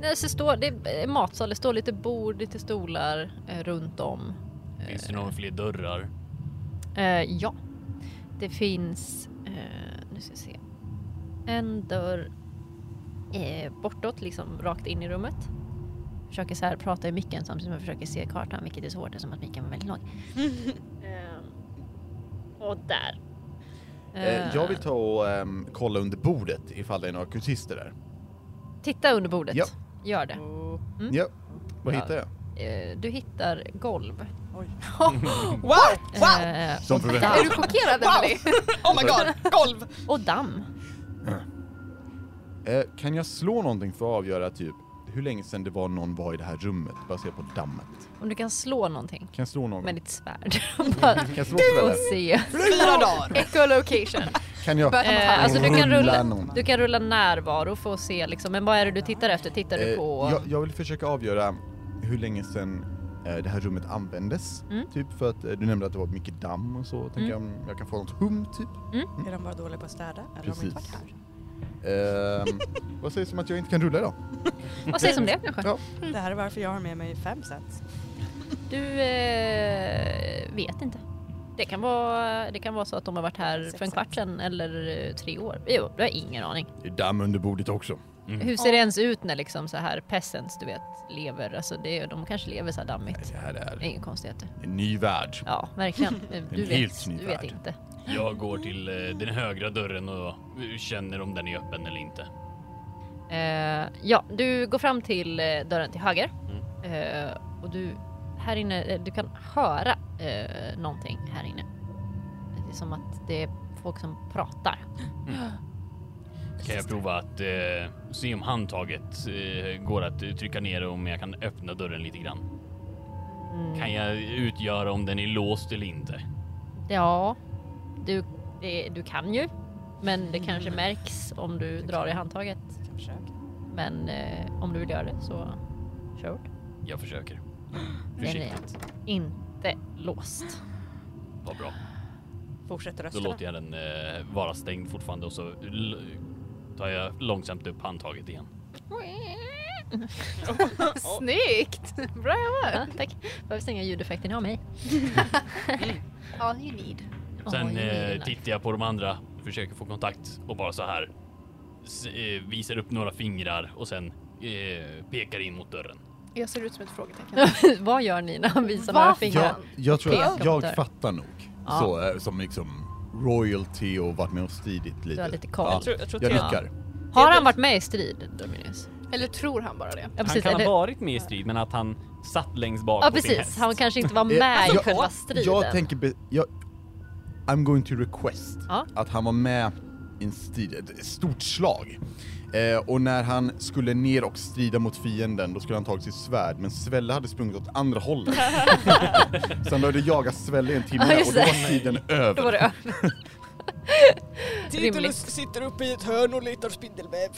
D: Nej, så står, det är eh, matsal, det står lite bord, lite stolar eh, runt om.
E: Finns det några fler dörrar?
D: Eh, ja, det finns, eh, nu ska jag se, en dörr eh, bortåt, liksom rakt in i rummet. Försöker så här prata i micken samtidigt som jag försöker se kartan, vilket är svårt eftersom att micken var väldigt lång. Eh, och där.
C: Eh, jag vill ta och ehm, kolla under bordet ifall det är några kultister där.
D: Titta under bordet.
C: Ja.
D: Gör det.
C: Ja, vad
D: Ja.
C: hittar jag?
D: Eh, du hittar golv.
B: Wow! Wow!
D: Eh,
C: Som förväntat.
A: Är du chockerad Emily?
B: Oh my god! Golv!
D: och damm.
C: Eh, kan jag slå någonting för att avgöra typ hur länge sedan det var någon var i det här rummet baserat på dammet?
D: Om du kan slå någonting
C: Kan jag slå någon?
D: med ditt svärd. Bara
C: Kan jag slå
D: och
C: sådär?
D: se.
B: Fyra dagar!
A: Echolocation.
C: Kan jag
D: Eh, alltså du kan rulla,
C: någon?
D: du kan rulla närvaro för att se liksom. Men vad är det du tittar efter? Tittar du
C: Eh,
D: på...
C: jag, jag vill försöka avgöra hur länge sedan eh, det här rummet användes.
D: Mm.
C: Typ för att eh, du nämnde att det var mycket damm och så. Tänker jag om jag kan få något hum typ.
B: Är de bara dåliga på att städa? Eller har de inte varit
C: Precis.
B: här?
C: Ehm, vad sägs om att jag inte kan rulla idag?
D: Vad sägs om det kanske?
C: Ja.
B: Det här är varför jag har med mig fem sets.
D: Du eh, vet inte. Det kan, vara, det kan vara så att de har varit här för en kvart sedan eller eh, tre år. Jo, du har ingen aning.
C: Det är damm under bordet också.
D: Hur ser det ens ut när liksom så här peasants, du vet, lever? Alltså det, de kanske lever så här dammigt.
C: Det här är
D: Inga konstigheter.
C: en ny värld.
D: Ja, verkligen. Du vet,
C: helt ny
D: du vet
C: värld.
D: inte.
E: Jag går till eh, den högra dörren och känner om den är öppen eller inte.
D: Eh, ja, du går fram till eh, dörren till höger.
E: Mm.
D: Eh, och du, här inne, eh, du kan höra eh, någonting här inne. Det är som att det är folk som pratar.
E: Kan jag prova att eh, se om handtaget eh, går att eh, trycka ner och om jag kan öppna dörren lite grann? Kan jag utgöra om den är låst eller inte?
D: Ja, du, det, du kan ju. Men det kanske märks om Mm. du drar i handtaget.
B: Ska försöka.
D: Men eh, om du vill göra det så kör.
E: Jag försöker.
D: Den
E: Försiktigt.
D: är inte låst.
E: Vad bra.
B: Fortsätter
E: Då
B: rösterna.
E: låter jag den eh, vara stängd fortfarande och så l- tar jag långsamt upp handtaget igen.
A: Snyggt! Bra
D: Ja,
A: jobbat!
D: tack. Behöver stänga ljudeffekten, jag har mig.
A: All you need.
E: Sen
D: Oj,
E: eh,
D: nej.
E: tittar jag på de andra, försöker få kontakt och bara så här s- eh, visar upp några fingrar och sen eh, pekar in mot dörren.
A: Jag ser ut som ett frågetecken.
D: Vad gör ni när han visar
A: Va?
D: några
C: Jag,
D: fingrar?
C: jag tror
D: Peka
C: att
D: mot
C: jag
D: dörren.
C: fattar nog.
D: Ja.
C: Så, eh, som liksom royalty och varit med och stridit lite.
D: Du har lite koll.
C: Ja.
F: Jag tror, jag tror
C: Jag
F: till-
C: nickar.
D: Har han varit med i strid, Dominius?
A: Eller tror han bara det?
D: Ja precis,
E: han kan
D: eller-
E: ha varit med i strid men att han satt längst bak
D: ja,
E: på sin
D: precis.
E: häst.
D: han kanske inte var
C: Eh,
D: med i
C: jag-
D: själva striden.
C: Jag tänker... Be, jag, I'm going to request
D: Ja.
C: att han var med i en strid, ett stort slag. Eh, och när han skulle ner och strida mot fienden, då skulle han tagit sitt svärd, men Svelle hade sprungit åt andra hållet. så han behövde jaga Svelle i en timme
D: Ja, just
C: och då var
D: det.
C: striden över.
D: Då var det ö-
B: Titulus
D: Rimligt.
B: sitter uppe i ett hörn och letar spindelväv.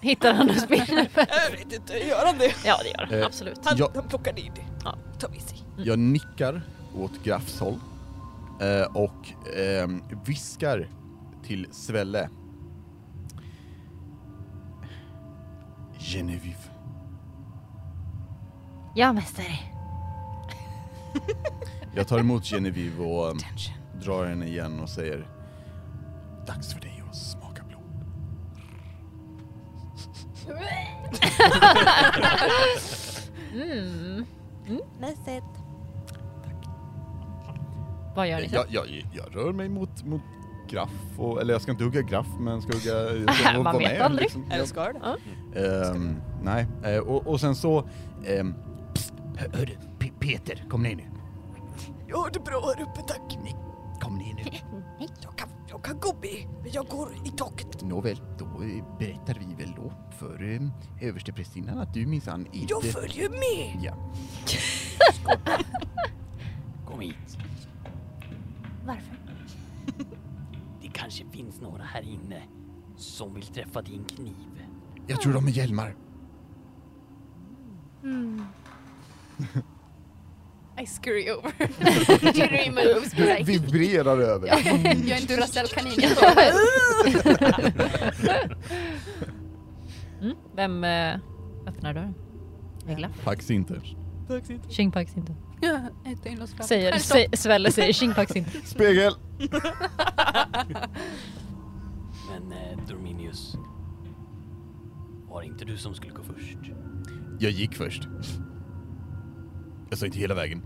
D: Hittar han en spindel?
B: Jag vet inte, gör han det?
D: Ja det gör han,
C: Eh,
D: absolut.
B: Han,
C: Ja.
B: han plockar ner det.
D: Ja.
B: Ta med sig.
C: Jag nickar åt Grafs håll eh, och ehm, viskar till Svelle. Genevieve.
D: Ja mästare.
C: Jag tar emot Genevieve och ehm, drar henne igen och säger Dags för dig att smaka blod.
G: Mysigt.
D: Vad gör ni
C: Eh,
D: sen?
C: Jag, jag, jag rör mig mot, mot Graff, och, eller jag ska inte hugga Graff men ska hugga...
D: Man
C: vara
D: vet
C: med,
D: aldrig.
C: liksom.
B: Eller ska det?
C: Ehm, nej, eh, och, och sen så... ehm,
N: Hör- Hörru, P- Peter, kom ner nu.
B: Ja, det är bra här uppe tack.
N: Kom ner nu.
B: Jag kan, jag kan gå med, men jag går i taket.
N: Nåväl, då eh, berättar vi väl då för eh,
C: ehm,
N: översteprästinnan att du minsann inte...
B: Jag följer med.
N: Ja.
E: Kom hit.
G: Varför?
E: Det kanske finns några här inne som vill träffa din kniv.
C: jag tror de är hjälmar.
A: I scurry over. Jerry moves.
C: Du vibrerar över det.
A: Jag, jag är en Duracell-kanin.
D: Mm. Vem eh, öppnar dörren? Egla?
C: Pax inte.
D: Tjingpax inte.
A: Ett engångsglas.
D: Säger,
A: Här,
D: sä, Svelle säger tjingpax inte.
C: Spegel!
E: Men eh, Dorminius, var det inte du som skulle gå först?
C: Jag gick först. Jag sa inte hela vägen.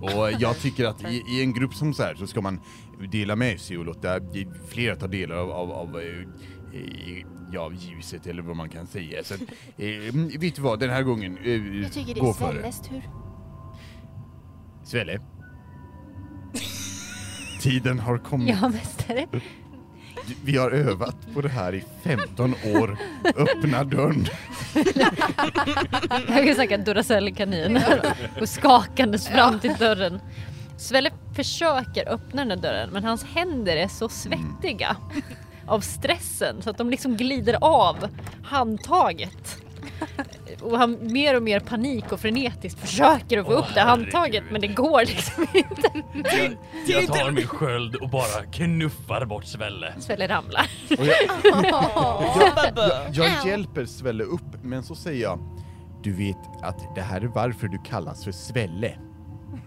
C: Och jag tycker att i, i en grupp som så här så ska man dela med sig och låta flera ta delar av, av, av eh, eh, ja, av ljuset eller vad man kan säga. Så att, eh, vet du vad, den här gången, eh,
G: Jag tycker det
C: gå
G: är
C: före.
G: Svelles tur.
C: Svelle. Tiden har kommit.
G: Ja, mästare.
C: Vi har övat på det här i 15 år. Öppna dörren.
D: Jag kan snacka Duracell-kanin och skakandes fram till dörren. Svelle försöker öppna den där dörren men hans händer är så svettiga av stressen så att de liksom glider av handtaget. Och han mer och mer panik och frenetiskt försöker att få
E: Åh,
D: upp det handtaget
E: herregud.
D: men det går liksom inte.
E: Jag, jag tar min sköld och bara knuffar bort Svelle.
D: Svelle ramlar.
C: Jag, jag hjälper Svelle upp, men så säger jag Du vet att det här är varför du kallas för Svelle.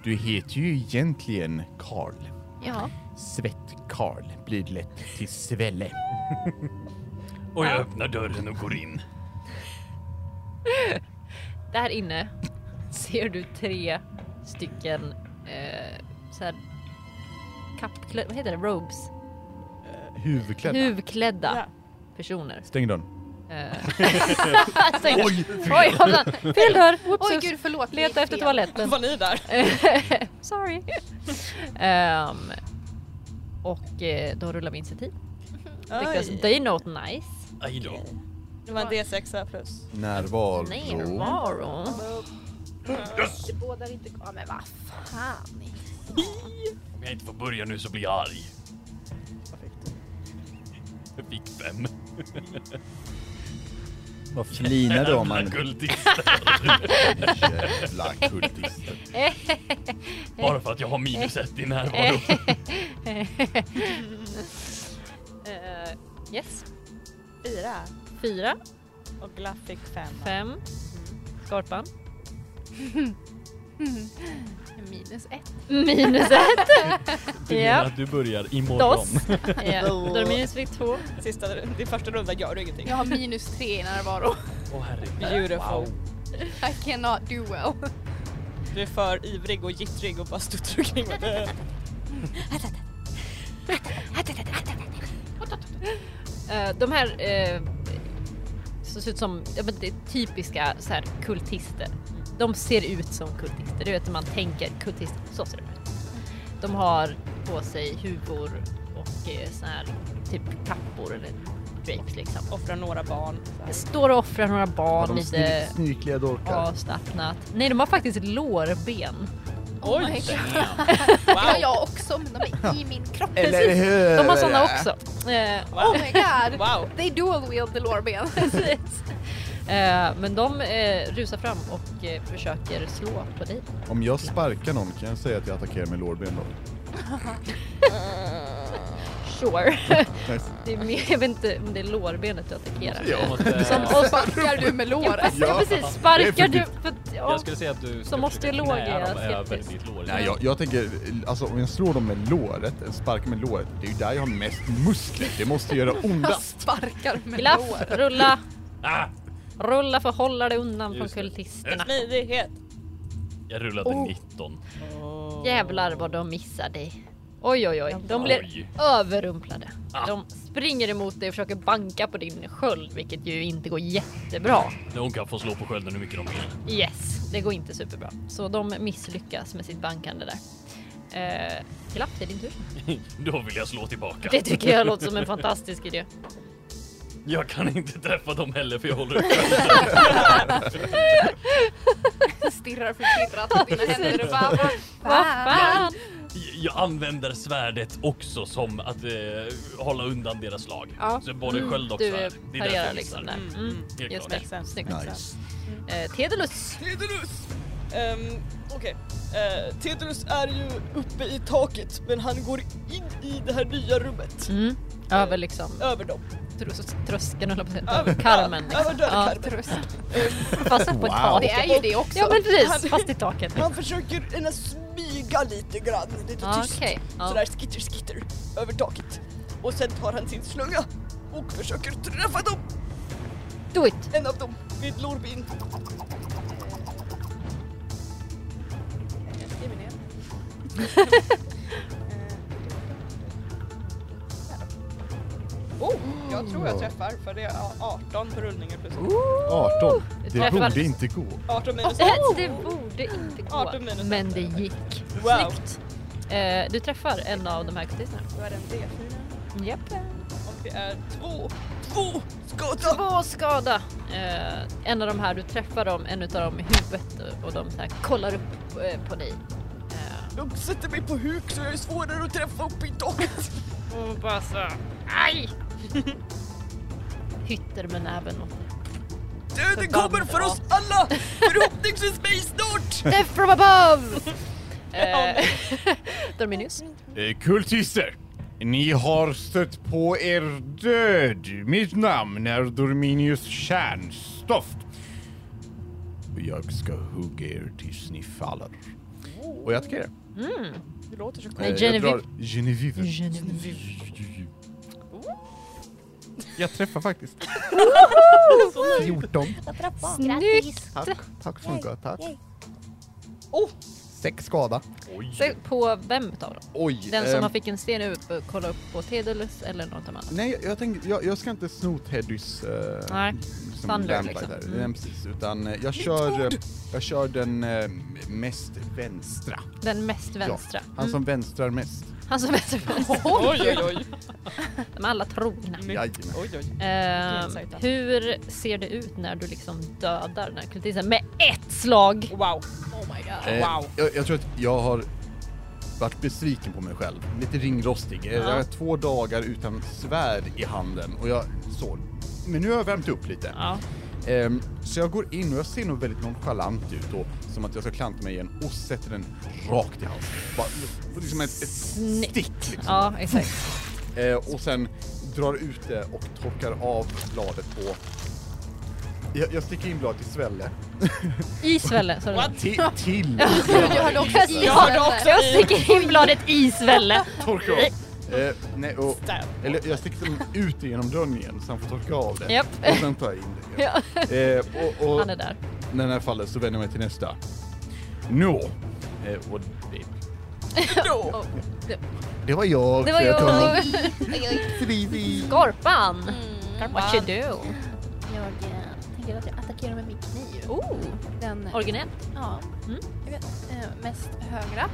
C: Du heter ju egentligen Karl.
G: Ja.
C: Svett-Karl blir lätt till Svelle.
E: Och jag öppnar dörren och går in.
D: Där inne ser du tre stycken eh, så här kappklä- vad heter det, robes?
C: Huvudklädd.
D: Huvklädda
F: Ja.
D: personer.
C: Stäng dörren.
D: Eh. Oj, Oj, hoppsan. Fel dörr! Whoops,
A: Oj
D: oops.
A: gud förlåt. det gick
D: Leta efter
A: fel.
D: toaletten.
F: Var ni där?
D: Sorry. Ehm, och eh, då rullar vi initiativ. Because
F: Oj.
D: they not nice.
E: Aj då.
F: Det var en D6 plus.
C: Närvaro.
D: Närvaro.
G: Det bådar inte Ja, men vad fan.
E: Om jag inte får börja nu så blir jag arg. Jag fick fem.
O: Vad flinar du om
E: Jävla
O: man?
E: kultister.
C: Jävla kultister.
E: Bara för att jag har minus ett i närvaro.
D: Eh, yes.
F: Fyra.
D: Fyra,
F: Och Glaff fick fem.
D: fem. Skorpan.
A: Mm. Minus ett.
D: Minus ett.
O: Du
D: Ja.
O: menar att du börjar imorgon?
D: Dos. Ja. Då är det minus fick två.
F: Sista, det är första rundan gör du ingenting.
A: Jag har minus tre i närvaro.
E: Åh herregud.
F: Beautiful.
A: I cannot do well.
F: Du är för ivrig och gittrig och bara studsar omkring. med-
D: Eh, de här eh, som ser ut som ja, men det är typiska så här, kultister. De ser ut som kultister, du vet när man tänker kultister, så ser det ut. De har på sig huvor och eh, sån här typ kappor eller drapes liksom.
F: Offrar några barn.
D: Står och offrar några
C: Har
D: barn
C: de
D: lite
C: sny- snirkliga dolkar?
D: avslappnat. Nej, de har faktiskt lårben.
A: Oh my god.
F: Wow.
A: Det har jag också men de är i min kropp.
C: Eller hur?
D: De har såna också. Eh,
A: Oh my god.
F: Wow.
A: They dual wield the lårben.
D: precis. Eh, men de eh, rusar fram och eh, försöker slå på dig.
C: Om jag sparkar någon kan jag säga att jag attackerar med lårben då?
D: Sure.
C: Nice.
D: Det är mer, jag vet inte om det är lårbenet du attackerar.
E: Jag måste-
D: Som, och
A: Sparkar du med
D: ja,
A: låret?
D: fast, ja, precis, sparkar du... För, att- ja,
O: Jag skulle säga att du ska
D: Som osteolog
O: försöka
D: är jag
O: knä dem över
D: skeptisk.
O: ditt lår.
C: Nej, jag, jag tänker, alltså om jag slår dem med låret, eller sparkar med låret, det är ju där jag har mest muskler. Det måste göra
A: Jag
C: ondast.
A: sparkar med
D: glaff,
A: låret.
D: rulla.
E: Ah,
D: Rulla för att hålla dig undan från
O: Just det.
D: kultisterna.
F: Smidighet.
E: jag rullade
A: Oh.
E: 19.
D: Jävlar vad de missar dig. Oj oj oj, de
E: Oj.
D: blir överrumplade.
E: Ah.
D: De springer emot dig och försöker banka på din sköld vilket ju inte går jättebra.
E: De kan få slå på skölden hur mycket de vill.
D: Yes, det går inte superbra. Så de misslyckas med sitt bankande där. Eh, glapp, det är din tur.
E: Då vill jag slå tillbaka.
D: Det typ- tycker jag låter som en fantastisk idé.
E: Jag kan inte träffa dem heller för jag håller upp
A: Stirrar förvirrat på dina händer och bara
D: Vad fan!
E: Jag använder svärdet också som att eh, hålla undan deras slag.
A: Ja.
E: Så både sköld och
D: Mm, Du
E: svärd. Det är därför
D: parerar
E: jag
D: liksom
E: missar.
D: där.
F: Mm,
D: Mm.
F: mm.
E: Helt
D: Just
E: klart.
D: det,
F: Makes sense.
D: snyggt.
F: Makes sense.
D: Eh, Tedelus!
B: Ehm, Okej. Eh, Tedros är ju uppe i taket men han går in i det här nya rummet.
D: Mm. Över liksom
B: Över dem.
D: trös- tröskeln höll jag på att
B: Över-
D: säga. Karmen. liksom.
B: ja, över dörrkarmen.
D: Fast på
C: Wow.
A: Det
D: taket.
A: är ju det också.
D: Ja men precis, fast i taket.
B: Han försöker eh, smyga lite grann, lite
D: Ja,
B: tyst.
D: Okej. Ja.
B: Sådär skitter skitter över taket. Och sen tar han sin slunga och försöker träffa dem,
D: Do it!
B: en av dem, vid lårben.
F: Oh, jag tror jag träffar för det är 18 på rullningen plus
C: 18. Det
D: Träffar.
C: borde inte gå.
F: 18 minus
D: Det borde inte gå.
F: 18 minus
D: Men det gick.
F: Wow.
D: Snyggt! Eh, du träffar en av de här kutisarna.
F: Då är det en D4
D: Japp.
F: och det är två.
B: Två skada!
D: Två skada. Eh, en av de här, du träffar dem, en utav dem i huvudet och de så här kollar upp eh, på dig. Eh,
B: De sätter mig på huk så jag är svårare att träffa uppe i taket.
D: och bara så... Aj! Hytter med näven åt dig.
B: Döden kommer för oss alla! Förhoppningsvis mig snart!
D: Death from above! Eh, Dorminius.
P: Eh, Kultister! Ni har stött på er död. Mitt namn är Dorminius Kärnstoft. Jag ska hugga er tills ni faller.
C: Och jag attackerar.
F: Det låter så
D: Nej,
C: Eh, jag
D: Genevieve.
C: drar Genevieve.
D: Genevieve.
C: Jag träffar faktiskt. 14.
G: Grattis!
C: Tack, tack så mycket. Tack.
G: Yay.
C: Oh. Sex skada.
D: Se På vem utav dem?
C: Oj.
D: Den som
C: ehm,
D: har fick en sten i huvudet, kolla upp på Tedulus eller något annat.
C: Nej, jag- jag, tänkte, jag, jag ska inte sno Teddys eh,
D: Nej,
C: liksom
D: Thunder
C: Thunder
D: liksom.
C: där.
D: Mm.
C: Nej, precis. Utan eh, jag kör, eh, jag kör den eh, mest vänstra.
D: Den mest vänstra. Mm.
C: Han som vänstrar mest.
D: Han som vänster vänster.
F: Oj oj oj.
D: De är alla trogna.
C: Jajamän.
F: oj, oj.
D: Eh,
F: Insight.
D: hur ser det ut när du liksom dödar den här kultisten med ett slag?
F: Wow.
D: Oh my god.
C: Eh,
F: Wow.
C: jag, jag tror att jag har varit besviken på mig själv. Lite ringrostig. Eh, Jag är två dagar utan svärd i handen och jag så. Men nu har jag värmt upp lite.
D: Ja.
C: Ehm, så jag går in och jag ser nog väldigt nonchalant ut och som att jag ska klanta mig igen och sätter den rakt i halsen. Bara, liksom ett, ett
D: Snyggt.
C: stick liksom.
D: ja, exakt.
C: Eh, och sen drar ut det och torkar av bladet på... Jag, jag sticker in bladet i svälle.
D: I svällen. sorry.
C: Till, till!
D: Jag hörde också Jag sticker in bladet i svällen.
C: Torkar av. Eh, nej, och, eller jag sticker som ut det genom dörren igen så han får torka av det.
D: Japp.
C: Och sen tar jag in det igen. Eh, och, och
D: Han är där.
C: när den här faller så vänder jag mig till nästa. Nå! Eh, och det,
D: Oh,
C: det var jag.
D: Det var jag.
C: Frivi.
D: Skorpan. What you do?
G: Jag eh, tänker att jag attackerar med min kniv.
D: Oh,
A: Den,
D: originellt.
A: ja,
D: Mm.
A: jag vet, eh, mest högra.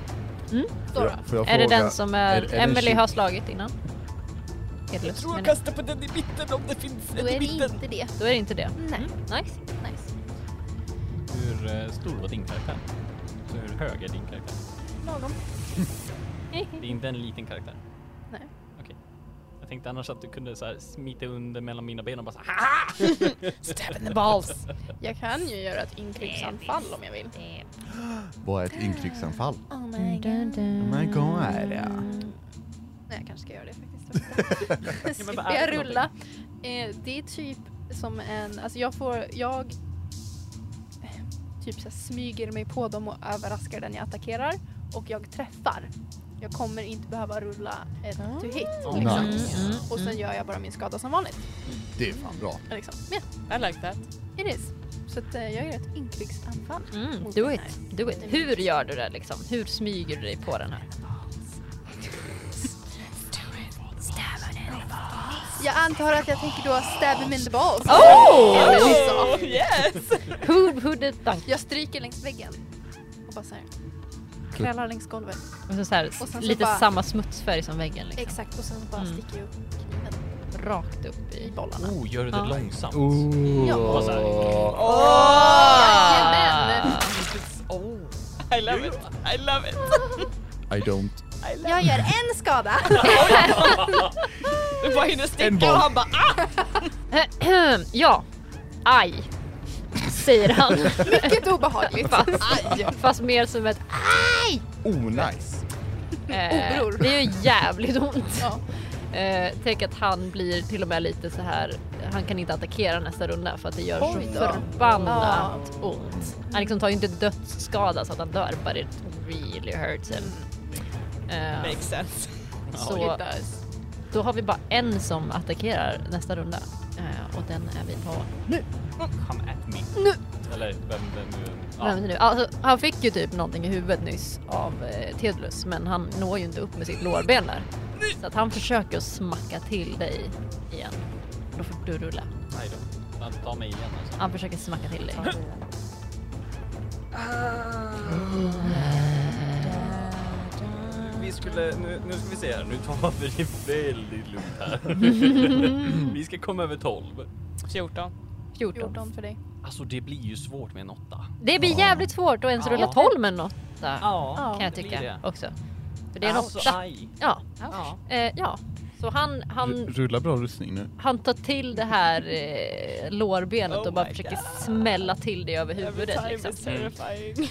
D: Mm.
A: Så
C: Får
A: då.
C: jag
D: Är det
C: fråga-
D: den som är,
C: är det en
D: Emily
C: tjuv?
D: har slagit innan? Edlus,
B: Tror jag
D: men
B: kastar på den i mitten om det finns
A: Då
B: en
A: är
B: i
A: det
B: mitten.
A: inte det. Mm.
D: då är det inte det.
A: Nej.
G: Mm.
D: Nice.
A: Nice.
E: Hur eh, stor var din karaktär? Så hur hög är din karaktär?
A: Lagom.
E: Det är inte en liten karaktär.
A: Nej.
E: Okej. Jag tänkte annars att du kunde så här smita under mellan mina ben och bara så här,
D: Stab in the balls.
A: Jag kan ju göra ett inkryggsanfall om jag vill.
C: Vad är ett inkryggsanfall?
D: Mm.
G: Oh my god.
C: Oh my god. ja.
A: Nej, jag kanske ska göra det faktiskt. Ska jag rulla? Eh, det är typ som en, alltså jag får, jag eh, typ så här, smyger mig på dem och överraskar den jag attackerar och jag träffar. Jag kommer inte behöva rulla ett
D: Ah.
A: to hit. Liksom.
C: Nice.
D: Mm,
A: Och sen gör jag bara min skada som vanligt.
C: Det är fan bra.
A: Liksom. Yeah,
F: I like that.
A: it is. Så att, eh, jag gör ett inkryggsanfall.
D: Mm,
A: mot
D: do
A: den
D: it,
A: här.
D: do it. Hur gör du det liksom? Hur smyger du dig på den här?
A: Jag antar att jag tänker då stab him in the balls.
F: Oh, yes!
D: Who, who did dunk?
A: Jag stryker längs väggen och bara så här. Krälar längs golvet.
D: Och Alltså så, så här,
A: Och sen så
D: lite
A: bara-
D: samma smutsfärg som väggen liksom.
A: Exakt och sen bara
D: Mm.
A: sticker jag upp kniven.
D: Rakt upp i bollarna.
E: Oh, gör du det
D: Ja.
E: långsamt?
A: Ja.
E: Bara så här.
C: Oh.
A: Ah! Jajamän!
F: I love it. I love it.
C: I don't.
A: Jag gör en skada.
F: Du bara hinner sticka och han bara ah!
D: ja, aj. säger han.
A: Mycket obehagligt.
D: Fast mer som ett
C: Oh, Onajs.
D: Eh,
A: Obror.
D: det gör jävligt ont.
A: Ja.
D: Eh, tänk att han blir till och med lite så här. han kan inte attackera nästa runda för att det gör så
A: Oj då.
D: förbannat ont. Han liksom tar ju inte dödsskada så att han dör, but it really hurts him. Eh,
F: Makes sense.
D: så då har vi bara en som attackerar nästa runda eh, och den är vi på.
Q: Come at me.
E: Eller vem det nu
D: Vem är det nu? Alltså, han fick ju typ någonting i huvudet nyss av eh, Tedlus men han når ju inte upp med sitt lårben där. Så att han försöker att smacka till dig igen. Då får du rulla.
E: Nej då. Han tar mig igen alltså.
D: Han försöker smacka till dig. Ah.
E: Vi skulle, nu, nu ska vi se här, nu tar vi det väldigt lugnt här. vi ska komma över 12.
F: 14.
D: 14.
A: 14 för dig.
E: Alltså det blir ju svårt med en åtta.
D: Det blir jävligt svårt att ens
E: Ja.
D: rulla 12 med något
E: Ja,
D: kan jag
E: det blir
D: tycka
E: det.
D: också. För det är en
E: alltså,
D: åtta.
E: aj.
D: Ja.
E: Ja.
D: Eh, ja. Så han, han
C: Rulla bra rustning nu.
D: Han tar till det här eh, lårbenet
F: Oh
D: och bara
F: my
D: försöker
F: God.
D: smälla till det över
F: Every
D: huvudet.
F: time
D: Liksom.
F: is terrifying.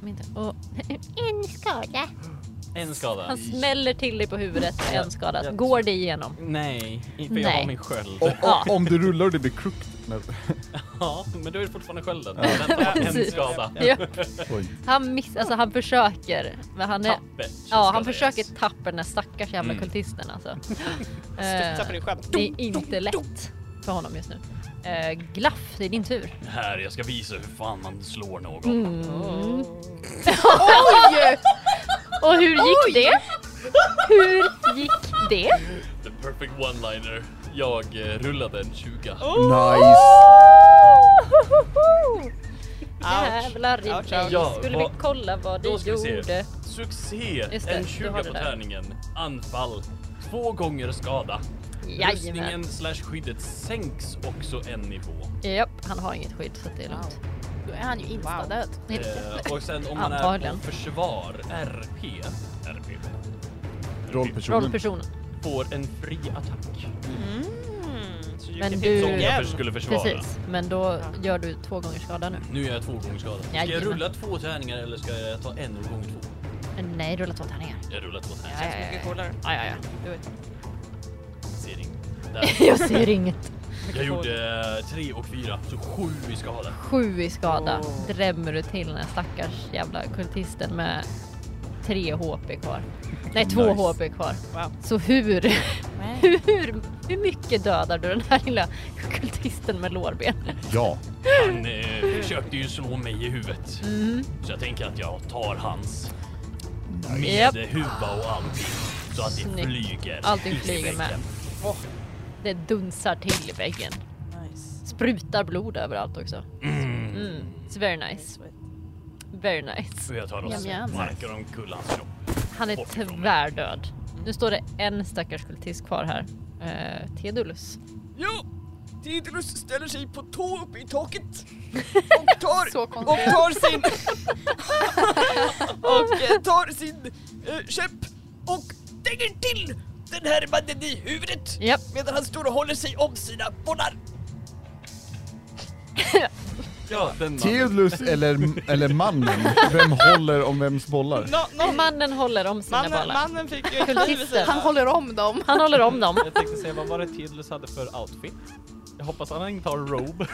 D: Mm, inte. Och
G: En skada.
E: En skada.
D: han smäller till dig på huvudet med en skada.
E: jag-
D: Går det igenom?
E: Nej, för jag
D: Nej.
E: har min sköld.
D: Ja.
C: Om du rullar och det blir krukt. Nej.
E: Ja, men då är det fortfarande skölden. Den tar en
D: Precis.
E: skada.
D: Japp.
C: Oj.
D: Han, miss, alltså, han försöker. Men han, är,
E: Tappert.
D: ja,
E: skadades.
D: han försöker tappa den där stackars jävla
E: Mm.
D: kultisten alltså.
F: Studsa
D: Eh,
F: på din skärm.
D: det är inte lätt för honom just nu. Eh, glaff, det är din tur.
E: Här, jag ska visa hur fan man slår någon.
D: Mm. Och hur gick det? Hur gick det?
E: The perfect one-liner. Jag eh, rullade en 20.
D: Oh.
C: Nice.
D: Jävlar i
F: Ouch,
D: dig.
F: ouch.
E: Ja,
D: Skulle
E: vad-
D: vi kolla vad du
E: Då ska vi se.
D: gjorde?
E: Succé!
D: Just det,
E: en
D: du
E: 20
D: har
E: på
D: det där.
E: tärningen. Anfall. Två gånger skada.
D: Jajamän.
E: Rustningen slash skyddet sänks också en nivå.
D: Japp, han har inget skydd så det är lugnt.
A: Då är han ju instadöd.
E: Eh, och sen om man är
D: Antagligen.
E: på försvar, RP, RP Mm.
C: Rollpersonen.
D: Rollpersonen.
E: får en fri attack. Så
D: Men
E: gick
D: du-
E: det Som jag skulle försvara.
D: Precis, men då gör du två gånger skada nu.
E: Nu är jag två gånger skadad. Ska jag
D: Jajamän.
E: rulla två tärningar eller ska jag ta en gånger två?
D: Eh, Nej, rulla två tärningar.
E: Jag rullar två
D: Ja,
E: tärningar.
D: ja, ja.
F: Coolare.
D: Ja, ja, ja.
E: Ser inget. Där.
D: Jag ser inget.
E: Jag gjorde eh, tre och fyra, så sju i skada.
D: Sju i skada. Drämmer du till den här stackars jävla kultisten med tre HP kvar. Nej, två
C: Nice.
D: HP kvar.
F: Wow.
D: Så hur, hur, hur mycket dödar du den här lilla kultisten med lårben?
C: Ja.
E: Han eh, försökte ju slå mig i huvudet.
D: Mm.
E: Så jag tänker att jag tar hans. Med
D: Japp.
E: huva och allting. Så att det
D: Snyggt.
E: flyger.
D: Allting
E: i
D: flyger med.
E: väggen.
D: Det dunsar till i väggen.
F: Nice.
D: Sprutar blod överallt också. Mm. It's very nice. Very nice.
E: Så jag tar och
D: Jam, jam.
E: sparkar omkull hans kropp.
D: Han är
E: Bort ifrån mig.
D: tvärdöd. Nu står det en stackars kultist kvar här. Eh, Tedulus.
B: Ja! Tidrus ställer sig på tå upp i taket och tar,
A: Så
B: och
A: konstigt.
B: tar sin... och eh, tar sin eh, käpp och dänger till den här mannen i huvudet
D: Japp.
B: medan han står och håller sig om sina bollar.
E: Ja, den mannen.
C: Theodulus eller, eller mannen. Vem håller om vems bollar?
F: No, no,
D: Mannen håller om sina
F: mannen,
D: bollar.
F: mannen fick ju ett liv i sig.
D: Kultisten.
A: Han håller om dem.
D: Han håller om dem.
E: Jag tänkte se vad var det Tidlus hade för outfit? Jag hoppas han inte har robe.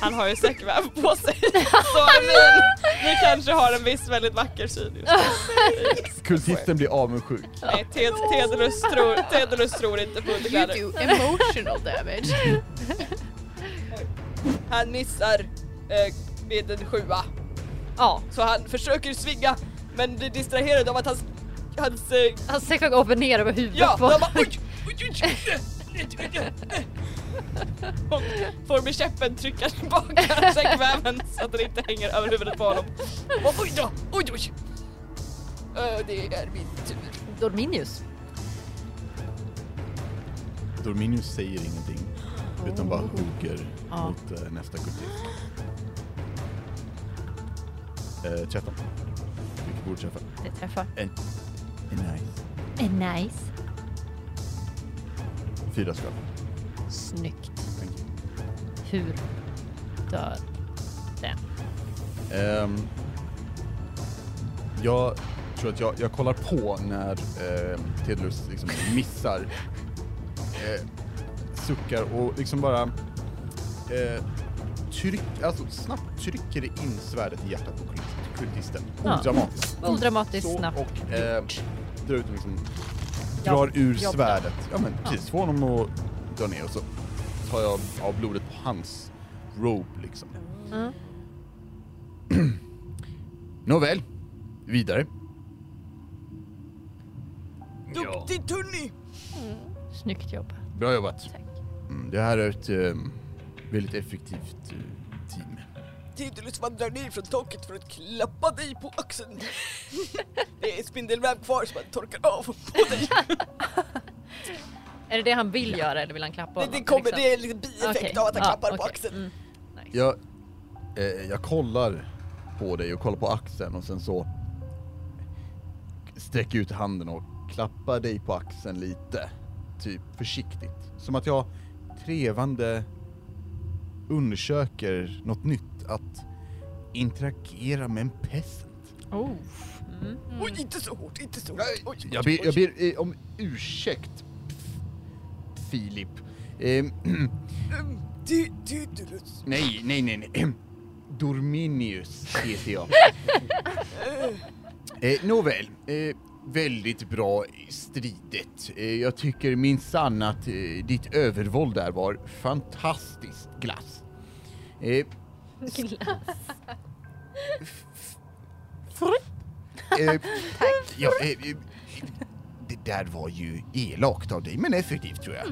F: Han har ju säckväv på sig. Så I mean, ni kanske har en viss väldigt vacker syn just nu.
C: Kultisten blir avundsjuk.
F: Nej, Ted- Tedros tror, Tedros tror inte på
A: You
F: underkläder.
A: do emotional damage.
B: Han missar eh, med en sjua
D: Ja,
B: så han försöker svinga men blir distraherad av att hans... hans eh,
D: han sträcker upp och ner över huvudet
B: ja,
D: på
B: han bara oj! oj, oj, oj, eh, eh, eh, eh." Och
F: Får med käppen trycka tillbaka säckväven så att den inte hänger över huvudet på honom.
B: Och oj då, oj oj! Ö, det är min tur.
D: Dorminius.
C: Dorminius säger ingenting. Utan bara hugger
D: Ja.
C: mot eh, nästa kultist. Eh, 13. Vilket borde träffa.
D: Det träffar.
C: Nice.
D: Eh, Nice.
C: Fyra skada.
D: Snyggt. Hur dör den.
C: Ehm, jag tror att jag, jag kollar på när eh, Tedlus liksom missar. Eh, suckar och liksom bara eh, tryck, alltså snabbt trycker in svärdet i hjärtat på kult- kultisten.
D: Ja.
C: Odramatiskt.
D: Odramatiskt snabbt.
C: Och eh, drar ut liksom,
D: Ja,
C: drar ur
D: jobb där.
C: svärdet. Ja men precis, får honom att dra ner och så tar jag av blodet på hans robe liksom.
D: Mm.
C: Nåväl, vidare.
E: Ja.
B: Duktig Tunny!
D: Snyggt jobbat.
C: Bra jobbat.
D: Tack.
C: Mm, det här är ett ehm, väldigt effektivt eh, team.
B: Tidulus vandrar ner från taket för att klappa dig på axeln. Det är spindelväv kvar som han torkar av på dig.
D: Är det det han vill göra eller vill han klappa
B: Det,
D: honom?
B: det kommer,
D: liksom?
B: det är en liten bieffekt
D: Okej.
B: av att han
D: Ja,
B: klappar på
D: okej.
B: axeln.
D: Mm. Nice.
C: Jag, eh, jag kollar på dig och kollar på axeln och sen så sträcker jag ut handen och klappar dig på axeln lite. Typ försiktigt. Som att jag trevande undersöker något nytt. Att interagera med en peasant.
D: Oh. Mm.
B: Oj, inte så hårt, inte så hårt. Oj, oj,
C: Jag ber, jag
B: oj.
C: ber eh, om ursäkt, Filip. Ehm,
B: Ehm, Ti- Tidulus.
C: Nej, nej, nej, nej. Dorminius heter jag. eh, nåväl, eh, väldigt bra stridet. Eh, jag tycker minsann att eh, ditt övervåld där var fantastiskt glass. Eh, eh, ja, eh, eh, det där var ju elakt av dig, men effektivt tror jag.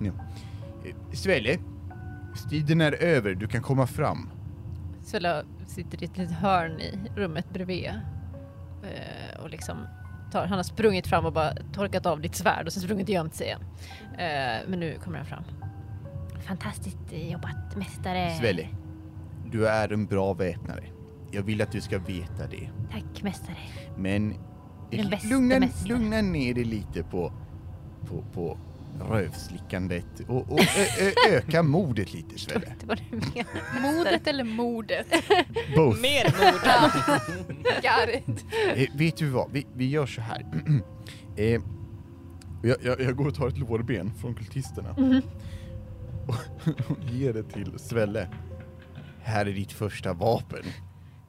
C: Ja. Eh, Svelle, striden är över, du kan komma fram.
D: Svella sitter i ett litet hörn i rummet bredvid. Eh, och liksom tar, han har sprungit fram och bara torkat av ditt svärd och sen sprungit och gömt sig igen. Eh, men nu kommer han fram.
R: Fantastiskt jobbat,
D: Eh.
R: mästare.
C: Svelle, du är en bra väpnare. Jag vill att du ska veta det.
R: Tack, mästare.
C: Men
R: Den bästa
C: lugna,
R: mästaren.
C: lugna ner dig lite på, på, på rövslickandet och, och ö, ö, öka modet lite Svelle.
D: Det var det du menade.
A: Modet eller mordet?
C: Both.
F: Mer mord.
A: Got it.
C: Eh, vet du vad, vi, vi gör så här. eh, jag, jag, jag går och tar ett lårben från kultisterna och, och ger det till Svelle. Här är ditt första vapen.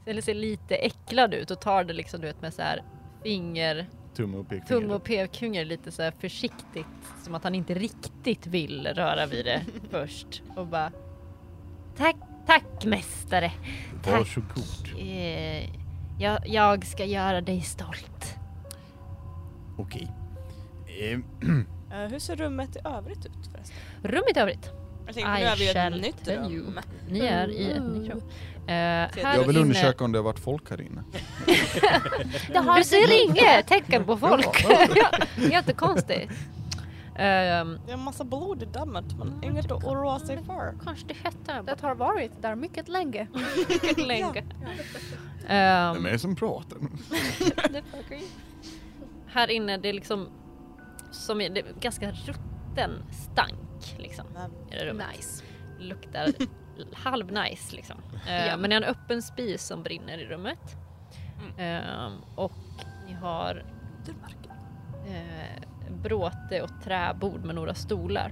D: Svella ser lite äcklad ut och tar det liksom du vet med så här finger,
C: Tumme och pekfinger.
D: tumme och pekfinger lite så här försiktigt. Som att han inte riktigt vill röra vid det först. Och bara
R: Tack, tack mästare.
C: Varsågod.
R: Eh, jag, jag ska göra dig stolt.
C: Okej. Eh,
F: Eh, hur ser rummet i övrigt ut förresten?
D: rummet i övrigt.
F: Jag tänkte nu är vi i ett nytt
D: tell
F: rum.
D: you. Ni är i ett nytt rum. Eh, här
C: jag vill
D: inne-
C: undersöka om det har varit folk här inne.
R: Det har
D: Du ser inga tecken på folk. Det är inte konstigt. Ehm,
F: Det är en massa blod i dammet
D: Mm.
F: men inget att oroa sig för.
A: Det har varit där mycket länge.
D: mycket länge. Ehm,
C: Vem är det som pratar?
D: här inne, det är liksom som är, det är ganska rutten stank liksom i det rummet.
A: Nice.
D: Luktar halv nice liksom. Ehm,
A: Ja.
D: Men det är en öppen spis som brinner i rummet. Ehm, och ni har
F: Mm. Du märker.
D: eh, bråte och träbord med några stolar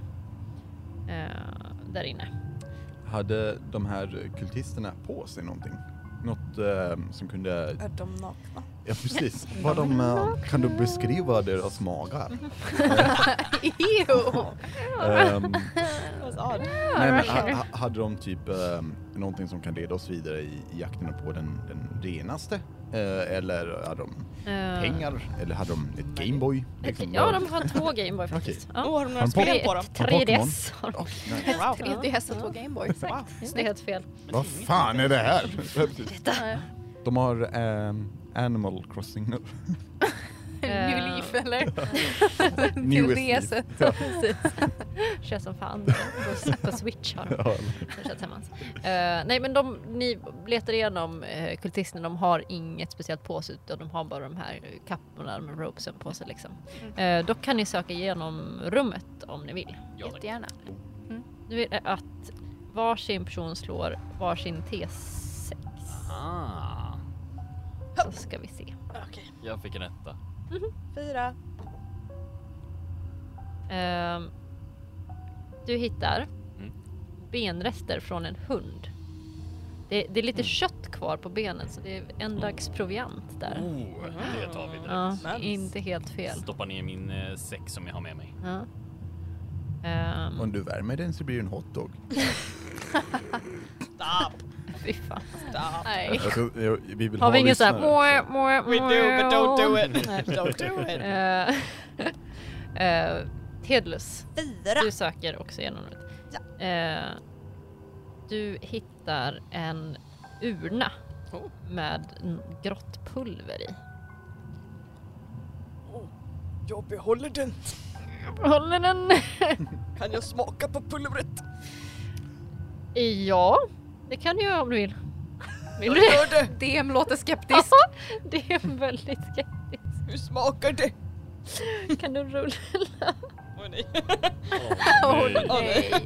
D: eh, där inne.
C: Hade de här kultisterna på sig någonting? Något eh, som kunde...
F: Är de nakna?
C: Ja precis. Var de, eh, kan du beskriva deras magar?
A: Ew.
C: Ehm,
F: Det var så odd.
C: nej, men, ha, ha- hade de typ eh, någonting som kan leda oss vidare i, i jakten på den, den renaste? Eh, eller hade de
D: Eh,
C: pengar? Eller hade de ett Gameboy? Liksom,
D: Ja,
C: vad-
D: de har två Gameboy faktiskt.
F: Åh,
D: Ja.
F: har de några
C: Har de
F: spel på dem?
D: Tre-
C: Har
D: tre
C: Pokémon?
D: DS har de.
C: Åh, nej.
F: Wow.
A: Det är hästar två Gameboys.
D: Det är helt fel.
C: Vad fan är det här? de har ehm, Animal Crossing nu.
A: New Leaf eller?
C: New
A: Tuneset.
D: Kör som fan på, på Switch har de. Som kör tillsammans. Eh, nej men de, ni letar igenom uh, kultisterna, de har inget speciellt på sig utan de har bara de här eh, kapporna med ropesen på sig liksom. Eh, dock kan ni söka igenom rummet om ni vill.
A: Jättegärna.
D: Nu är det att Varsin person slår varsin T6.
E: Ah,
D: Så ska vi se.
E: jag fick en etta.
F: Fyra.
D: Ehm, du hittar
E: Mm.
D: benrester från en hund. Det, det är
F: Mm.
D: lite kött kvar på benen så det är en dags proviant där.
F: Mm.
D: Mhm.
E: Oh, det tar vi direkt.
D: Ja,
F: Nice.
D: inte helt fel.
E: Stoppa ner min eh, säck som jag har med mig.
D: Ja. Ehm,
C: Om du värmer den så blir det en hotdog.
D: fy fan. Nej.
C: Alltså, jag- vi vill
D: Har
C: ha
D: vi ingen sån
C: lyssnare.
D: här... More, more,
F: We do, but don't do it.
B: Mm.
F: don't do it.
D: it. Tedlus.
F: Fyra.
D: Eh, Du söker också igenom det. Eh, du hittar en urna
F: Oh.
D: med n- grått pulver i.
B: Jag behåller den.
D: Håller den?
B: Kan jag smaka på pulvret?
D: ja, det kan du göra om du vill. Vill du
B: Gör det!
A: DM låter skeptisk.
D: det? är väldigt skeptiskt.
B: Hur smakar det?
D: Kan du rulla
F: Åh nej.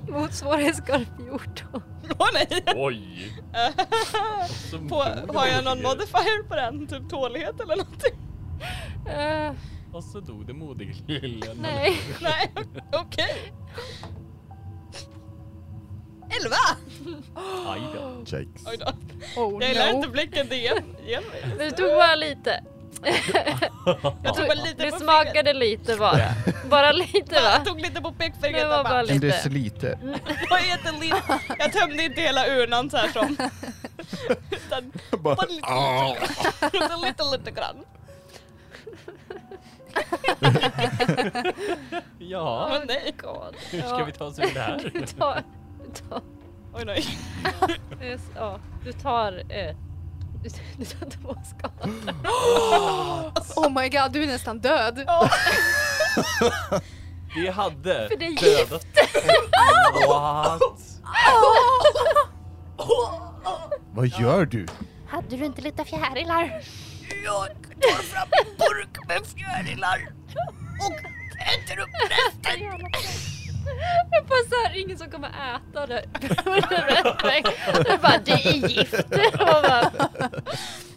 E: Åh
D: mot svårighetsgrad 14?
F: Åh nej.
E: Oj!
F: På, har jag någon modifier på den? Typ tålighet eller någonting?
D: Eh,
E: Och så dog det modeglillen.
D: nej.
F: Nej, okej. Elva!
E: Aj då.
C: Jakes.
F: Oj då.
A: Oh
F: Jag gillar
A: no.
F: inte blicken det ger mig.
D: Du tog bara lite.
F: Jag tog bara lite
D: Du
F: på
D: smakade lite bara. Bara lite
F: fingret.
D: va?
F: Jag tog lite på
D: Det
F: pekfingret
D: var
F: och
D: bara
F: bara
C: En
D: lite.
C: deciliter.
F: Vad heter lin? Jag tömde inte hela urnan så här som. Utan
C: Bara,
F: bara lite, lite, lite, lite grann.
E: Ja,
F: Men nej.
D: Oh God.
E: hur ska vi ta oss ur det här?
D: ta, ta,
F: Oj nej.
D: ja, du tar... Eh, du, du tar två skador.
A: Oh my god, du är nästan död.
E: Vi hade
D: För det är gift.
E: dödat... What?
C: Vad gör du?
G: Hade du inte lite fjärilar?
D: Jag bara såhär, ingen som kommer äta det. Jag bara, det är gift. Och bara,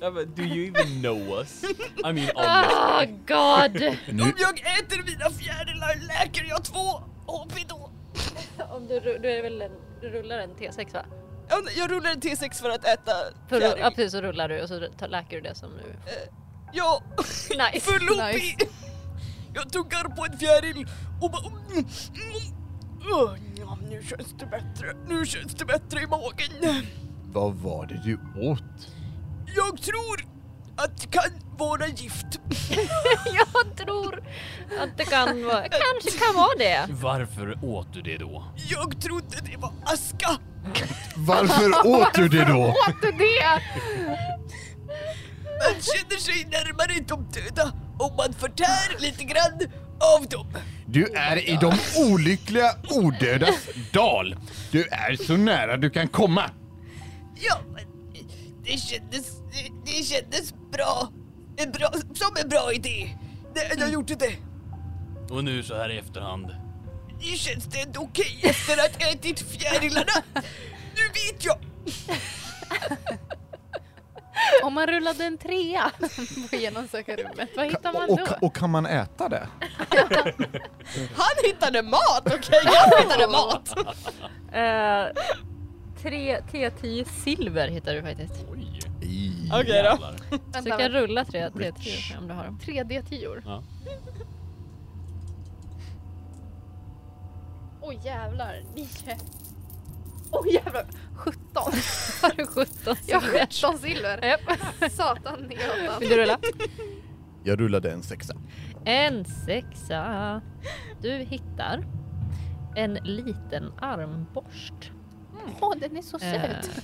E: Ja, men Do you even know us? I mean honest.
D: oh god.
B: Om jag äter mina fjärilar läker jag två HP då.
D: Om du, ru- du, är väl en, du rullar en T6 va?
B: Ja, nej, Jag rullar en T6 för att äta
D: För, ja
B: fjäril.
D: precis, så rullar du och så tar, läker du det som nu.
B: Ja,
D: Nice.
B: för Lopi!
A: Nice.
B: Jag tuggar på en fjäril och bara... Mm, mm, Åh, ja, nu känns det bättre. Nu känns det bättre i magen.
C: Vad var det du åt?
B: Jag tror att det kan vara gift.
D: Jag tror att det kan vara, kanske kan vara det.
E: Varför åt du det då?
B: Jag trodde det var aska.
C: Varför åt du det då?
A: Åt du det?
B: Man känner sig närmare de döda om man förtär lite grann av dem.
C: Du är i de olyckliga odödas dal. Du är så nära du kan komma.
B: Ja, men det kändes, det, det kändes bra. En bra. Som en bra idé. Det, jag gjorde det.
E: Och nu så här i efterhand.
B: Nu känns det ändå okej efter att jag ätit fjärilarna. Nu vet jag.
A: Om man rullade en trea på genomsökarrummet, vad hittar man
C: Och,
A: då?
C: och kan man äta det?
F: Han hittade mat, okej? Jag hittade mat.
D: Eh, tre T10 silver hittar du faktiskt.
E: Oj.
C: I-
F: Okej då.
E: jävlar.
D: Så du kan rulla tre T10 om du har dem.
A: 3D-tior.
E: Ja.
A: Oj jävlar, nio. Oj jävlar, 17.
D: Har du 17
A: Jag har
D: silver?
A: 17 silver.
D: Japp.
A: Satan i gatan.
D: Vill du rulla?
C: Jag rullade en sexa.
D: En sexa. Du hittar en liten armborst.
G: Åh, den är så
D: Eh,
G: söt.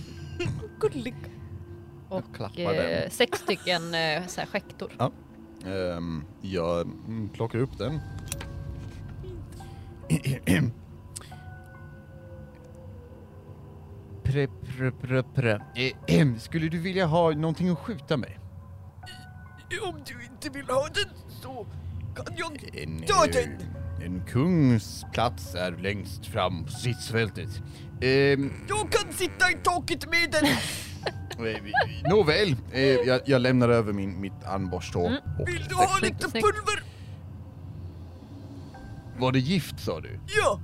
F: Gullig.
C: Jag klappar
D: eh,
C: den.
D: sex stycken eh, så här skäktor.
C: Ehm, jag mm, plockar upp den. Pre, pre, pre, pre. Ehem, Skulle du vilja ha någonting att skjuta med?
B: Om du inte vill ha den så kan jag
C: En,
B: Ta
C: eh,
B: den!
C: En kungs plats är längst fram på stridsfältet. Ehm,
B: Jag kan sitta i taket med den!
C: eh, nåväl, eh, jag, jag lämnar över min, mitt armborst då. och
B: Vill du ha lite
D: Snyggt.
B: pulver?
C: Var det gift sa du?
B: Ja,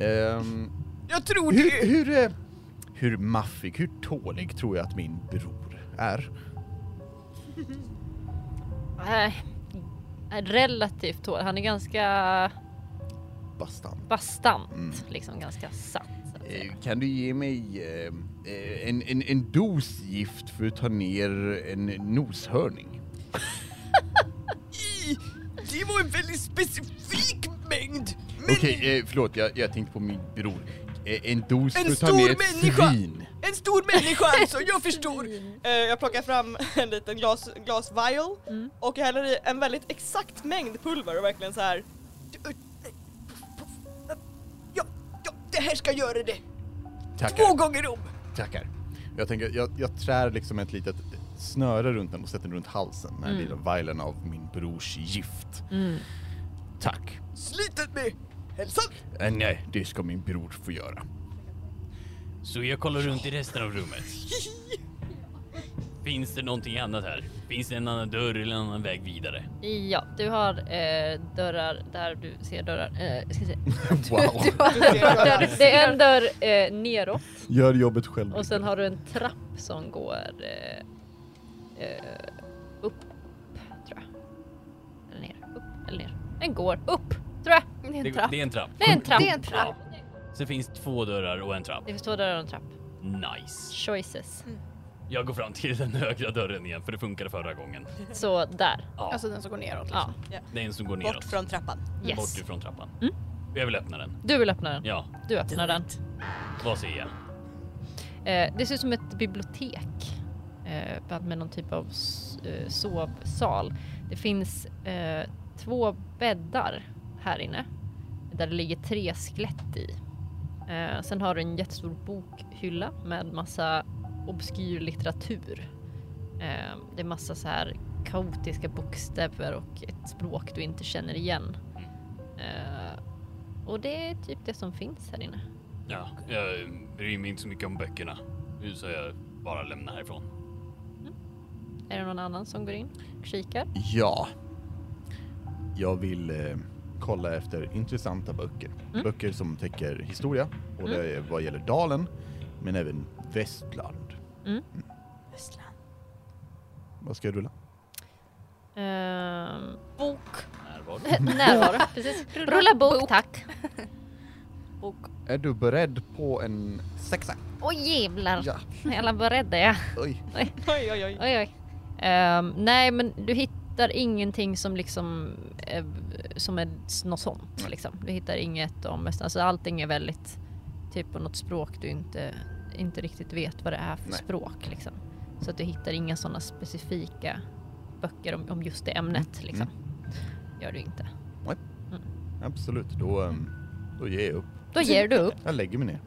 C: Ehm,
B: jag tror
C: hur,
B: det.
C: hur, eh, hur maffig, hur tålig tror jag att min bror är?
D: Nej. Eh, Relativt hård. Han är ganska
C: Bastant.
D: bastant.
C: Mm.
D: Liksom ganska satt. så att säga.
C: Eh, Kan du ge mig eh, eh, en, en, en dos gift för att ta ner en noshörning?
B: I. Det var en väldigt specifik mängd. Men
C: Okej, eh, förlåt, jag, jag tänkte på min bror. Eh, en dos
B: En
C: för att ta
B: stor
C: ner ett
B: människa!
C: svin.
B: en stor människa alltså, jag förstår.
F: Eh, jag plockar fram en liten glas, glas vial
D: Mm.
F: och jag häller i en väldigt exakt mängd pulver och verkligen så här.
B: Ja, ja, det här ska göra det. Två
C: Tackar,
B: gånger om.
C: tackar. Jag tänker, jag, jag trär liksom ett litet snöre runt den och sätter den runt halsen. Den här
D: Mm.
C: lilla vialen av min brors gift.
D: Mm.
C: Tack.
B: Slitet med hälsan.
C: Eh, nej, det ska min bror få göra.
E: Så jag kollar runt i resten av rummet. Finns det någonting annat här? Finns det en annan dörr eller en annan väg vidare?
D: Mm. Ja, du har eh, dörrar där du ser dörrar. Eh, ska jag säga.
C: Wow.
D: Dörr, det är en dörr eh, neråt
C: Gör jobbet själv.
D: och sen har du en trapp som går eh, eh, upp, tror jag. Eller ner, upp eller ner. Den går upp, tror jag.
A: Det är
E: Det,
A: en trapp.
E: det är en trapp.
D: Det är en trapp.
A: Det är en trapp.
E: Så det finns två dörrar och en trapp.
D: Det finns två dörrar och en trapp.
E: Nice.
D: Choices.
E: Jag går fram till den högra dörren igen för det funkade förra gången.
D: Så där.
E: Ja,
A: Alltså den som går neråt. Mm. Liksom.
D: Ja,
E: det är en som går neråt.
F: Bort från trappan.
D: yes.
E: Bort ifrån trappan.
D: Mm.
E: Jag vill öppna den.
D: Du vill öppna den.
E: Ja,
D: Du öppnar den.
E: vad säger jag?
D: Eh, det ser ut som ett bibliotek eh, bland- med någon typ av s- eh, sovsal. Det finns eh, två bäddar här inne där det ligger tre skelett i. Eh, sen har du en jättestor bokhylla med massa obskyr litteratur. Eh, det är massa så här kaotiska bokstäver och ett språk du inte känner igen. Eh, och det är typ det som finns här inne.
E: Ja, jag bryr mig inte så mycket om böckerna. Nu så jag bara lämna härifrån.
D: Är det någon annan som går in och kikar?
C: Ja. Jag vill eh, kolla efter intressanta böcker.
D: Mm.
C: Böcker som täcker historia, och det är vad gäller dalen, men även Västland.
D: Mm.
C: Västland. Vad ska jag rulla?
D: Ehm, bok.
E: Närvaro.
D: Närvaro, precis. Rulla bok, tack.
C: Är du beredd på en sexa?
D: Oj jävlar.
C: Ja.
D: Jävlar vad rädd jag är.
C: Oj.
F: Oj oj oj.
D: Oj, oj. Ehm, nej men du hittar ingenting som liksom eh, som är s- något sånt liksom. Du hittar inget om östern. Alltså allting är väldigt typ på något språk du inte, inte riktigt vet vad det är för
C: Nej.
D: språk liksom. Så att du hittar inga sådana specifika böcker om, om just det ämnet liksom. Gör du inte.
C: Absolut, då, eh, då ger jag upp.
D: Då ger du upp.
C: Jag lägger mig ner.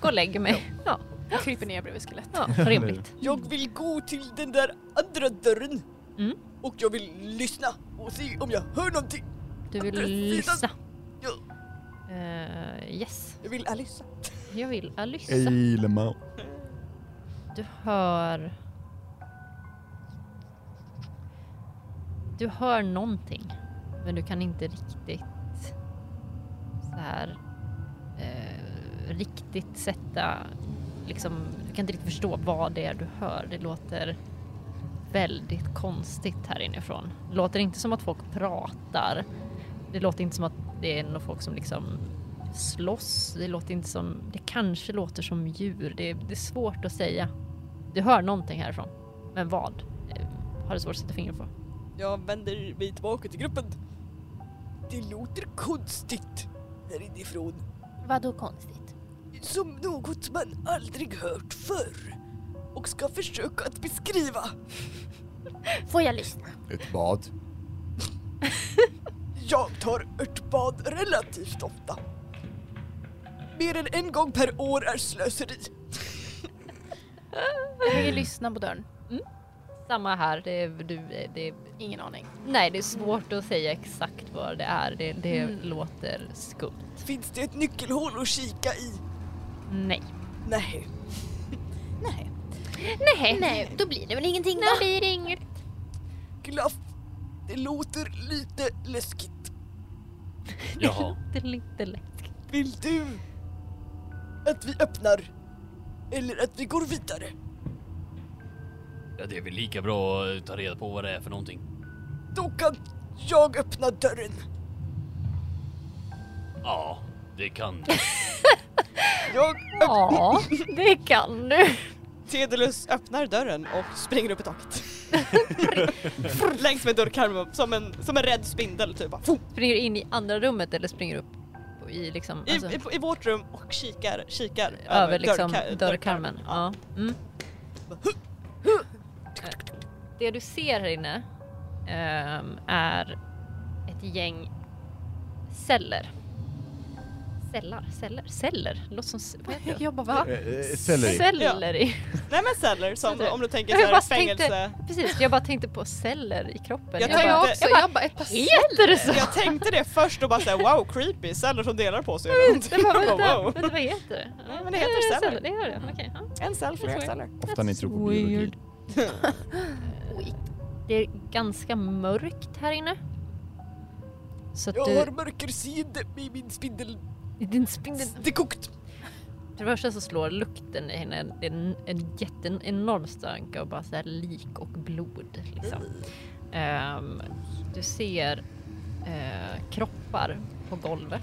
D: Gå och lägg mig. Ja,
A: liksom. Kryper ner bredvid skelett.
D: ja rimligt.
B: Jag vill gå till den där andra dörren.
D: Mm.
B: Och jag vill lyssna och se om jag hör någonting.
D: Du vill
B: Precis.
D: lyssna.
B: Ja.
D: Eh, yes,
B: Jag vill Alissa.
D: jag vill eh, Alyssa.
C: Ejlemau.
D: Du hör... Du hör någonting, men du kan inte riktigt så här eh, riktigt sätta liksom, du kan inte riktigt förstå vad det är du hör. Det låter väldigt konstigt här inifrån. Det låter inte som att folk pratar. Det låter inte som att det är någon folk som liksom slåss. Det låter inte som, det kanske låter som djur. Det är, det är svårt att säga. Du hör någonting härifrån, men vad? Eh, Har du svårt att sätta fingret på.
F: Jag vänder mig tillbaka till gruppen.
B: Det låter konstigt här inifrån.
G: Vadå konstigt?
B: Som något man aldrig hört förr. Och ska försöka att beskriva.
G: Får jag lyssna?
C: Ett bad.
B: Jag tar örtbad relativt ofta. Mer än en gång per år är slöseri.
A: Jag vill lyssna på dörren.
D: Samma här, det är, du, det är,
A: Ingen aning.
D: nej det är svårt att säga exakt exakt vad det är. Det, det
A: Mm.
D: låter skumt.
B: Finns det ett nyckelhål att kika i?
D: Nej.
B: Nej.
G: Nej.
D: Nej.
G: Nej, då blir det väl ingenting då. Då blir det inget.
B: Glaff. Det låter lite läskigt.
E: Jaha.
D: Det är lite lätt.
B: Vill du att vi öppnar? Eller att vi går vidare?
E: Ja, det är väl lika bra att ta reda på vad det är för någonting.
B: Då kan jag öppna dörren.
E: Ja, det kan
B: Jag
D: Ja, det kan du.
F: Tedelus öppnar dörren och springer upp i taket. Längs med dörrkarmen som en, som en rädd spindel typ. bara, fo!
D: Springer du in i andra rummet eller springer upp på- i liksom...
F: I,
D: alltså,
F: i, I vårt rum och kikar, kikar
D: över liksom
F: dörrka-
D: dörrkarmen? Ja. Mm. Eh, Det du ser här inne ehm, är ett gäng celler. Cellar, celler, celler. Låter som... c- Vad heter det?
A: Jag bara va?
C: Eh, Selleri.
D: Celler i...
F: Nej men celler som
D: Celler.
F: om du tänker
D: Jag bara
F: såhär
D: tänkte-
F: fängelse.
D: Precis, jag bara tänkte på celler i kroppen.
F: Jag
D: Jag, bara,
F: tänkte-
A: också,
D: jag bara-
A: jag bara ett par
D: heter det så?
F: Jag tänkte det först och bara såhär wow creepy, celler som delar på sig. eller någonting.
D: Det bara,
F: Jag
D: vänta,
F: bara,
D: wow. vänta, vad heter det?
F: Nej, men det heter celler.
D: Det gör det, okej. ja.
F: En cell, flera celler.
C: Ofta ni tror på
D: Weird.
C: biologi.
D: Det är ganska mörkt här inne. Så att
B: Jag
D: du...
B: har mörkerseende i min spindel...
D: Din spindel...
B: Det är kokt.
D: För det första så slår lukten i henne det är en, en jätten, enorm stank av bara så här lik och blod. Liksom. Ehm, du ser eh, kroppar på golvet.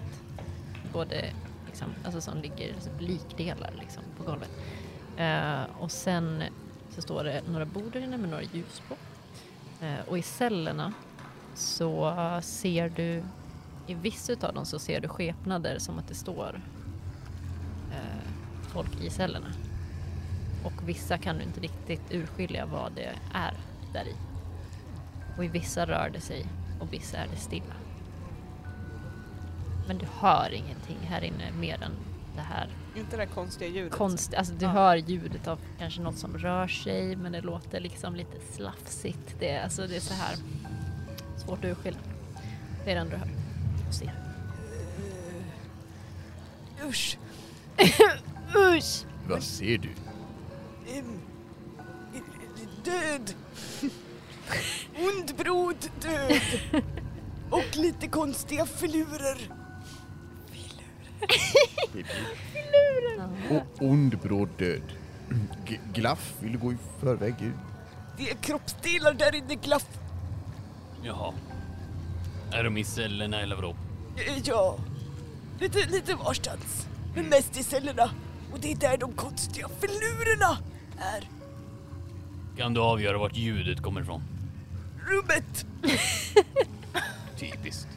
D: Både liksom, alltså som ligger som likdelar liksom, på golvet. Eh, och sen så står det några bord där inne med några ljus på. Eh, och i cellerna så ser du i vissa utav dem så ser du skepnader som att det står eh, folk i cellerna. Och vissa kan du inte riktigt urskilja vad det är där i. Och i vissa rör det sig och vissa är det stilla. Men du hör ingenting här inne mer än det här
F: Inte det där konstiga ljudet.
D: konst, alltså du
F: Ja.
D: hör ljudet av kanske något som rör sig men det låter liksom lite slafsigt. Det, är- alltså det är så här svårt att urskilja. Det är det enda du hör och ser.
B: Usch.
G: Usch!
C: Vad ser du?
B: Em, Död. Ond brod död. Och lite konstiga filurer.
C: O- ond bråd död. G- glaff, vill du gå i förväg?
B: Det är kroppsdelar där inne glaff.
E: Jaha. Är de i cellerna eller vadå?
B: Eh, Ja, lite, lite varstans. Men mest i cellerna. Och det är där de konstiga filurerna är.
E: Kan du avgöra vart ljudet kommer ifrån?
B: Rummet!
E: Typiskt.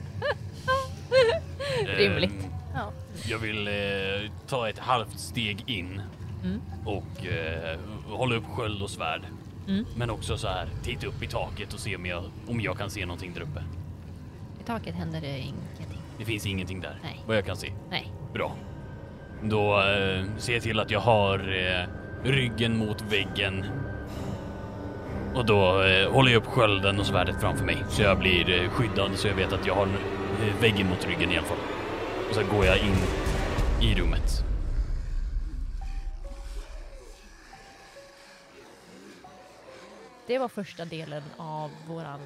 D: Rimligt.
E: Ehm,
G: Ja.
E: Jag vill eh, ta ett halvt steg in
D: Mm.
E: och eh, hålla upp sköld och svärd.
D: Mm.
E: Men också så här, titta upp i taket och se om jag, om jag kan se någonting där uppe.
D: I taket händer det ingenting.
E: Det finns ingenting där,
D: Nej.
E: vad jag kan se.
D: Nej.
E: Bra. Då eh, ser jag till att jag har eh, ryggen mot väggen. Och då eh, håller jag upp skölden och svärdet framför mig så jag blir eh, skyddad så jag vet att jag har eh, väggen mot ryggen i alla fall. Och sen går jag in i rummet.
D: Det var första delen av våran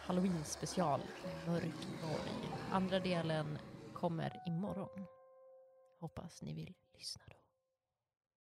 D: Halloween special Mörkborg. Andra delen kommer imorgon. Hoppas ni vill lyssna då.